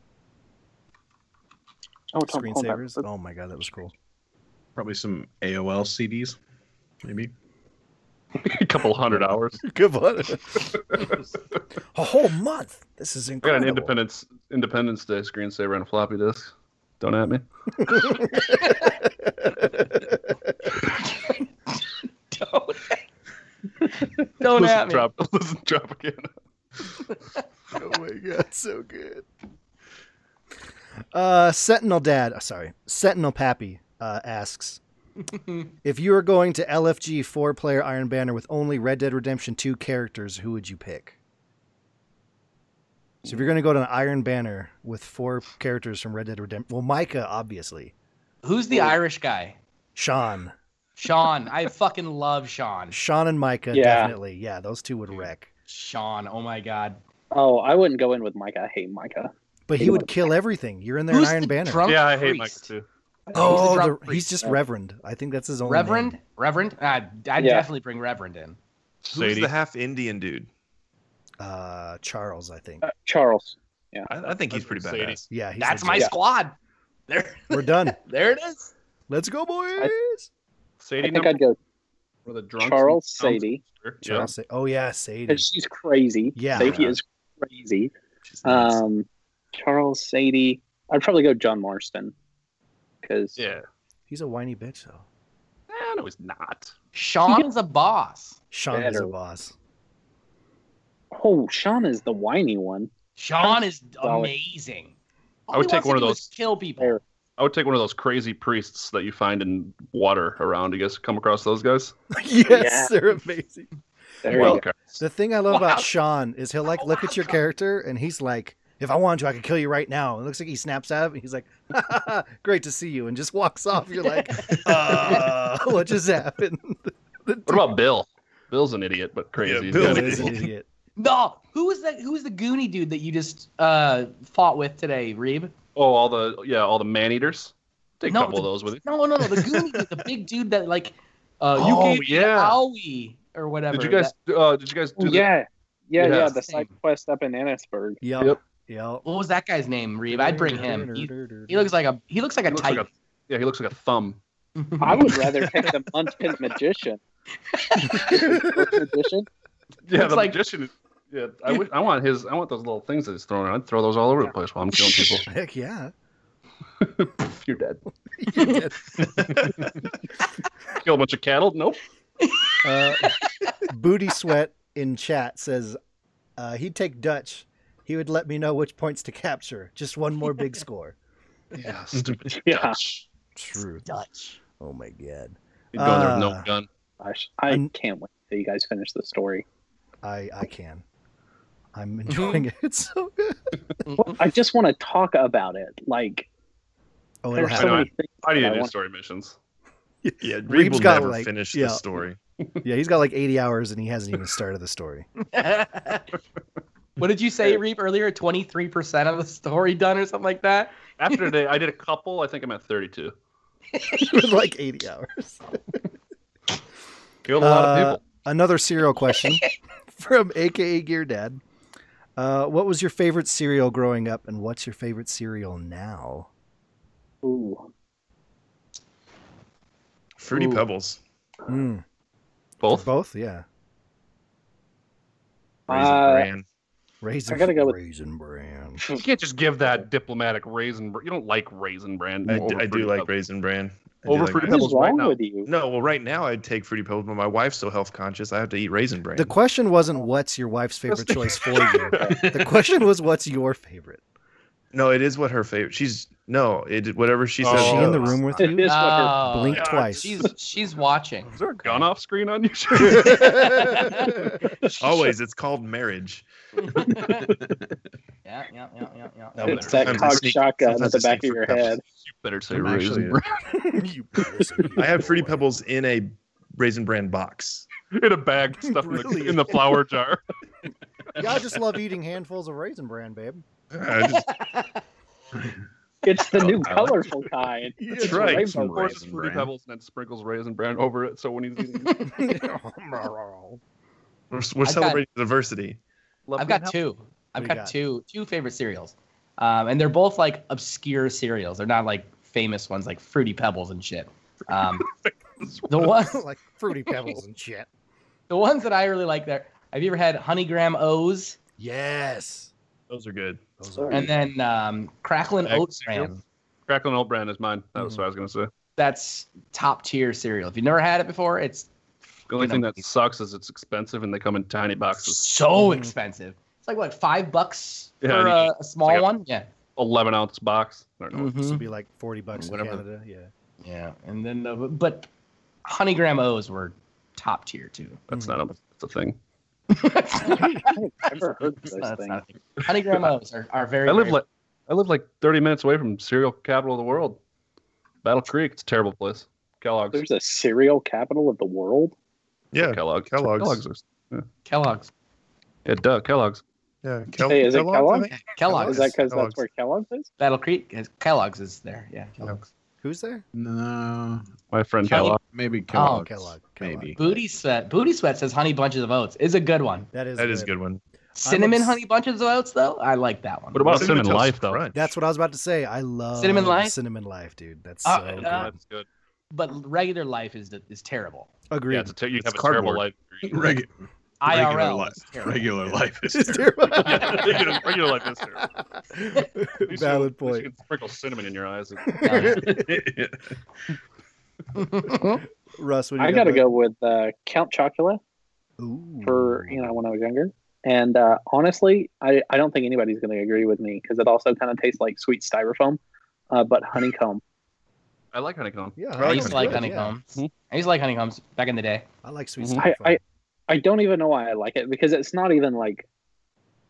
[SPEAKER 5] Oh, Tom Holland.
[SPEAKER 4] Screensavers. Oh my god, that was cool.
[SPEAKER 8] Probably some AOL CDs, maybe.
[SPEAKER 1] a couple hundred hours.
[SPEAKER 4] Good one. a whole month. This is
[SPEAKER 1] I got
[SPEAKER 4] incredible.
[SPEAKER 1] an Independence Independence Day screensaver on a floppy disk. Don't at me.
[SPEAKER 7] Don't, don't
[SPEAKER 1] listen,
[SPEAKER 7] at me.
[SPEAKER 1] Drop, listen, drop again.
[SPEAKER 4] oh my god, so good. Uh, Sentinel Dad, uh, sorry, Sentinel Pappy uh, asks if you were going to LFG four-player Iron Banner with only Red Dead Redemption two characters, who would you pick? So if you're going to go to an Iron Banner with four characters from Red Dead Redemption, well, Micah obviously,
[SPEAKER 7] Who's the Irish guy?
[SPEAKER 4] Sean,
[SPEAKER 7] Sean. I fucking love Sean.
[SPEAKER 4] Sean and Micah
[SPEAKER 5] Yeah.
[SPEAKER 4] definitely, yeah, those two would wreck.
[SPEAKER 7] Sean. Oh my God.
[SPEAKER 5] Oh, I wouldn't go in with Micah. I hate Micah.
[SPEAKER 4] But he would kill everything. You're in there, in
[SPEAKER 7] Who's
[SPEAKER 4] Iron
[SPEAKER 7] the
[SPEAKER 4] Banner.
[SPEAKER 7] drunk
[SPEAKER 1] yeah, I hate Mike
[SPEAKER 7] priest?
[SPEAKER 1] too.
[SPEAKER 4] oh,
[SPEAKER 7] drunk
[SPEAKER 4] the- he's
[SPEAKER 7] priest?
[SPEAKER 4] just Reverend. I think that's his only name.
[SPEAKER 7] Reverend? Reverend? Uh, I'd, I'd
[SPEAKER 5] Oh, Yeah.
[SPEAKER 7] definitely bring Reverend in.
[SPEAKER 6] Who's
[SPEAKER 1] Sadie.
[SPEAKER 6] the half Indian dude?
[SPEAKER 4] uh Charles, I think.
[SPEAKER 5] Uh, Charles.
[SPEAKER 6] I, I think he's
[SPEAKER 1] That's
[SPEAKER 6] pretty
[SPEAKER 1] Sadie.
[SPEAKER 6] badass.
[SPEAKER 4] Yeah, he's
[SPEAKER 7] That's
[SPEAKER 4] like,
[SPEAKER 7] my
[SPEAKER 5] Yeah.
[SPEAKER 7] squad. There,
[SPEAKER 4] We're done.
[SPEAKER 7] there it is.
[SPEAKER 4] Let's go, boys.
[SPEAKER 5] I
[SPEAKER 1] Sadie
[SPEAKER 5] think
[SPEAKER 1] number
[SPEAKER 5] I'd go
[SPEAKER 1] for the drunks.
[SPEAKER 5] Charles
[SPEAKER 1] and clowns.
[SPEAKER 5] Sadie
[SPEAKER 1] Yep.
[SPEAKER 4] Charles. Sa- Oh yeah, Sadie.
[SPEAKER 5] because she's crazy.
[SPEAKER 4] Yeah.
[SPEAKER 5] Sadie is crazy.
[SPEAKER 1] Uh,
[SPEAKER 5] Um, Charles Sadie. I'd probably go John Marston because
[SPEAKER 1] yeah,
[SPEAKER 4] He's a whiny bitch though.
[SPEAKER 1] Eh, no, he's not.
[SPEAKER 7] Sean is a boss.
[SPEAKER 4] Sean is a
[SPEAKER 5] Better.
[SPEAKER 4] boss.
[SPEAKER 5] oh, Sean is the whiny one.
[SPEAKER 7] Sean is
[SPEAKER 5] Solid.
[SPEAKER 7] amazing.
[SPEAKER 1] I would
[SPEAKER 7] he wants
[SPEAKER 1] take
[SPEAKER 7] to
[SPEAKER 1] one of
[SPEAKER 7] do
[SPEAKER 1] those.
[SPEAKER 7] is Kill people.
[SPEAKER 1] I would take one of those crazy priests that you find in water around. You guys come across those guys?
[SPEAKER 4] yes,
[SPEAKER 5] Yeah.
[SPEAKER 4] they're amazing.
[SPEAKER 5] There
[SPEAKER 1] Wild
[SPEAKER 5] you
[SPEAKER 1] cards.
[SPEAKER 4] The thing I love
[SPEAKER 7] Wow.
[SPEAKER 4] about Sean is he'll like look at your character and he's like, if I wanted to, I could kill you right now. And it looks like he snaps out of it and he's like, great to see you, and just walks off. You're like, uh, what just happened?
[SPEAKER 1] What about Bill? Bill's an idiot, but crazy.
[SPEAKER 6] Yeah,
[SPEAKER 1] He's
[SPEAKER 6] Bill
[SPEAKER 1] got
[SPEAKER 6] is
[SPEAKER 1] it.
[SPEAKER 6] an
[SPEAKER 4] idiot.
[SPEAKER 7] No, who was that? Who was the Goonie dude that you just uh, fought with today, Reeb?
[SPEAKER 1] Oh, all the yeah, all the man eaters. Take
[SPEAKER 7] No,
[SPEAKER 1] a couple
[SPEAKER 7] the-
[SPEAKER 1] of those with you.
[SPEAKER 7] No, no, no, the Goonie dude, the big dude that like uh,
[SPEAKER 1] Oh,
[SPEAKER 7] you gave me
[SPEAKER 1] yeah.
[SPEAKER 7] Owie or whatever.
[SPEAKER 1] Did you guys? Uh, did you guys do
[SPEAKER 5] go.
[SPEAKER 1] the?
[SPEAKER 5] Oh, Yeah, yeah,
[SPEAKER 1] Yeah.
[SPEAKER 5] yeah. The side quest up in Annisburg.
[SPEAKER 4] Yep. Yep.
[SPEAKER 1] Yep.
[SPEAKER 7] that- what was that guy's name, Reeb? I'd bring him. He, he
[SPEAKER 4] looks.
[SPEAKER 7] looks like a he looks like
[SPEAKER 1] He
[SPEAKER 7] a
[SPEAKER 1] looks like
[SPEAKER 7] type.
[SPEAKER 1] yeah, he looks like a thumb.
[SPEAKER 5] I would rather take the Munchkin magician. magician.
[SPEAKER 1] Yeah,
[SPEAKER 7] Looks
[SPEAKER 1] the
[SPEAKER 7] like-
[SPEAKER 1] magician. Yeah, I, wish, I want his. I want those little things that he's throwing. I'd throw those all over the place while I'm killing people.
[SPEAKER 4] Heck yeah.
[SPEAKER 1] You're dead.
[SPEAKER 4] Yeah.
[SPEAKER 1] Kill a bunch of cattle. Nope.
[SPEAKER 4] Uh, Booty Sweat in chat says uh, he'd take Dutch. He would let me know which points to capture. Just one more big score.
[SPEAKER 1] Yeah, stupid
[SPEAKER 5] Yeah.
[SPEAKER 1] Dutch.
[SPEAKER 4] Truth.
[SPEAKER 7] Dutch.
[SPEAKER 4] Oh my god.
[SPEAKER 1] He'd go in there with
[SPEAKER 4] Ah.
[SPEAKER 1] no gun.
[SPEAKER 5] Gosh, I
[SPEAKER 4] I'm-
[SPEAKER 5] can't wait till you guys finish the story.
[SPEAKER 4] I I can. I'm enjoying it. It's so good.
[SPEAKER 5] I just want to talk about it. Like
[SPEAKER 4] Oh, it'll
[SPEAKER 5] there's so
[SPEAKER 4] happen.
[SPEAKER 1] not?
[SPEAKER 5] many things.
[SPEAKER 1] I need
[SPEAKER 5] that
[SPEAKER 1] to do
[SPEAKER 5] want-
[SPEAKER 1] story missions.
[SPEAKER 6] Yeah,
[SPEAKER 4] Reeves
[SPEAKER 6] Reed will
[SPEAKER 4] got,
[SPEAKER 6] never
[SPEAKER 4] like-
[SPEAKER 6] finish
[SPEAKER 4] yeah.
[SPEAKER 6] the story.
[SPEAKER 4] Yeah, he's got like 80 hours and he hasn't even started the story.
[SPEAKER 7] what did you say, Reeb, earlier? Twenty three percent of the story done or something like that.
[SPEAKER 1] After today, I did a couple. I think I'm at 32.
[SPEAKER 4] With like 80 hours.
[SPEAKER 1] Killed a lot
[SPEAKER 4] Uh,
[SPEAKER 1] of people.
[SPEAKER 4] Another cereal question from AKA Gear Dad. Uh, what was your favorite cereal growing up, and what's your favorite cereal now?
[SPEAKER 5] Ooh,
[SPEAKER 6] Fruity
[SPEAKER 7] Ooh.
[SPEAKER 6] Pebbles.
[SPEAKER 4] Mm,
[SPEAKER 1] Both.
[SPEAKER 4] both, yeah.
[SPEAKER 6] Raisin
[SPEAKER 5] Uh,
[SPEAKER 6] Bran.
[SPEAKER 4] Raisin,
[SPEAKER 5] I gotta go with-
[SPEAKER 4] Raisin Bran.
[SPEAKER 1] You can't just give that diplomatic raisin. Br- You don't like raisin brand.
[SPEAKER 6] I, d- I do like Raisin Bran. I do
[SPEAKER 1] Over
[SPEAKER 6] like
[SPEAKER 1] Fruity
[SPEAKER 6] Raisin-
[SPEAKER 1] Pebbles
[SPEAKER 5] what's
[SPEAKER 1] right
[SPEAKER 5] wrong
[SPEAKER 1] now.
[SPEAKER 5] with you?
[SPEAKER 6] No, well, right now I'd take Fruity Pebbles, but my wife's so health conscious, I have to eat Raisin Bran.
[SPEAKER 4] The question wasn't what's your wife's favorite choice for you. The question was what's your favorite.
[SPEAKER 6] no, it is what her favorite. She's no, it whatever she
[SPEAKER 1] Oh.
[SPEAKER 6] says.
[SPEAKER 4] Is she in the
[SPEAKER 6] goes.
[SPEAKER 4] room with
[SPEAKER 5] It
[SPEAKER 4] you?
[SPEAKER 5] is what her-
[SPEAKER 7] Oh,
[SPEAKER 4] Blink
[SPEAKER 1] God,
[SPEAKER 4] twice.
[SPEAKER 7] She's she's watching.
[SPEAKER 1] Is there a gun off screen on you?
[SPEAKER 6] Always, it's called marriage.
[SPEAKER 7] yeah, yeah, yeah, yeah, yeah.
[SPEAKER 6] No,
[SPEAKER 5] it's
[SPEAKER 6] but
[SPEAKER 5] that
[SPEAKER 6] sometimes I
[SPEAKER 5] cock
[SPEAKER 6] sneak-
[SPEAKER 5] shotgun at
[SPEAKER 6] sometimes
[SPEAKER 5] the
[SPEAKER 6] I
[SPEAKER 5] back of
[SPEAKER 6] sneak
[SPEAKER 5] your
[SPEAKER 6] Fruity
[SPEAKER 5] head.
[SPEAKER 1] you better say
[SPEAKER 8] I'm
[SPEAKER 1] raisin.
[SPEAKER 8] actually-
[SPEAKER 1] Bran.
[SPEAKER 4] You person.
[SPEAKER 6] Pebbles. I have Fruity Pebbles in a Raisin Bran box.
[SPEAKER 1] in a bag stuffed in,
[SPEAKER 4] Really?
[SPEAKER 1] the, in the flour jar.
[SPEAKER 4] Yeah, I just love eating handfuls of Raisin Bran, babe.
[SPEAKER 6] I just-
[SPEAKER 5] It's the new
[SPEAKER 8] I like-
[SPEAKER 5] colorful kind.
[SPEAKER 1] That's
[SPEAKER 6] right.
[SPEAKER 5] Rainbow
[SPEAKER 8] Some
[SPEAKER 5] Bran.
[SPEAKER 1] Pours his
[SPEAKER 8] Raisin
[SPEAKER 1] fruity
[SPEAKER 8] Bran.
[SPEAKER 1] pebbles and then sprinkles raisin bran over it. So when he's eating,
[SPEAKER 4] Oh,
[SPEAKER 6] we're we're
[SPEAKER 7] got-
[SPEAKER 6] celebrating diversity.
[SPEAKER 1] Love
[SPEAKER 7] I've
[SPEAKER 1] me
[SPEAKER 7] got two. I've
[SPEAKER 4] you
[SPEAKER 7] got,
[SPEAKER 4] got?
[SPEAKER 7] two two favorite cereals, um, and they're both like obscure cereals. They're not like famous ones like Fruity Pebbles and shit. Um, the one
[SPEAKER 4] like fruity pebbles and shit.
[SPEAKER 7] the ones that I really like there. Have you ever had Honeygram O's
[SPEAKER 4] Yes.
[SPEAKER 6] Those are good.
[SPEAKER 4] Those are
[SPEAKER 7] and then um, Cracklin
[SPEAKER 1] Egg
[SPEAKER 7] Oats
[SPEAKER 1] cereal?
[SPEAKER 7] Ram?
[SPEAKER 1] Crackling oat bran is mine. That was
[SPEAKER 4] Mhm.
[SPEAKER 1] what I was gonna say.
[SPEAKER 7] That's top tier cereal. If you've never had it before, it's
[SPEAKER 1] The only
[SPEAKER 7] freaking
[SPEAKER 1] thing that
[SPEAKER 7] amazing.
[SPEAKER 1] sucks is it's expensive and they come in tiny boxes,
[SPEAKER 7] so
[SPEAKER 4] Mhm.
[SPEAKER 7] expensive. It's like what five bucks
[SPEAKER 1] Mm-hmm. Yeah,
[SPEAKER 7] for
[SPEAKER 1] and you
[SPEAKER 7] a, a small
[SPEAKER 1] like a-
[SPEAKER 7] one. Yeah.
[SPEAKER 1] eleven ounce box. I don't know.
[SPEAKER 4] this
[SPEAKER 7] Mhm.
[SPEAKER 4] would be like forty bucks in
[SPEAKER 1] Whatever.
[SPEAKER 4] Canada. Yeah.
[SPEAKER 5] Mm-hmm.
[SPEAKER 7] Yeah, and then uh, but Honeygram O's were top tier too.
[SPEAKER 1] That's
[SPEAKER 4] Mm.
[SPEAKER 1] not a, that's a thing.
[SPEAKER 5] I've never heard of those
[SPEAKER 7] That's
[SPEAKER 5] things.
[SPEAKER 7] not a thing. Honeygram O's are, are very.
[SPEAKER 1] I live
[SPEAKER 7] very-
[SPEAKER 1] like I live like thirty minutes away from cereal capital of the world, Battle Creek. It's a terrible place. Kellogg's.
[SPEAKER 5] There's a cereal capital of the world.
[SPEAKER 6] Yeah,
[SPEAKER 1] Kellogg's.
[SPEAKER 6] Kellogg's.
[SPEAKER 1] Kellogg's. is-
[SPEAKER 7] Kellogg's.
[SPEAKER 1] Yeah, duh. Kellogg's.
[SPEAKER 6] yeah. Kel-
[SPEAKER 5] Hey, is it
[SPEAKER 6] Kellogg's, I
[SPEAKER 5] Kellogg?
[SPEAKER 6] think?
[SPEAKER 7] Kellogg's.
[SPEAKER 5] Is that because
[SPEAKER 6] Kellogg's.
[SPEAKER 5] that's where Kellogg's is?
[SPEAKER 7] Battle Creek. is- Kellogg's is there. Yeah. Kellogg's.
[SPEAKER 4] Who's there?
[SPEAKER 8] No,
[SPEAKER 1] My friend
[SPEAKER 7] Kelly-
[SPEAKER 1] Kellogg.
[SPEAKER 8] maybe
[SPEAKER 7] Oh,
[SPEAKER 8] Kellogg.
[SPEAKER 4] Kellogg,
[SPEAKER 8] Maybe.
[SPEAKER 7] Booty sweat. Booty sweat says honey bunches of oats is a good one.
[SPEAKER 4] That is.
[SPEAKER 6] That is a good one.
[SPEAKER 7] Cinnamon
[SPEAKER 4] obs-
[SPEAKER 7] honey bunches of oats though, I like that one.
[SPEAKER 1] What about
[SPEAKER 6] Cinnamon
[SPEAKER 1] Cinnamon
[SPEAKER 6] Toast
[SPEAKER 1] Life though?
[SPEAKER 6] Crunch.
[SPEAKER 4] That's what I was about to say. I love
[SPEAKER 7] Cinnamon Life?
[SPEAKER 4] Cinnamon life, dude. That's so
[SPEAKER 7] Uh,
[SPEAKER 4] good.
[SPEAKER 7] uh,
[SPEAKER 1] That's Oh, good.
[SPEAKER 7] But regular life is is terrible.
[SPEAKER 4] agreed.
[SPEAKER 1] Yeah, it's a ter- you
[SPEAKER 6] It's
[SPEAKER 1] have a
[SPEAKER 6] cardboard.
[SPEAKER 1] terrible life.
[SPEAKER 8] Reg- regular
[SPEAKER 7] IRL
[SPEAKER 8] life.
[SPEAKER 7] is terrible.
[SPEAKER 8] Regular life is
[SPEAKER 4] It's
[SPEAKER 8] terrible.
[SPEAKER 4] terrible.
[SPEAKER 1] Yeah, regular, regular life is terrible. At least you-
[SPEAKER 4] Valid
[SPEAKER 1] at least You
[SPEAKER 4] point.
[SPEAKER 1] can sprinkle cinnamon in your eyes.
[SPEAKER 4] Russ, what do you
[SPEAKER 5] I
[SPEAKER 4] got
[SPEAKER 5] gotta
[SPEAKER 4] bud?
[SPEAKER 5] go with uh, Count Chocula
[SPEAKER 4] Ooh.
[SPEAKER 5] for you know when I was younger. And uh, honestly, I, I don't think anybody's going to agree with me because it also kind of tastes like sweet styrofoam, uh, but honeycomb.
[SPEAKER 1] I like honeycomb.
[SPEAKER 4] Yeah,
[SPEAKER 7] I used to like
[SPEAKER 4] honeycomb.
[SPEAKER 7] honeycombs. I used to like honeycombs back in the day.
[SPEAKER 4] I like sweet
[SPEAKER 1] Mhm.
[SPEAKER 4] stuff.
[SPEAKER 5] I, I I don't even know why I like it because it's not even like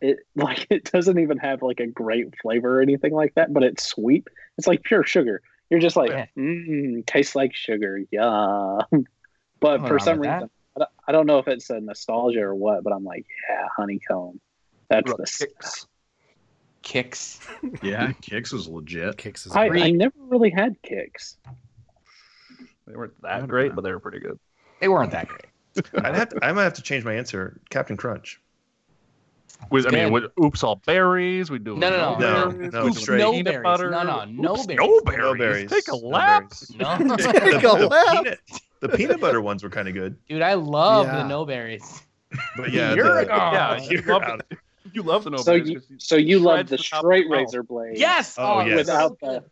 [SPEAKER 5] it like it doesn't even have like a great flavor or anything like that, but it's sweet. It's like pure sugar. You're just like,
[SPEAKER 7] Yeah.
[SPEAKER 5] mmm, tastes like sugar, yum. But
[SPEAKER 7] Nothing
[SPEAKER 5] for
[SPEAKER 7] wrong
[SPEAKER 5] some
[SPEAKER 7] with that.
[SPEAKER 5] reason, I don't- I don't know if it's a nostalgia or what, but I'm like, yeah, honeycomb. That's the stuff.
[SPEAKER 1] Kicks.
[SPEAKER 7] Kicks.
[SPEAKER 8] yeah, Kix was legit.
[SPEAKER 4] kicks is
[SPEAKER 5] I,
[SPEAKER 4] great.
[SPEAKER 5] I never really had kicks.
[SPEAKER 1] They weren't
[SPEAKER 8] I
[SPEAKER 1] that
[SPEAKER 8] don't
[SPEAKER 1] great,
[SPEAKER 8] know.
[SPEAKER 1] but they were pretty good.
[SPEAKER 7] They weren't that great.
[SPEAKER 6] I'd have to, I might have to change my answer. Captain Crunch.
[SPEAKER 1] We, I
[SPEAKER 7] Good.
[SPEAKER 1] mean, with oops all berries, we do
[SPEAKER 7] No, no, Um, no.
[SPEAKER 6] No, no,
[SPEAKER 1] oops,
[SPEAKER 6] straight.
[SPEAKER 7] No
[SPEAKER 1] peanut
[SPEAKER 7] berries.
[SPEAKER 1] butter,
[SPEAKER 7] No, no, no
[SPEAKER 1] oops,
[SPEAKER 7] berries.
[SPEAKER 1] no berries.
[SPEAKER 6] No berries.
[SPEAKER 1] Take a
[SPEAKER 6] No
[SPEAKER 1] lap.
[SPEAKER 6] berries.
[SPEAKER 7] No,
[SPEAKER 4] Take a lap.
[SPEAKER 6] peanut, the peanut butter ones were kind of good,
[SPEAKER 7] dude, I love
[SPEAKER 4] Yeah.
[SPEAKER 7] the no berries.
[SPEAKER 6] but yeah,
[SPEAKER 7] You're
[SPEAKER 6] the-
[SPEAKER 7] a god.
[SPEAKER 1] yeah, you
[SPEAKER 6] You're
[SPEAKER 1] love,
[SPEAKER 6] out.
[SPEAKER 1] the, you love the no
[SPEAKER 5] so
[SPEAKER 1] berries
[SPEAKER 5] you
[SPEAKER 1] 'cause
[SPEAKER 5] so you love
[SPEAKER 1] shreds
[SPEAKER 5] the
[SPEAKER 1] top
[SPEAKER 5] straight
[SPEAKER 1] of the
[SPEAKER 5] razor blade.
[SPEAKER 7] Yes.
[SPEAKER 6] Oh, yes.
[SPEAKER 5] Without the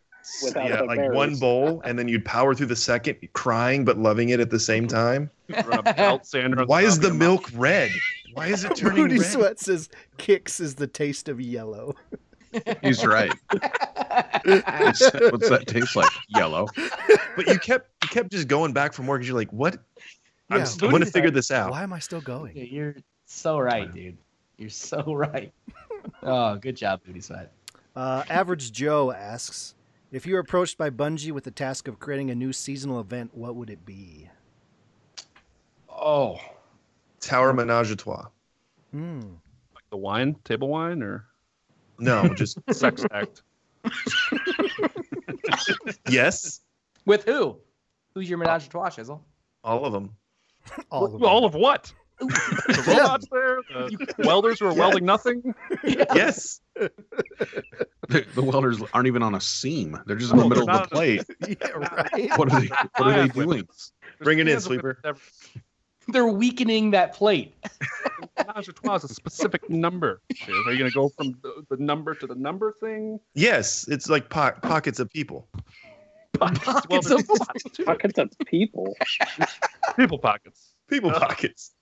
[SPEAKER 5] without
[SPEAKER 6] yeah,
[SPEAKER 5] the
[SPEAKER 6] like
[SPEAKER 5] berries.
[SPEAKER 6] one bowl, and then you'd power through the second, crying but loving it at the same time.
[SPEAKER 1] mouth. Rub Alexander on
[SPEAKER 6] Why is
[SPEAKER 1] top of
[SPEAKER 6] the
[SPEAKER 1] your
[SPEAKER 6] milk red? Why is it turning
[SPEAKER 4] Moody
[SPEAKER 6] red?
[SPEAKER 4] Sweat says kicks is the taste of yellow.
[SPEAKER 8] He's right. What's
[SPEAKER 7] That's
[SPEAKER 8] that, what's that taste like? Yellow.
[SPEAKER 6] But you kept you kept just going back for more because you're like, what? I'm,
[SPEAKER 4] Yeah,
[SPEAKER 6] s-
[SPEAKER 7] Moody
[SPEAKER 6] I'm gonna
[SPEAKER 7] Sweat.
[SPEAKER 6] figure this out.
[SPEAKER 4] Why am I still going?
[SPEAKER 7] Dude, You're so right, dude. You're so right. Oh, good job, Booty Sweat.
[SPEAKER 4] Uh, Average Joe asks if you were approached by Bungie with the task of creating a new seasonal event, what would it be?
[SPEAKER 7] Oh,
[SPEAKER 6] Tower Menage a Trois.
[SPEAKER 4] Hmm.
[SPEAKER 1] mouth. the wine, table wine, or
[SPEAKER 6] No, just
[SPEAKER 1] sex act.
[SPEAKER 6] yes,
[SPEAKER 7] with who? Who's your menage a trois, Shizzle?
[SPEAKER 6] all of them.
[SPEAKER 4] All of them.
[SPEAKER 1] All of what? the robots there, the welders who are welding nothing.
[SPEAKER 6] Yes,
[SPEAKER 8] The, the welders aren't even on a seam. They're just in the
[SPEAKER 1] No,
[SPEAKER 8] middle
[SPEAKER 1] they're
[SPEAKER 8] of the
[SPEAKER 1] not
[SPEAKER 8] plate.
[SPEAKER 4] yeah, right.
[SPEAKER 8] What are they? What are they doing?
[SPEAKER 1] There's
[SPEAKER 6] Bring it in,
[SPEAKER 1] cans of
[SPEAKER 6] sweeper.
[SPEAKER 1] every-
[SPEAKER 7] They're weakening that plate.
[SPEAKER 1] Menage a trois is a specific number. Shiv. Are you going to go from the, the number to the number thing?
[SPEAKER 6] yes. It's like po- pockets of people.
[SPEAKER 7] Pockets
[SPEAKER 1] well,
[SPEAKER 7] of
[SPEAKER 5] Pockets of people.
[SPEAKER 1] People pockets.
[SPEAKER 6] People
[SPEAKER 1] Uh,
[SPEAKER 6] pockets.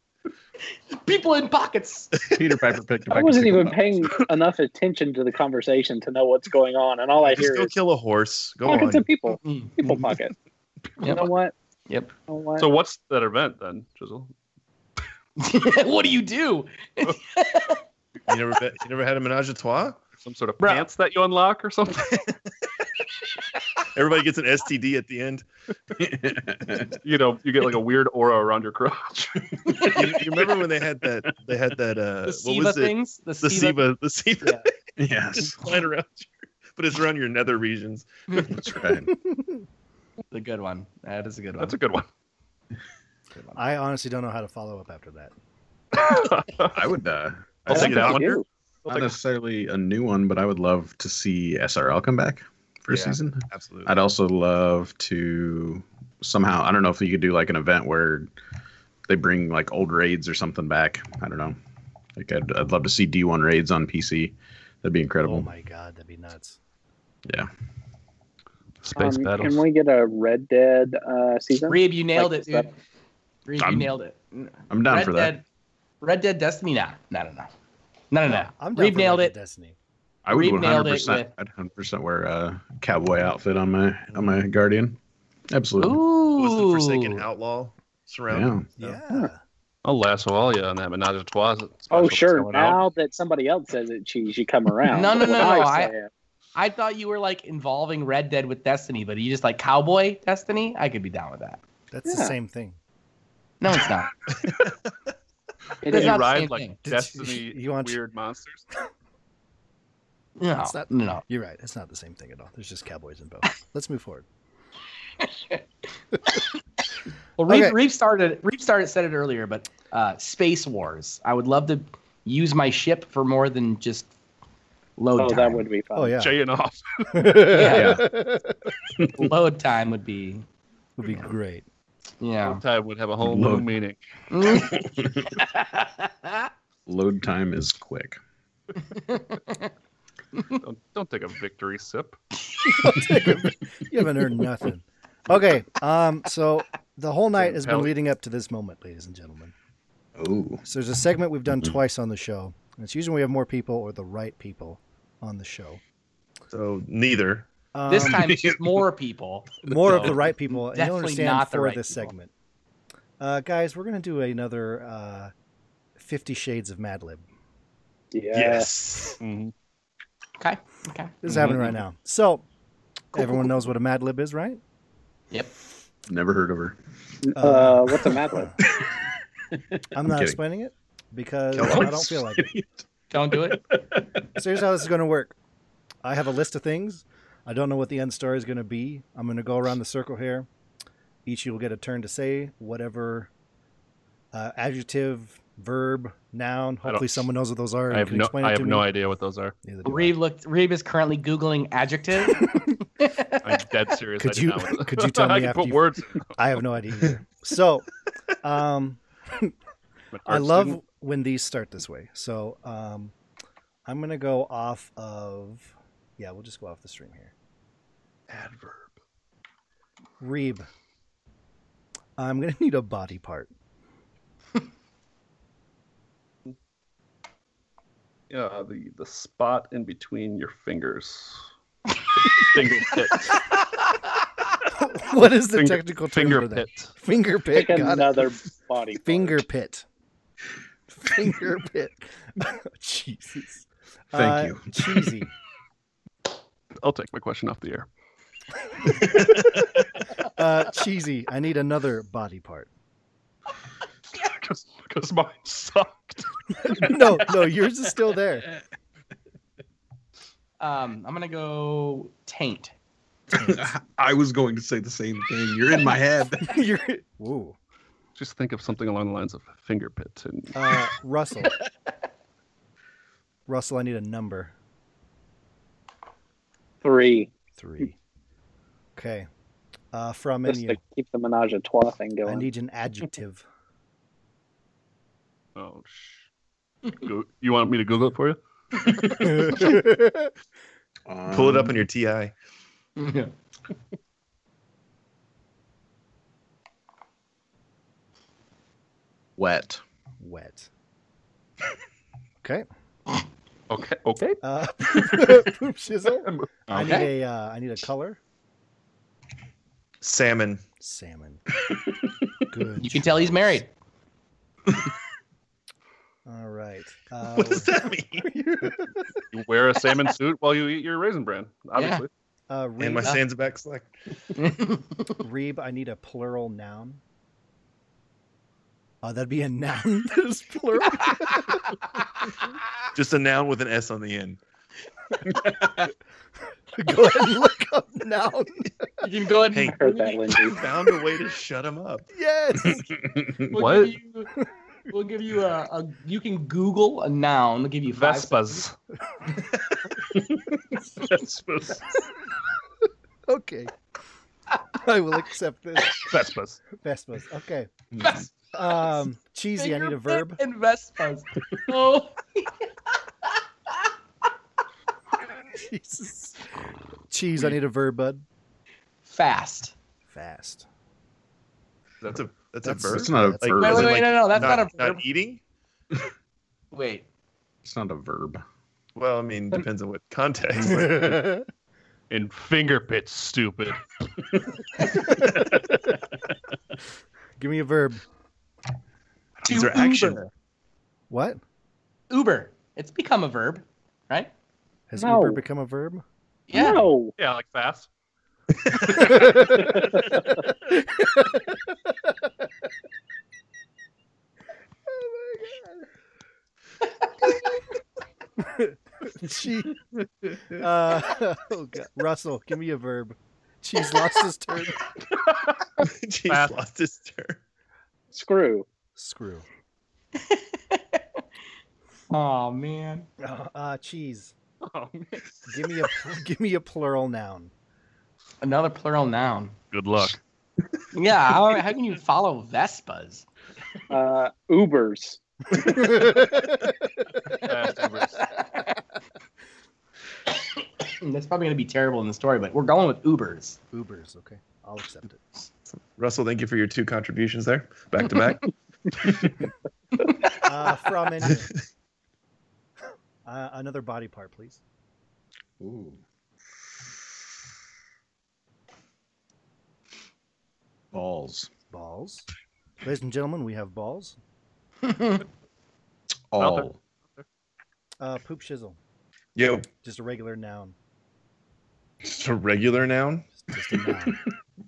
[SPEAKER 7] people in pockets.
[SPEAKER 8] Peter Piper picked.
[SPEAKER 5] I wasn't even paying enough attention to the conversation to know what's going on, and all I
[SPEAKER 6] Just
[SPEAKER 5] hear
[SPEAKER 6] go
[SPEAKER 5] is
[SPEAKER 6] kill a horse. Go
[SPEAKER 5] pockets
[SPEAKER 6] on.
[SPEAKER 5] of people,
[SPEAKER 7] Mm.
[SPEAKER 5] people pocket. You know what?
[SPEAKER 7] Yep.
[SPEAKER 5] You know what?
[SPEAKER 1] So what's that event then, Chisel?
[SPEAKER 7] what do you do?
[SPEAKER 6] you never been, you never had a menage a trois.
[SPEAKER 1] Some sort of
[SPEAKER 7] Bruh.
[SPEAKER 1] pants that you unlock or something?
[SPEAKER 6] Everybody gets an STD at the end.
[SPEAKER 1] you know, you get like a weird aura around your crotch.
[SPEAKER 6] You, you remember when they had that? They had that. Uh,
[SPEAKER 7] The
[SPEAKER 6] what
[SPEAKER 7] SIVA
[SPEAKER 6] was it?
[SPEAKER 7] things? The,
[SPEAKER 6] The
[SPEAKER 7] SIVA.
[SPEAKER 6] SIVA. The SIVA.
[SPEAKER 7] Yeah.
[SPEAKER 8] yes,
[SPEAKER 6] Just flying around, your, but it's around your nether regions.
[SPEAKER 8] that's right.
[SPEAKER 7] The good one. That is a good one.
[SPEAKER 1] That's a good one.
[SPEAKER 7] good one.
[SPEAKER 4] I honestly don't know how to follow up after that.
[SPEAKER 8] I would. Uh,
[SPEAKER 1] I'll
[SPEAKER 5] I
[SPEAKER 1] take
[SPEAKER 5] think
[SPEAKER 1] that
[SPEAKER 5] you
[SPEAKER 1] one.
[SPEAKER 5] do.
[SPEAKER 8] not necessarily a new one, but I would love to see SRL come back for a
[SPEAKER 6] Yeah.
[SPEAKER 8] season.
[SPEAKER 6] Absolutely.
[SPEAKER 8] I'd also love to somehow. I don't know if you could do like an event where they bring like old raids or something back. I don't know. Like I'd, I'd love to see D1 raids on PC. That'd be
[SPEAKER 4] Oh
[SPEAKER 8] incredible.
[SPEAKER 4] my god, that'd be nuts.
[SPEAKER 1] Space
[SPEAKER 5] Um,
[SPEAKER 1] battles.
[SPEAKER 5] can we get a Red Dead uh, season?
[SPEAKER 7] Reeb, you nailed
[SPEAKER 5] Like
[SPEAKER 7] it, dude.
[SPEAKER 5] that.
[SPEAKER 7] Reeb, you
[SPEAKER 8] I'm
[SPEAKER 7] nailed it.
[SPEAKER 8] I'm down
[SPEAKER 7] Red
[SPEAKER 8] for that.
[SPEAKER 7] Dead, Red Dead Destiny? Nah, no, no, no, no, no, no.
[SPEAKER 4] I'm down
[SPEAKER 7] Reeb
[SPEAKER 4] for
[SPEAKER 7] nailed
[SPEAKER 4] Red
[SPEAKER 7] it.
[SPEAKER 4] Dead Destiny.
[SPEAKER 8] I would
[SPEAKER 7] Reed
[SPEAKER 8] 100.
[SPEAKER 7] nailed it
[SPEAKER 8] percent
[SPEAKER 7] with-
[SPEAKER 8] I'd 100 percent wear a cowboy outfit on my on my guardian. Absolutely.
[SPEAKER 7] Ooh.
[SPEAKER 6] was the Forsaken Outlaw surrounded?
[SPEAKER 4] Yeah.
[SPEAKER 1] I'll lasso all you on that menage a trois. special
[SPEAKER 5] Oh,
[SPEAKER 1] that's
[SPEAKER 5] sure.
[SPEAKER 1] going out.
[SPEAKER 5] Now that somebody else says it, cheese, you come around.
[SPEAKER 7] No, no,
[SPEAKER 5] But
[SPEAKER 7] no,
[SPEAKER 5] when
[SPEAKER 7] no,
[SPEAKER 5] I, say it,
[SPEAKER 7] I thought you were like involving Red Dead with Destiny, but you just like cowboy Destiny. I could be down with that.
[SPEAKER 4] That's the
[SPEAKER 5] Yeah.
[SPEAKER 4] same thing.
[SPEAKER 7] No, it's not.
[SPEAKER 5] it
[SPEAKER 7] It's
[SPEAKER 5] is.
[SPEAKER 1] you
[SPEAKER 7] not the
[SPEAKER 1] ride
[SPEAKER 7] same
[SPEAKER 1] like
[SPEAKER 7] thing.
[SPEAKER 4] Did you-
[SPEAKER 1] Destiny
[SPEAKER 4] you want-
[SPEAKER 1] weird monsters.
[SPEAKER 7] No,
[SPEAKER 4] It's not-
[SPEAKER 7] no.
[SPEAKER 4] You're right. It's not the same thing at all. There's just cowboys and bows. Let's move forward.
[SPEAKER 7] Well, Reeve,
[SPEAKER 4] Okay.
[SPEAKER 7] Reeve started. Reeve started said it earlier, but uh, space wars. I would love to use my ship for more than just load
[SPEAKER 5] Oh,
[SPEAKER 7] time.
[SPEAKER 5] that would be fun.
[SPEAKER 4] Oh yeah.
[SPEAKER 1] Jaying off.
[SPEAKER 7] Yeah.
[SPEAKER 8] Yeah.
[SPEAKER 7] load time would be
[SPEAKER 4] would be great.
[SPEAKER 7] Yeah.
[SPEAKER 1] Time would have a whole
[SPEAKER 8] Load.
[SPEAKER 1] new meaning.
[SPEAKER 5] Oh.
[SPEAKER 8] Load time is quick.
[SPEAKER 1] don't, don't take a victory sip.
[SPEAKER 4] You haven't earned nothing. Okay. Um. So the whole night has been
[SPEAKER 1] Compelling.
[SPEAKER 4] leading up to this moment, ladies and gentlemen.
[SPEAKER 8] Oh,
[SPEAKER 4] So there's a segment we've done
[SPEAKER 5] Mm-hmm.
[SPEAKER 4] twice on the show, and it's usually when we have more people or the right people on the show.
[SPEAKER 6] So neither.
[SPEAKER 4] Um,
[SPEAKER 7] this time it's just more people.
[SPEAKER 4] more of
[SPEAKER 7] So,
[SPEAKER 4] the right people, and you'll
[SPEAKER 7] definitely
[SPEAKER 4] understand
[SPEAKER 7] not the
[SPEAKER 4] for
[SPEAKER 7] right
[SPEAKER 4] this
[SPEAKER 7] people.
[SPEAKER 4] segment. Uh, guys, we're gonna do another uh, Fifty Shades of Mad Lib.
[SPEAKER 5] Yeah.
[SPEAKER 6] Yes.
[SPEAKER 7] Okay. Okay.
[SPEAKER 4] This
[SPEAKER 5] Mm-hmm.
[SPEAKER 4] is happening right now. So everyone knows what a Mad Lib is, right?
[SPEAKER 7] Yep.
[SPEAKER 8] never heard of her.
[SPEAKER 4] Uh,
[SPEAKER 5] Uh, what's a mad lib?
[SPEAKER 4] I'm not
[SPEAKER 8] kidding.
[SPEAKER 4] explaining it because
[SPEAKER 6] Kellogg's.
[SPEAKER 4] I don't feel like it.
[SPEAKER 7] Don't do it.
[SPEAKER 4] So here's how this is gonna work. I have a list of things. I don't know what the end story is gonna be. I'm gonna go around the circle here. Each you will get a turn to say whatever uh, adjective, verb, noun.
[SPEAKER 1] don't-
[SPEAKER 4] Hopefully, someone knows what those are. and
[SPEAKER 1] I have
[SPEAKER 4] can
[SPEAKER 1] no,
[SPEAKER 4] explain it
[SPEAKER 1] I
[SPEAKER 4] to
[SPEAKER 1] have
[SPEAKER 4] me.
[SPEAKER 1] no idea what those are.
[SPEAKER 4] Neither do I.
[SPEAKER 7] Reeb looked. Reeb is currently googling adjective.
[SPEAKER 1] I'm dead serious.
[SPEAKER 4] Could
[SPEAKER 1] I do
[SPEAKER 4] you-
[SPEAKER 1] not know.
[SPEAKER 4] could you tell
[SPEAKER 1] I
[SPEAKER 4] me
[SPEAKER 1] can
[SPEAKER 4] after
[SPEAKER 1] put
[SPEAKER 4] you-
[SPEAKER 1] words?
[SPEAKER 4] I have no idea either. So, um,
[SPEAKER 1] I'm an
[SPEAKER 4] I
[SPEAKER 1] art
[SPEAKER 4] love
[SPEAKER 1] student.
[SPEAKER 4] when these start this way. So, um, I'm gonna go off of, yeah, we'll just go off the stream here.
[SPEAKER 1] adverb.
[SPEAKER 4] Reeb, I'm gonna need a body part.
[SPEAKER 1] Yeah, Uh, the the spot in between your fingers. finger pit.
[SPEAKER 4] what is the
[SPEAKER 1] Finger-
[SPEAKER 4] technical term
[SPEAKER 1] Finger
[SPEAKER 4] for that?
[SPEAKER 1] pit.
[SPEAKER 4] Finger pit. Got
[SPEAKER 5] Pick
[SPEAKER 4] it.
[SPEAKER 5] another body. part.
[SPEAKER 4] Finger pit. Finger pit. Jesus.
[SPEAKER 8] Thank
[SPEAKER 4] Uh,
[SPEAKER 8] you.
[SPEAKER 4] Cheesy.
[SPEAKER 1] I'll take my question off the air.
[SPEAKER 4] Uh, cheesy. I need another body part.
[SPEAKER 1] Because mine sucked.
[SPEAKER 4] no, no, yours is still there.
[SPEAKER 7] Um, I'm gonna go taint.
[SPEAKER 8] I was going to say the same thing. You're in my head.
[SPEAKER 4] You're whoa,
[SPEAKER 1] Just think of something along the lines of finger pit and
[SPEAKER 4] uh, Russell. Russell, I need a number
[SPEAKER 5] three.
[SPEAKER 4] three. Okay, uh, from
[SPEAKER 5] Just
[SPEAKER 4] menu.
[SPEAKER 5] to keep the menage a trois thing
[SPEAKER 4] I
[SPEAKER 5] going.
[SPEAKER 4] need an adjective.
[SPEAKER 1] oh sh- Go- you want me to Google it for you?
[SPEAKER 6] Pull it up on your TI.
[SPEAKER 8] wet.
[SPEAKER 4] Wet. Okay.
[SPEAKER 1] Okay. Okay.
[SPEAKER 4] Uh, poop shizzle. I need a. Uh, I need a color.
[SPEAKER 6] Salmon.
[SPEAKER 4] Salmon. Good.
[SPEAKER 7] You can tell he's
[SPEAKER 4] choice.
[SPEAKER 7] married.
[SPEAKER 4] All right. Uh,
[SPEAKER 6] What does that mean?
[SPEAKER 1] You wear a salmon suit while you eat your raisin bran. Obviously.
[SPEAKER 4] uh,
[SPEAKER 6] And my
[SPEAKER 4] Reeb,
[SPEAKER 6] sands back slack.
[SPEAKER 4] Reeb, I need a plural noun. Uh, that'd be a noun that is plural.
[SPEAKER 6] Just a noun with an S on the end.
[SPEAKER 4] Go ahead and look up noun.
[SPEAKER 7] You can go ahead.
[SPEAKER 6] Hey,
[SPEAKER 5] Heard that, Lindsay.
[SPEAKER 6] you found a way to shut him up.
[SPEAKER 4] Yes.
[SPEAKER 7] We'll
[SPEAKER 1] What?
[SPEAKER 7] Give you, we'll give you a, a. You can Google a noun. We'll give you five
[SPEAKER 1] Vespas. Vespas.
[SPEAKER 4] Okay. I will accept this.
[SPEAKER 1] Vespas.
[SPEAKER 4] Vespas. Okay.
[SPEAKER 7] seconds.
[SPEAKER 4] Um, cheesy. I need a
[SPEAKER 7] Finger
[SPEAKER 4] verb.
[SPEAKER 7] pick And Vespas. Oh,
[SPEAKER 4] Jesus. Cheese. I need a verb, bud.
[SPEAKER 7] fast.
[SPEAKER 4] Fast.
[SPEAKER 6] That's a that's,
[SPEAKER 4] That's-
[SPEAKER 6] a verb.
[SPEAKER 8] It's not a
[SPEAKER 4] That's-
[SPEAKER 8] verb.
[SPEAKER 7] Wait,
[SPEAKER 6] is
[SPEAKER 7] wait,
[SPEAKER 6] it
[SPEAKER 7] wait,
[SPEAKER 6] like
[SPEAKER 7] no, no, that's not,
[SPEAKER 6] not, e-
[SPEAKER 7] a verb.
[SPEAKER 6] not eating.
[SPEAKER 7] wait,
[SPEAKER 8] It's not a verb.
[SPEAKER 6] Well, I mean, depends on what context.
[SPEAKER 1] In finger pits, stupid.
[SPEAKER 4] Give me a verb.
[SPEAKER 6] These
[SPEAKER 7] To
[SPEAKER 6] are action.
[SPEAKER 7] Uber.
[SPEAKER 4] What?
[SPEAKER 7] Uber. It's become a verb, right?
[SPEAKER 4] Has
[SPEAKER 5] No.
[SPEAKER 4] Uber become a verb?
[SPEAKER 7] Yeah.
[SPEAKER 5] No.
[SPEAKER 1] Yeah, like fast.
[SPEAKER 4] Cheese. Uh, oh God. Russell, give me a verb. Cheese lost his turn.
[SPEAKER 6] Jeez,
[SPEAKER 1] Fast.
[SPEAKER 6] lost his turn.
[SPEAKER 5] Screw.
[SPEAKER 4] Screw.
[SPEAKER 7] Oh man.
[SPEAKER 4] Uh, uh, cheese.
[SPEAKER 1] Oh, man.
[SPEAKER 4] Give me a give me a plural noun.
[SPEAKER 7] Another plural noun.
[SPEAKER 1] Good luck.
[SPEAKER 7] Yeah, how, how can you follow Vespas?
[SPEAKER 5] Uh, Ubers.
[SPEAKER 7] Hmm, That's probably going to be terrible in the story, but we're going with Ubers.
[SPEAKER 4] Ubers, okay. I'll accept it.
[SPEAKER 6] Russell, thank you for your two contributions there, back to back.
[SPEAKER 4] Uh, from engine. Uh, another body part, please.
[SPEAKER 8] Ooh. Balls.
[SPEAKER 4] Balls. Ladies and gentlemen, we have balls.
[SPEAKER 8] All.
[SPEAKER 4] Uh, poop shizzle.
[SPEAKER 6] Yo,
[SPEAKER 4] Just a regular noun.
[SPEAKER 6] just a regular noun.
[SPEAKER 4] Just a noun.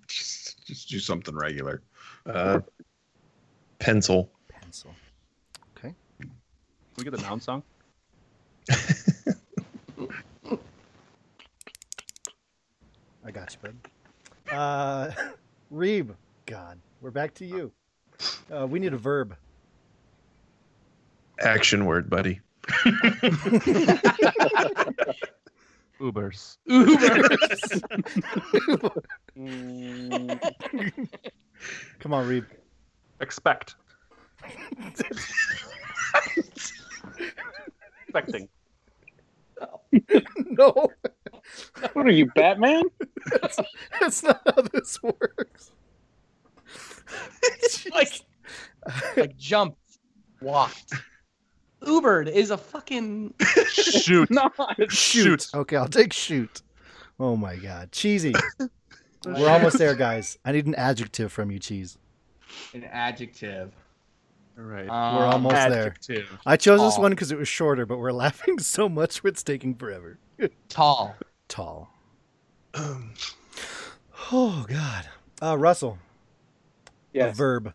[SPEAKER 8] Just, just do something regular.
[SPEAKER 6] Uh, pencil.
[SPEAKER 4] Pencil.
[SPEAKER 1] we get the noun song?
[SPEAKER 4] I got you, bud. Uh, Reeb. God, we're back to you. Uh, we need a verb.
[SPEAKER 6] Action word, buddy.
[SPEAKER 1] Ubers.
[SPEAKER 7] Ubers.
[SPEAKER 4] Come on, Reeb.
[SPEAKER 1] Expect. Expecting.
[SPEAKER 4] No,
[SPEAKER 5] What are you, Batman?
[SPEAKER 4] that's not how this works.
[SPEAKER 7] like, like jumped, walked. Ubered is a fucking.
[SPEAKER 1] Shoot.
[SPEAKER 5] No,
[SPEAKER 1] Shoot.
[SPEAKER 4] Okay, I'll take shoot. Oh my God, cheesy. We're almost there, guys. I need an adjective from you, cheese.
[SPEAKER 7] An adjective.
[SPEAKER 1] All right.
[SPEAKER 7] Um,
[SPEAKER 4] We're almost there.
[SPEAKER 1] Adjective.
[SPEAKER 4] I chose this
[SPEAKER 7] Aw.
[SPEAKER 4] one because it was shorter, but we're laughing so much it's taking forever.
[SPEAKER 7] tall.
[SPEAKER 4] Tall. Oh God. Uh, Russell. A
[SPEAKER 5] yes.
[SPEAKER 4] verb.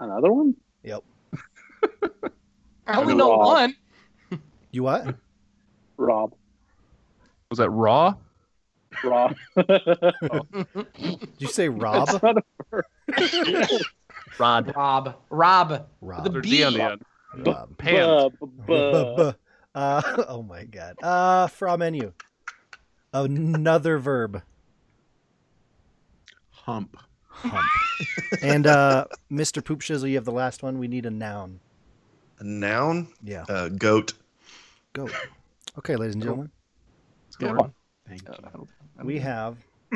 [SPEAKER 5] Another one?
[SPEAKER 4] Yep.
[SPEAKER 7] I only
[SPEAKER 5] Raw.
[SPEAKER 7] know one.
[SPEAKER 4] You what?
[SPEAKER 5] Rob.
[SPEAKER 1] Was that raw?
[SPEAKER 5] Rob.
[SPEAKER 4] Did you say Rob?
[SPEAKER 5] It's not a-
[SPEAKER 1] Rod.
[SPEAKER 7] Rob. Rob.
[SPEAKER 4] Rob.
[SPEAKER 7] The
[SPEAKER 1] There's D on the
[SPEAKER 7] B. uh,
[SPEAKER 1] end.
[SPEAKER 4] Rob. Oh,
[SPEAKER 1] Pants.
[SPEAKER 5] Buh, buh,
[SPEAKER 4] Buh,
[SPEAKER 5] buh.
[SPEAKER 4] buh. Uh, oh my god. Uh, fra menu. Another verb.
[SPEAKER 8] Hump.
[SPEAKER 4] Hump. and uh, Mr. Poop Shizzle, you have the last one. We need a noun.
[SPEAKER 6] A noun.
[SPEAKER 4] Yeah.
[SPEAKER 6] Uh, goat.
[SPEAKER 4] Go. Okay, ladies and gentlemen,
[SPEAKER 8] Thank you.
[SPEAKER 4] we have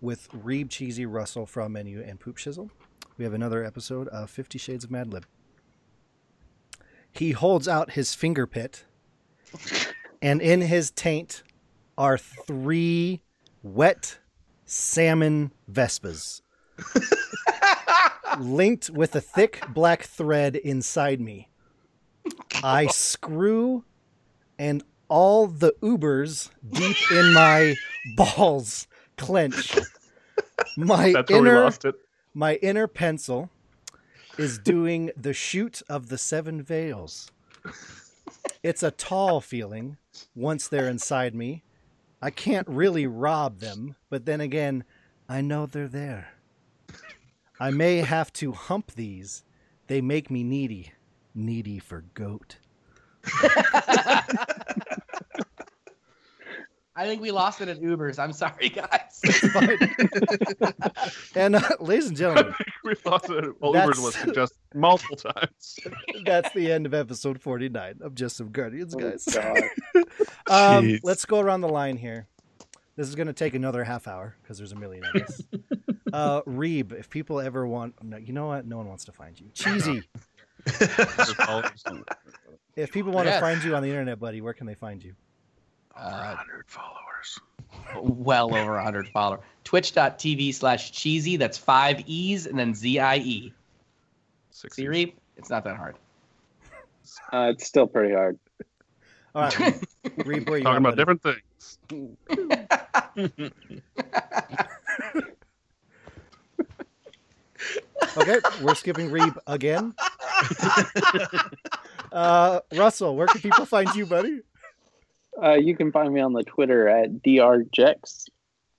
[SPEAKER 4] with Reeb Cheesy Russell from Menu and Poop Shizzle, we have another episode of Fifty Shades of Mad Lib. He holds out his finger pit, and in his taint are three wet salmon vespas, linked with a thick black thread inside me. I screw and all the Ubers deep in my balls clench. My
[SPEAKER 1] That's where we
[SPEAKER 4] inner
[SPEAKER 1] lost it.
[SPEAKER 4] my inner pencil is doing the shoot of the seven veils. It's a tall feeling once they're inside me. I can't really rob them, but then again, I know they're there. I may have to hump these. They make me needy, needy for goat.
[SPEAKER 7] I think we lost it at Ubers. I'm sorry, guys.
[SPEAKER 4] And uh, ladies and gentlemen,
[SPEAKER 1] We lost it. Well,
[SPEAKER 4] That's-
[SPEAKER 1] Ubers was suggested multiple times.
[SPEAKER 4] that's the end of episode 49 of Just Some Guardians,
[SPEAKER 5] Oh,
[SPEAKER 4] guys.
[SPEAKER 5] God.
[SPEAKER 4] Um,
[SPEAKER 6] Jeez.
[SPEAKER 4] let's go around the line here. This is going to take another half hour because there's a million of us. uh, Reeb, if people ever want, no, you know what? No one wants to find you. Cheesy, if people want to
[SPEAKER 7] Yes.
[SPEAKER 4] find you on the internet, buddy, where can they find you?
[SPEAKER 7] Uh,
[SPEAKER 8] 100 followers.
[SPEAKER 7] well over 100 followers. Twitch.tv slash cheesy. That's five E's and then Z I E.
[SPEAKER 1] Six
[SPEAKER 7] Siri, it's not that hard.
[SPEAKER 5] Uh, it's still pretty hard.
[SPEAKER 4] All right, Reeb, where you
[SPEAKER 1] Talking
[SPEAKER 4] at,
[SPEAKER 1] about
[SPEAKER 4] buddy?
[SPEAKER 1] different things.
[SPEAKER 4] Okay, we're skipping Reeb again. uh, Russell, where can people find you, buddy?
[SPEAKER 5] Uh, you can find me on the Twitter at drjex.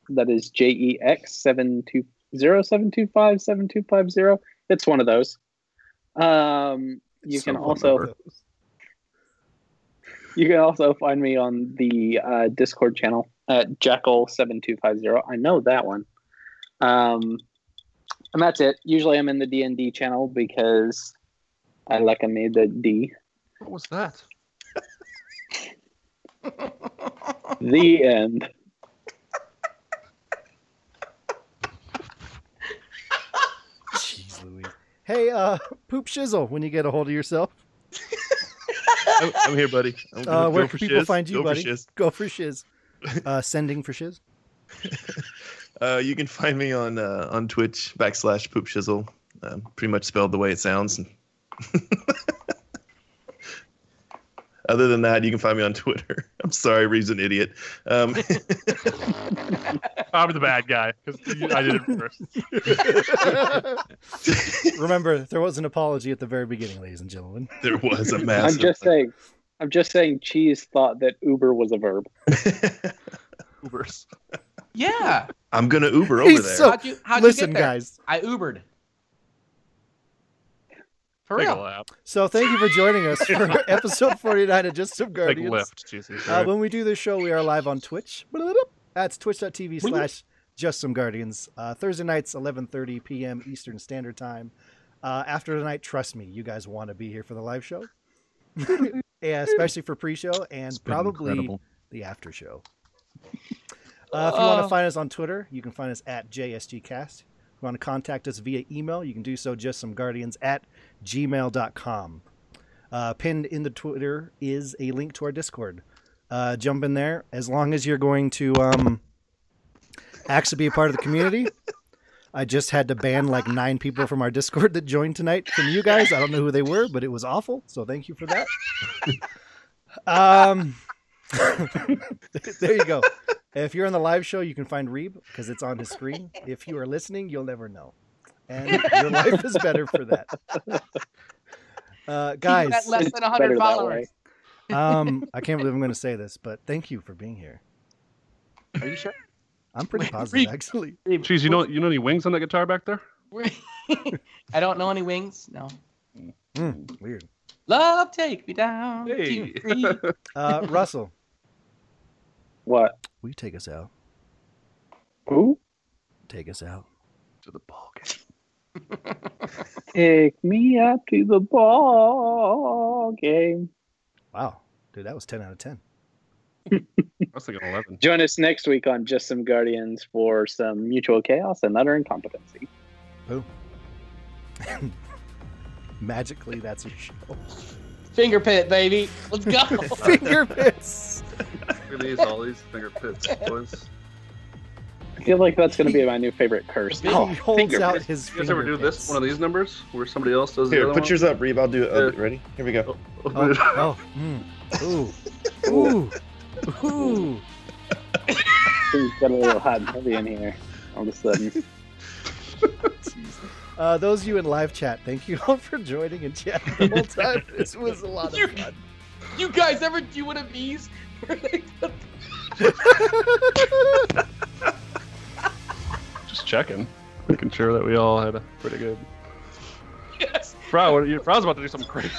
[SPEAKER 5] That is J E X seven two zero seven two five seven two five zero. It's one of those. Um, you
[SPEAKER 6] Some
[SPEAKER 5] can
[SPEAKER 6] phone
[SPEAKER 5] also
[SPEAKER 6] number.
[SPEAKER 5] you can also find me on the uh, Discord channel at Jekyll seven two five zero. I know that one. Um, and that's it. Usually I'm in the D and D channel because I like I made the D.
[SPEAKER 1] What was that?
[SPEAKER 5] The end.
[SPEAKER 4] Jeez Louise. Hey, uh, poop shizzle when you get a hold of yourself.
[SPEAKER 6] I'm, I'm here, buddy. I'm gonna
[SPEAKER 4] Uh,
[SPEAKER 6] go
[SPEAKER 4] where
[SPEAKER 6] for
[SPEAKER 4] can people
[SPEAKER 6] shiz.
[SPEAKER 4] find you,
[SPEAKER 6] Go for
[SPEAKER 4] buddy?
[SPEAKER 6] shiz.
[SPEAKER 4] Go for shiz. Uh, sending for shiz.
[SPEAKER 6] Uh, you can find me on uh, on Twitch backslash poop shizzle. Um, pretty much spelled the way it sounds. Other than that, you can find me on Twitter. I'm sorry, Reeves an idiot. Um,
[SPEAKER 9] I'm the bad guy because I did it first.
[SPEAKER 4] Remember, there was an apology at the very beginning, ladies and gentlemen.
[SPEAKER 6] there was a
[SPEAKER 5] I'm
[SPEAKER 6] massive.
[SPEAKER 5] just saying. I'm just saying. Cheese thought that Uber was a verb.
[SPEAKER 1] Ubers.
[SPEAKER 7] Yeah.
[SPEAKER 6] I'm gonna Uber over
[SPEAKER 4] He's
[SPEAKER 6] there.
[SPEAKER 4] so-
[SPEAKER 7] how'd you, how'd
[SPEAKER 4] Oh, Listen,
[SPEAKER 7] you get there?
[SPEAKER 4] guys.
[SPEAKER 7] I Ubered. For
[SPEAKER 1] Take a
[SPEAKER 7] real.
[SPEAKER 1] lap.
[SPEAKER 4] So thank you for joining us for episode 49 of Just Some
[SPEAKER 1] Take
[SPEAKER 4] Guardians.
[SPEAKER 1] Lyft. Jesus.
[SPEAKER 4] Uh, when we do this show, we are live on Twitch. That's twitch.tv slash just some guardians. Uh, Thursday nights, 11.30 p.m. Eastern Standard Time. Uh, after tonight, trust me, you guys want to be here for the live show. yeah, especially for pre-show and
[SPEAKER 8] It's been
[SPEAKER 4] probably
[SPEAKER 8] incredible.
[SPEAKER 4] the after show. Uh, if you want to
[SPEAKER 7] Oh.
[SPEAKER 4] find us on Twitter, you can find us at JSGcast. If you want to contact us via email, you can do so just some guardians at gmail.com. Uh, pinned in the Twitter is a link to our Discord. Uh, jump in there as long as you're going to um, actually be a part of the community. I just had to ban like nine people from our Discord that joined tonight from you guys. I don't know who they were, but it was awful. So thank you for that. Um, there you go. If you're on the live show, you can find Reeb because it's on his screen. If you are listening, you'll never know, and your life is better for that. Uh, guys,
[SPEAKER 7] Keep that less than 100
[SPEAKER 5] Better that way.
[SPEAKER 7] followers.
[SPEAKER 4] um, I can't believe I'm going to say this, but thank you for being here.
[SPEAKER 7] Are you sure?
[SPEAKER 4] I'm pretty
[SPEAKER 7] Wait,
[SPEAKER 4] positive,
[SPEAKER 7] Reeb.
[SPEAKER 4] actually.
[SPEAKER 1] Jeez, you know you know any wings on that guitar back there?
[SPEAKER 7] I don't know any wings. No.
[SPEAKER 4] Hmm, weird.
[SPEAKER 7] Love, take me down.
[SPEAKER 1] Hey.
[SPEAKER 7] to free.
[SPEAKER 4] Uh, Russell,
[SPEAKER 5] What?
[SPEAKER 4] will you take us out?
[SPEAKER 5] Who?
[SPEAKER 4] Take us out.
[SPEAKER 1] To the ball game.
[SPEAKER 5] Take me out to the ball game.
[SPEAKER 4] Wow, dude, that was 10 out of 10.
[SPEAKER 1] I was thinking eleven.
[SPEAKER 5] Join us next week on Just Some Guardians for some mutual chaos and utter incompetency.
[SPEAKER 4] Magically, that's a show.
[SPEAKER 7] Finger pit, baby. Let's go.
[SPEAKER 4] Finger pits.
[SPEAKER 1] Release all these finger pits, boys.
[SPEAKER 5] I feel like that's going to be my new favorite curse.
[SPEAKER 4] He holds
[SPEAKER 5] finger
[SPEAKER 4] out
[SPEAKER 5] pits.
[SPEAKER 4] his
[SPEAKER 1] You guys ever do this? One of these numbers where somebody else does the
[SPEAKER 6] Here,
[SPEAKER 1] other
[SPEAKER 6] put
[SPEAKER 1] one?
[SPEAKER 6] yours up, Reeb. I'll do it. I'll do it.
[SPEAKER 1] Yeah.
[SPEAKER 6] Ready? Here we go.
[SPEAKER 4] Oh, oh, mm. ooh, ooh, ooh.
[SPEAKER 5] Things got a little hot and heavy in here all of a sudden.
[SPEAKER 4] Uh, those of you in live chat, thank you all for joining and chatting the whole time. This was a lot
[SPEAKER 7] You-
[SPEAKER 4] of fun.
[SPEAKER 7] you guys ever do one of these?
[SPEAKER 1] Just checking, making sure that we all had a pretty good.
[SPEAKER 7] yes.
[SPEAKER 1] Fry, what are you- Fry's about to do something crazy.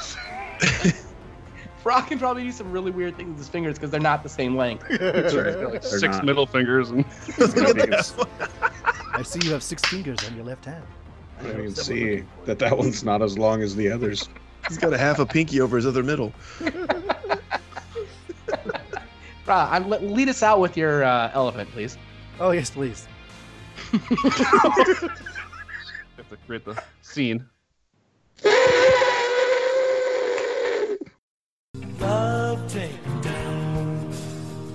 [SPEAKER 7] Brock can probably do some really weird things with his fingers because they're not the same length.
[SPEAKER 8] That's
[SPEAKER 1] He's got,
[SPEAKER 8] right.
[SPEAKER 1] like
[SPEAKER 8] They're
[SPEAKER 1] six
[SPEAKER 8] not.
[SPEAKER 1] middle fingers and
[SPEAKER 6] Look at that one.
[SPEAKER 4] I see you have six fingers on your left hand.
[SPEAKER 8] I can see that that one's not as long as the others.
[SPEAKER 6] He's got a half a pinky over his other middle.
[SPEAKER 7] Brock, I'm, le- lead us out with your uh, elephant, please.
[SPEAKER 4] Oh yes, please.
[SPEAKER 1] have to create the scene.